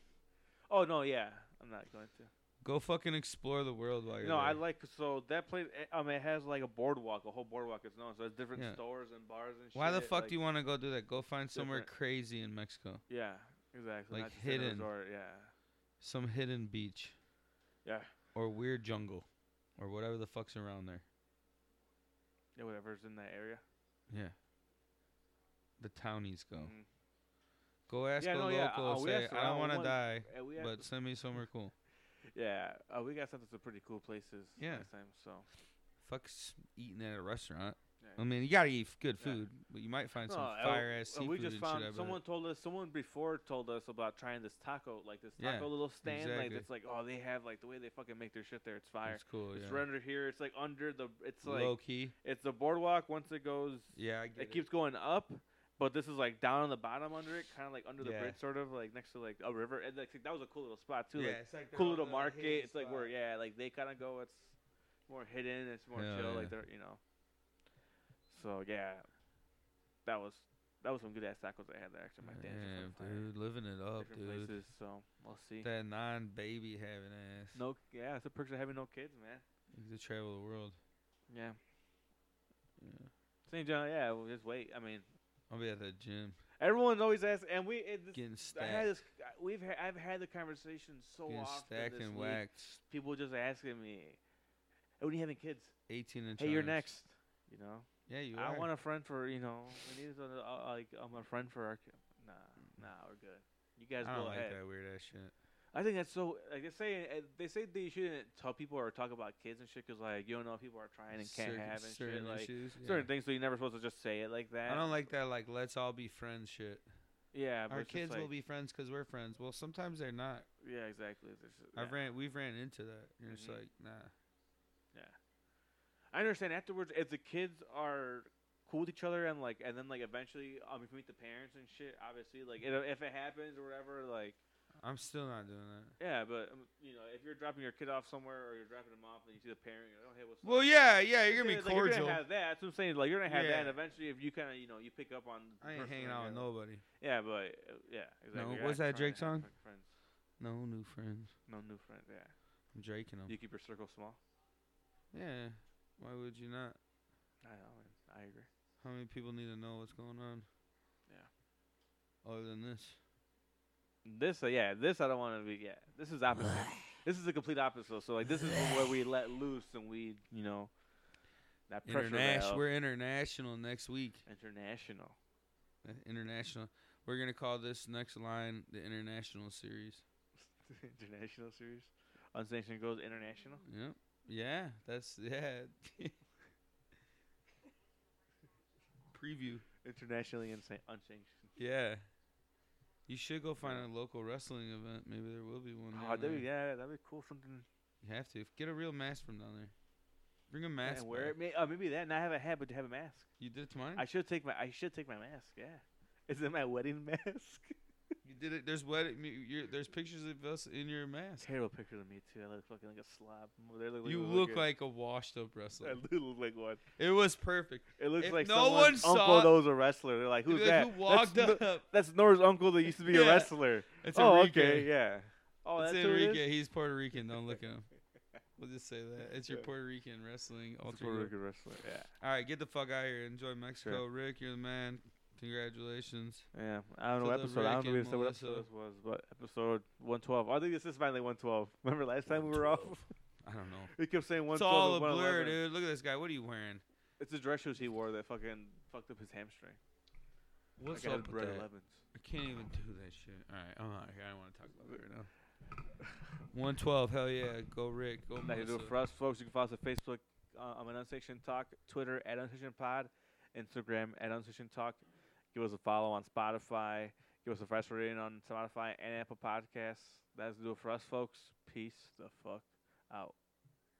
[SPEAKER 2] Oh no, yeah. I'm not going to.
[SPEAKER 1] Go fucking explore the world while you're
[SPEAKER 2] No,
[SPEAKER 1] there.
[SPEAKER 2] I like so that place. eh, I mean, it has like a boardwalk, a whole boardwalk. It's known, so it's different
[SPEAKER 1] Yeah.
[SPEAKER 2] stores and bars and shit.
[SPEAKER 1] Why the fuck
[SPEAKER 2] like-
[SPEAKER 1] do you want to go do that? Go find somewhere
[SPEAKER 2] different.
[SPEAKER 1] crazy in Mexico.
[SPEAKER 2] Yeah, exactly.
[SPEAKER 1] like,
[SPEAKER 2] not just in a
[SPEAKER 1] hidden?
[SPEAKER 2] resort, Yeah,
[SPEAKER 1] Some hidden beach
[SPEAKER 2] yeah,
[SPEAKER 1] or weird jungle or whatever the fuck's around there.
[SPEAKER 2] yeah. Whatever's in that area.
[SPEAKER 1] Yeah. The townies go.
[SPEAKER 2] Mhm.
[SPEAKER 1] Go ask
[SPEAKER 2] Yeah,
[SPEAKER 1] a
[SPEAKER 2] no,
[SPEAKER 1] local.
[SPEAKER 2] yeah, uh, we
[SPEAKER 1] say,
[SPEAKER 2] asked
[SPEAKER 1] I don't
[SPEAKER 2] around
[SPEAKER 1] want to
[SPEAKER 2] one-
[SPEAKER 1] die,
[SPEAKER 2] And we
[SPEAKER 1] but
[SPEAKER 2] but
[SPEAKER 1] send me somewhere cool.
[SPEAKER 2] yeah, uh, we got sent to some pretty cool places.
[SPEAKER 1] Yeah.
[SPEAKER 2] Last time, so Uh,
[SPEAKER 1] Fuck's eating at a restaurant.
[SPEAKER 2] yeah.
[SPEAKER 1] I mean, you gotta eat f- good
[SPEAKER 2] Yeah.
[SPEAKER 1] food, but you might find some
[SPEAKER 2] No, uh,
[SPEAKER 1] fire ass
[SPEAKER 2] and
[SPEAKER 1] seafood
[SPEAKER 2] we just
[SPEAKER 1] and
[SPEAKER 2] found
[SPEAKER 1] shit. I bet.
[SPEAKER 2] someone told us someone before told us about trying this taco like this
[SPEAKER 1] Yeah,
[SPEAKER 2] taco little stand like
[SPEAKER 1] exactly.
[SPEAKER 2] it's like oh they have like the way they fucking make their shit there it's fire.
[SPEAKER 1] It's cool.
[SPEAKER 2] It's
[SPEAKER 1] Yeah.
[SPEAKER 2] rendered here. It's like under the. It's like
[SPEAKER 1] Low key.
[SPEAKER 2] it's the boardwalk. Once it goes
[SPEAKER 1] Yeah, I get
[SPEAKER 2] it keeps going up, but this is like down on the bottom under it, kind of like under the
[SPEAKER 1] Yeah.
[SPEAKER 2] bridge, sort of like next to like a river. And like, that was a cool little spot too,
[SPEAKER 1] yeah,
[SPEAKER 2] like
[SPEAKER 1] it's like
[SPEAKER 2] cool little market. It's like where yeah, like they kind of go. It's more hidden. It's more
[SPEAKER 1] Hell
[SPEAKER 2] chill.
[SPEAKER 1] yeah.
[SPEAKER 2] Like they're you know. So yeah, that was that was some good ass tacos I had there. Actually, my dad's just on
[SPEAKER 1] Yeah,
[SPEAKER 2] fire.
[SPEAKER 1] dude, living it up,
[SPEAKER 2] different
[SPEAKER 1] dude.
[SPEAKER 2] places. So we'll see.
[SPEAKER 1] That non-baby having ass.
[SPEAKER 2] No, yeah, it's a perks of having no kids, man.
[SPEAKER 1] You could travel the world.
[SPEAKER 2] Yeah.
[SPEAKER 1] Yeah.
[SPEAKER 2] St. John, yeah, we'll just wait. I mean,
[SPEAKER 1] I'll be at the gym
[SPEAKER 2] everyone's always asking, and we, it, this-
[SPEAKER 1] getting
[SPEAKER 2] I had
[SPEAKER 1] stacked,
[SPEAKER 2] this. I- We've ha- I've had the conversation so
[SPEAKER 1] getting
[SPEAKER 2] often
[SPEAKER 1] stacked
[SPEAKER 2] this
[SPEAKER 1] and
[SPEAKER 2] week.
[SPEAKER 1] whacked.
[SPEAKER 2] People just asking me, "Hey, "When are you having kids?
[SPEAKER 1] 18 inch.
[SPEAKER 2] Hey, you're
[SPEAKER 1] arms.
[SPEAKER 2] next." You know,
[SPEAKER 1] Yeah, you
[SPEAKER 2] I
[SPEAKER 1] are.
[SPEAKER 2] want a friend for you know. We need a, uh, like I'm a friend for our. kid." Nah, nah, we're good. You guys
[SPEAKER 1] I
[SPEAKER 2] go
[SPEAKER 1] don't like
[SPEAKER 2] ahead.
[SPEAKER 1] that weird ass shit.
[SPEAKER 2] I think that's so. Like they say, uh, they say that you shouldn't tell people or talk about kids and shit because like you don't know if people are trying and can't
[SPEAKER 1] Certain-
[SPEAKER 2] have and shit
[SPEAKER 1] certain
[SPEAKER 2] like
[SPEAKER 1] issues,
[SPEAKER 2] certain
[SPEAKER 1] yeah.
[SPEAKER 2] things. So you're never supposed to just say it like that.
[SPEAKER 1] I don't like that. Like, let's all be friends. Shit.
[SPEAKER 2] yeah, but
[SPEAKER 1] Our
[SPEAKER 2] it's just
[SPEAKER 1] kids will
[SPEAKER 2] like-
[SPEAKER 1] be friends because we're friends. Well, sometimes they're not.
[SPEAKER 2] Yeah, exactly. There's-
[SPEAKER 1] I've
[SPEAKER 2] yeah.
[SPEAKER 1] ran. We've ran into that. You're just
[SPEAKER 2] Mhm.
[SPEAKER 1] like, nah.
[SPEAKER 2] I understand afterwards if the kids are cool with each other and like and then like eventually um if you meet the parents and shit obviously like if, if it happens or whatever like
[SPEAKER 1] I'm still not doing that.
[SPEAKER 2] yeah but um, you know if you're dropping your kid off somewhere or you're dropping them off and you see the parent you're like oh hey what's
[SPEAKER 1] Well,
[SPEAKER 2] up
[SPEAKER 1] yeah, yeah. You're gonna be
[SPEAKER 2] Yeah, like, you're
[SPEAKER 1] cordial.
[SPEAKER 2] gonna have that that's what I'm saying like you're gonna have that and
[SPEAKER 1] Yeah.
[SPEAKER 2] eventually if you kind of you know you pick up on the
[SPEAKER 1] I ain't
[SPEAKER 2] person
[SPEAKER 1] hanging out
[SPEAKER 2] that you're
[SPEAKER 1] with
[SPEAKER 2] like-
[SPEAKER 1] nobody.
[SPEAKER 2] yeah but uh, yeah
[SPEAKER 1] No,
[SPEAKER 2] exactly You're
[SPEAKER 1] what's
[SPEAKER 2] not
[SPEAKER 1] that
[SPEAKER 2] trying
[SPEAKER 1] Drake
[SPEAKER 2] to
[SPEAKER 1] song?
[SPEAKER 2] have fucking friends.
[SPEAKER 1] No new friends.
[SPEAKER 2] no new friends yeah
[SPEAKER 1] I'm draking them.
[SPEAKER 2] you keep your circle small
[SPEAKER 1] Yeah. Why would you not?
[SPEAKER 2] I know man. I agree
[SPEAKER 1] How many people need to know what's going on? Yeah. Other than this.
[SPEAKER 2] This, uh, yeah, this I don't want to be. Yeah, this is opposite. this is the complete opposite. So like, this is where we let loose and we, you know, that pressure
[SPEAKER 1] International.
[SPEAKER 2] valve.
[SPEAKER 1] We're international next week.
[SPEAKER 2] international. [laughs]
[SPEAKER 1] Uh, International. We're gonna call this next line the international series.
[SPEAKER 2] international series. Unsanctioned goes international.
[SPEAKER 1] Yep. [laughs] Yeah. That's yeah. preview.
[SPEAKER 2] Internationally insa- unsanctioned.
[SPEAKER 1] Yeah. You should go find a local wrestling event. Maybe there will be one.
[SPEAKER 2] Oh,
[SPEAKER 1] down
[SPEAKER 2] that'd be,
[SPEAKER 1] there.
[SPEAKER 2] yeah, that'd be cool. Something
[SPEAKER 1] You have to get a real mask from down there. Bring a mask.
[SPEAKER 2] and wear
[SPEAKER 1] back.
[SPEAKER 2] it. May, oh, maybe that. And I have a hat, but to have a mask.
[SPEAKER 1] You did it to mine.
[SPEAKER 2] I should take my. I should take my mask. Yeah. Is it my wedding [laughs] mask?
[SPEAKER 1] you did it. There's wedding. you- You're, there's pictures of us in your mask.
[SPEAKER 2] Terrible picture of me too. I look fucking like a slob. Well, they
[SPEAKER 1] you
[SPEAKER 2] really
[SPEAKER 1] look
[SPEAKER 2] good.
[SPEAKER 1] like a washed up wrestler.
[SPEAKER 2] [laughs] I do look like one.
[SPEAKER 1] It was perfect.
[SPEAKER 2] It looks
[SPEAKER 1] If
[SPEAKER 2] like
[SPEAKER 1] no
[SPEAKER 2] someone's
[SPEAKER 1] one
[SPEAKER 2] uncle
[SPEAKER 1] saw-
[SPEAKER 2] that was a wrestler. They're like, who's
[SPEAKER 1] Like,
[SPEAKER 2] that?
[SPEAKER 1] Who walked
[SPEAKER 2] that's,
[SPEAKER 1] up?
[SPEAKER 2] No- [laughs] that's Nora's uncle that used to be a
[SPEAKER 1] [laughs] Yeah.
[SPEAKER 2] wrestler.
[SPEAKER 1] It's
[SPEAKER 2] oh,
[SPEAKER 1] Enrique.
[SPEAKER 2] okay, yeah. Oh,
[SPEAKER 1] it's
[SPEAKER 2] that's who it is?
[SPEAKER 1] Enrique. He's Puerto Rican. Don't look at
[SPEAKER 2] [laughs]
[SPEAKER 1] him. We'll just say that. It's your
[SPEAKER 2] Yeah.
[SPEAKER 1] Puerto Rican wrestling.
[SPEAKER 2] It's a
[SPEAKER 1] alter
[SPEAKER 2] Puerto
[SPEAKER 1] ego.
[SPEAKER 2] Rican wrestler. Yeah.
[SPEAKER 1] All right, get the fuck out of here. Enjoy Mexico. Rick, you're the man. Congratulations.
[SPEAKER 2] Yeah, I don't know
[SPEAKER 1] So
[SPEAKER 2] what
[SPEAKER 1] the
[SPEAKER 2] episode. I don't know
[SPEAKER 1] Rick and
[SPEAKER 2] what episode, what
[SPEAKER 1] Melissa-
[SPEAKER 2] episode this was, but episode one twelve. I think this is finally one twelve. [laughs] Remember last time we were off, [laughs]
[SPEAKER 1] I don't know.
[SPEAKER 2] we kept saying one
[SPEAKER 1] It's all
[SPEAKER 2] twelve.
[SPEAKER 1] a blur, dude. Look at this guy. What are you wearing?
[SPEAKER 2] It's the dress shoes he wore that fucking fucked up his hamstring.
[SPEAKER 1] What's
[SPEAKER 2] like
[SPEAKER 1] up with
[SPEAKER 2] red
[SPEAKER 1] that?
[SPEAKER 2] elevens.
[SPEAKER 1] I can't even do that shit. All right, I'm out here. I don't want to talk about it right now. 112. Hell yeah. Go Rick. Go
[SPEAKER 2] That you do it
[SPEAKER 1] Melissa.
[SPEAKER 2] for us, folks. You can follow us on Facebook uh, on Unsection Talk, Twitter at Unsection Pod, Instagram at Unsection Talk. Give us a follow on Spotify. Give us a fresh rating on Spotify and Apple Podcasts. That's do it for us, folks. Peace the fuck out.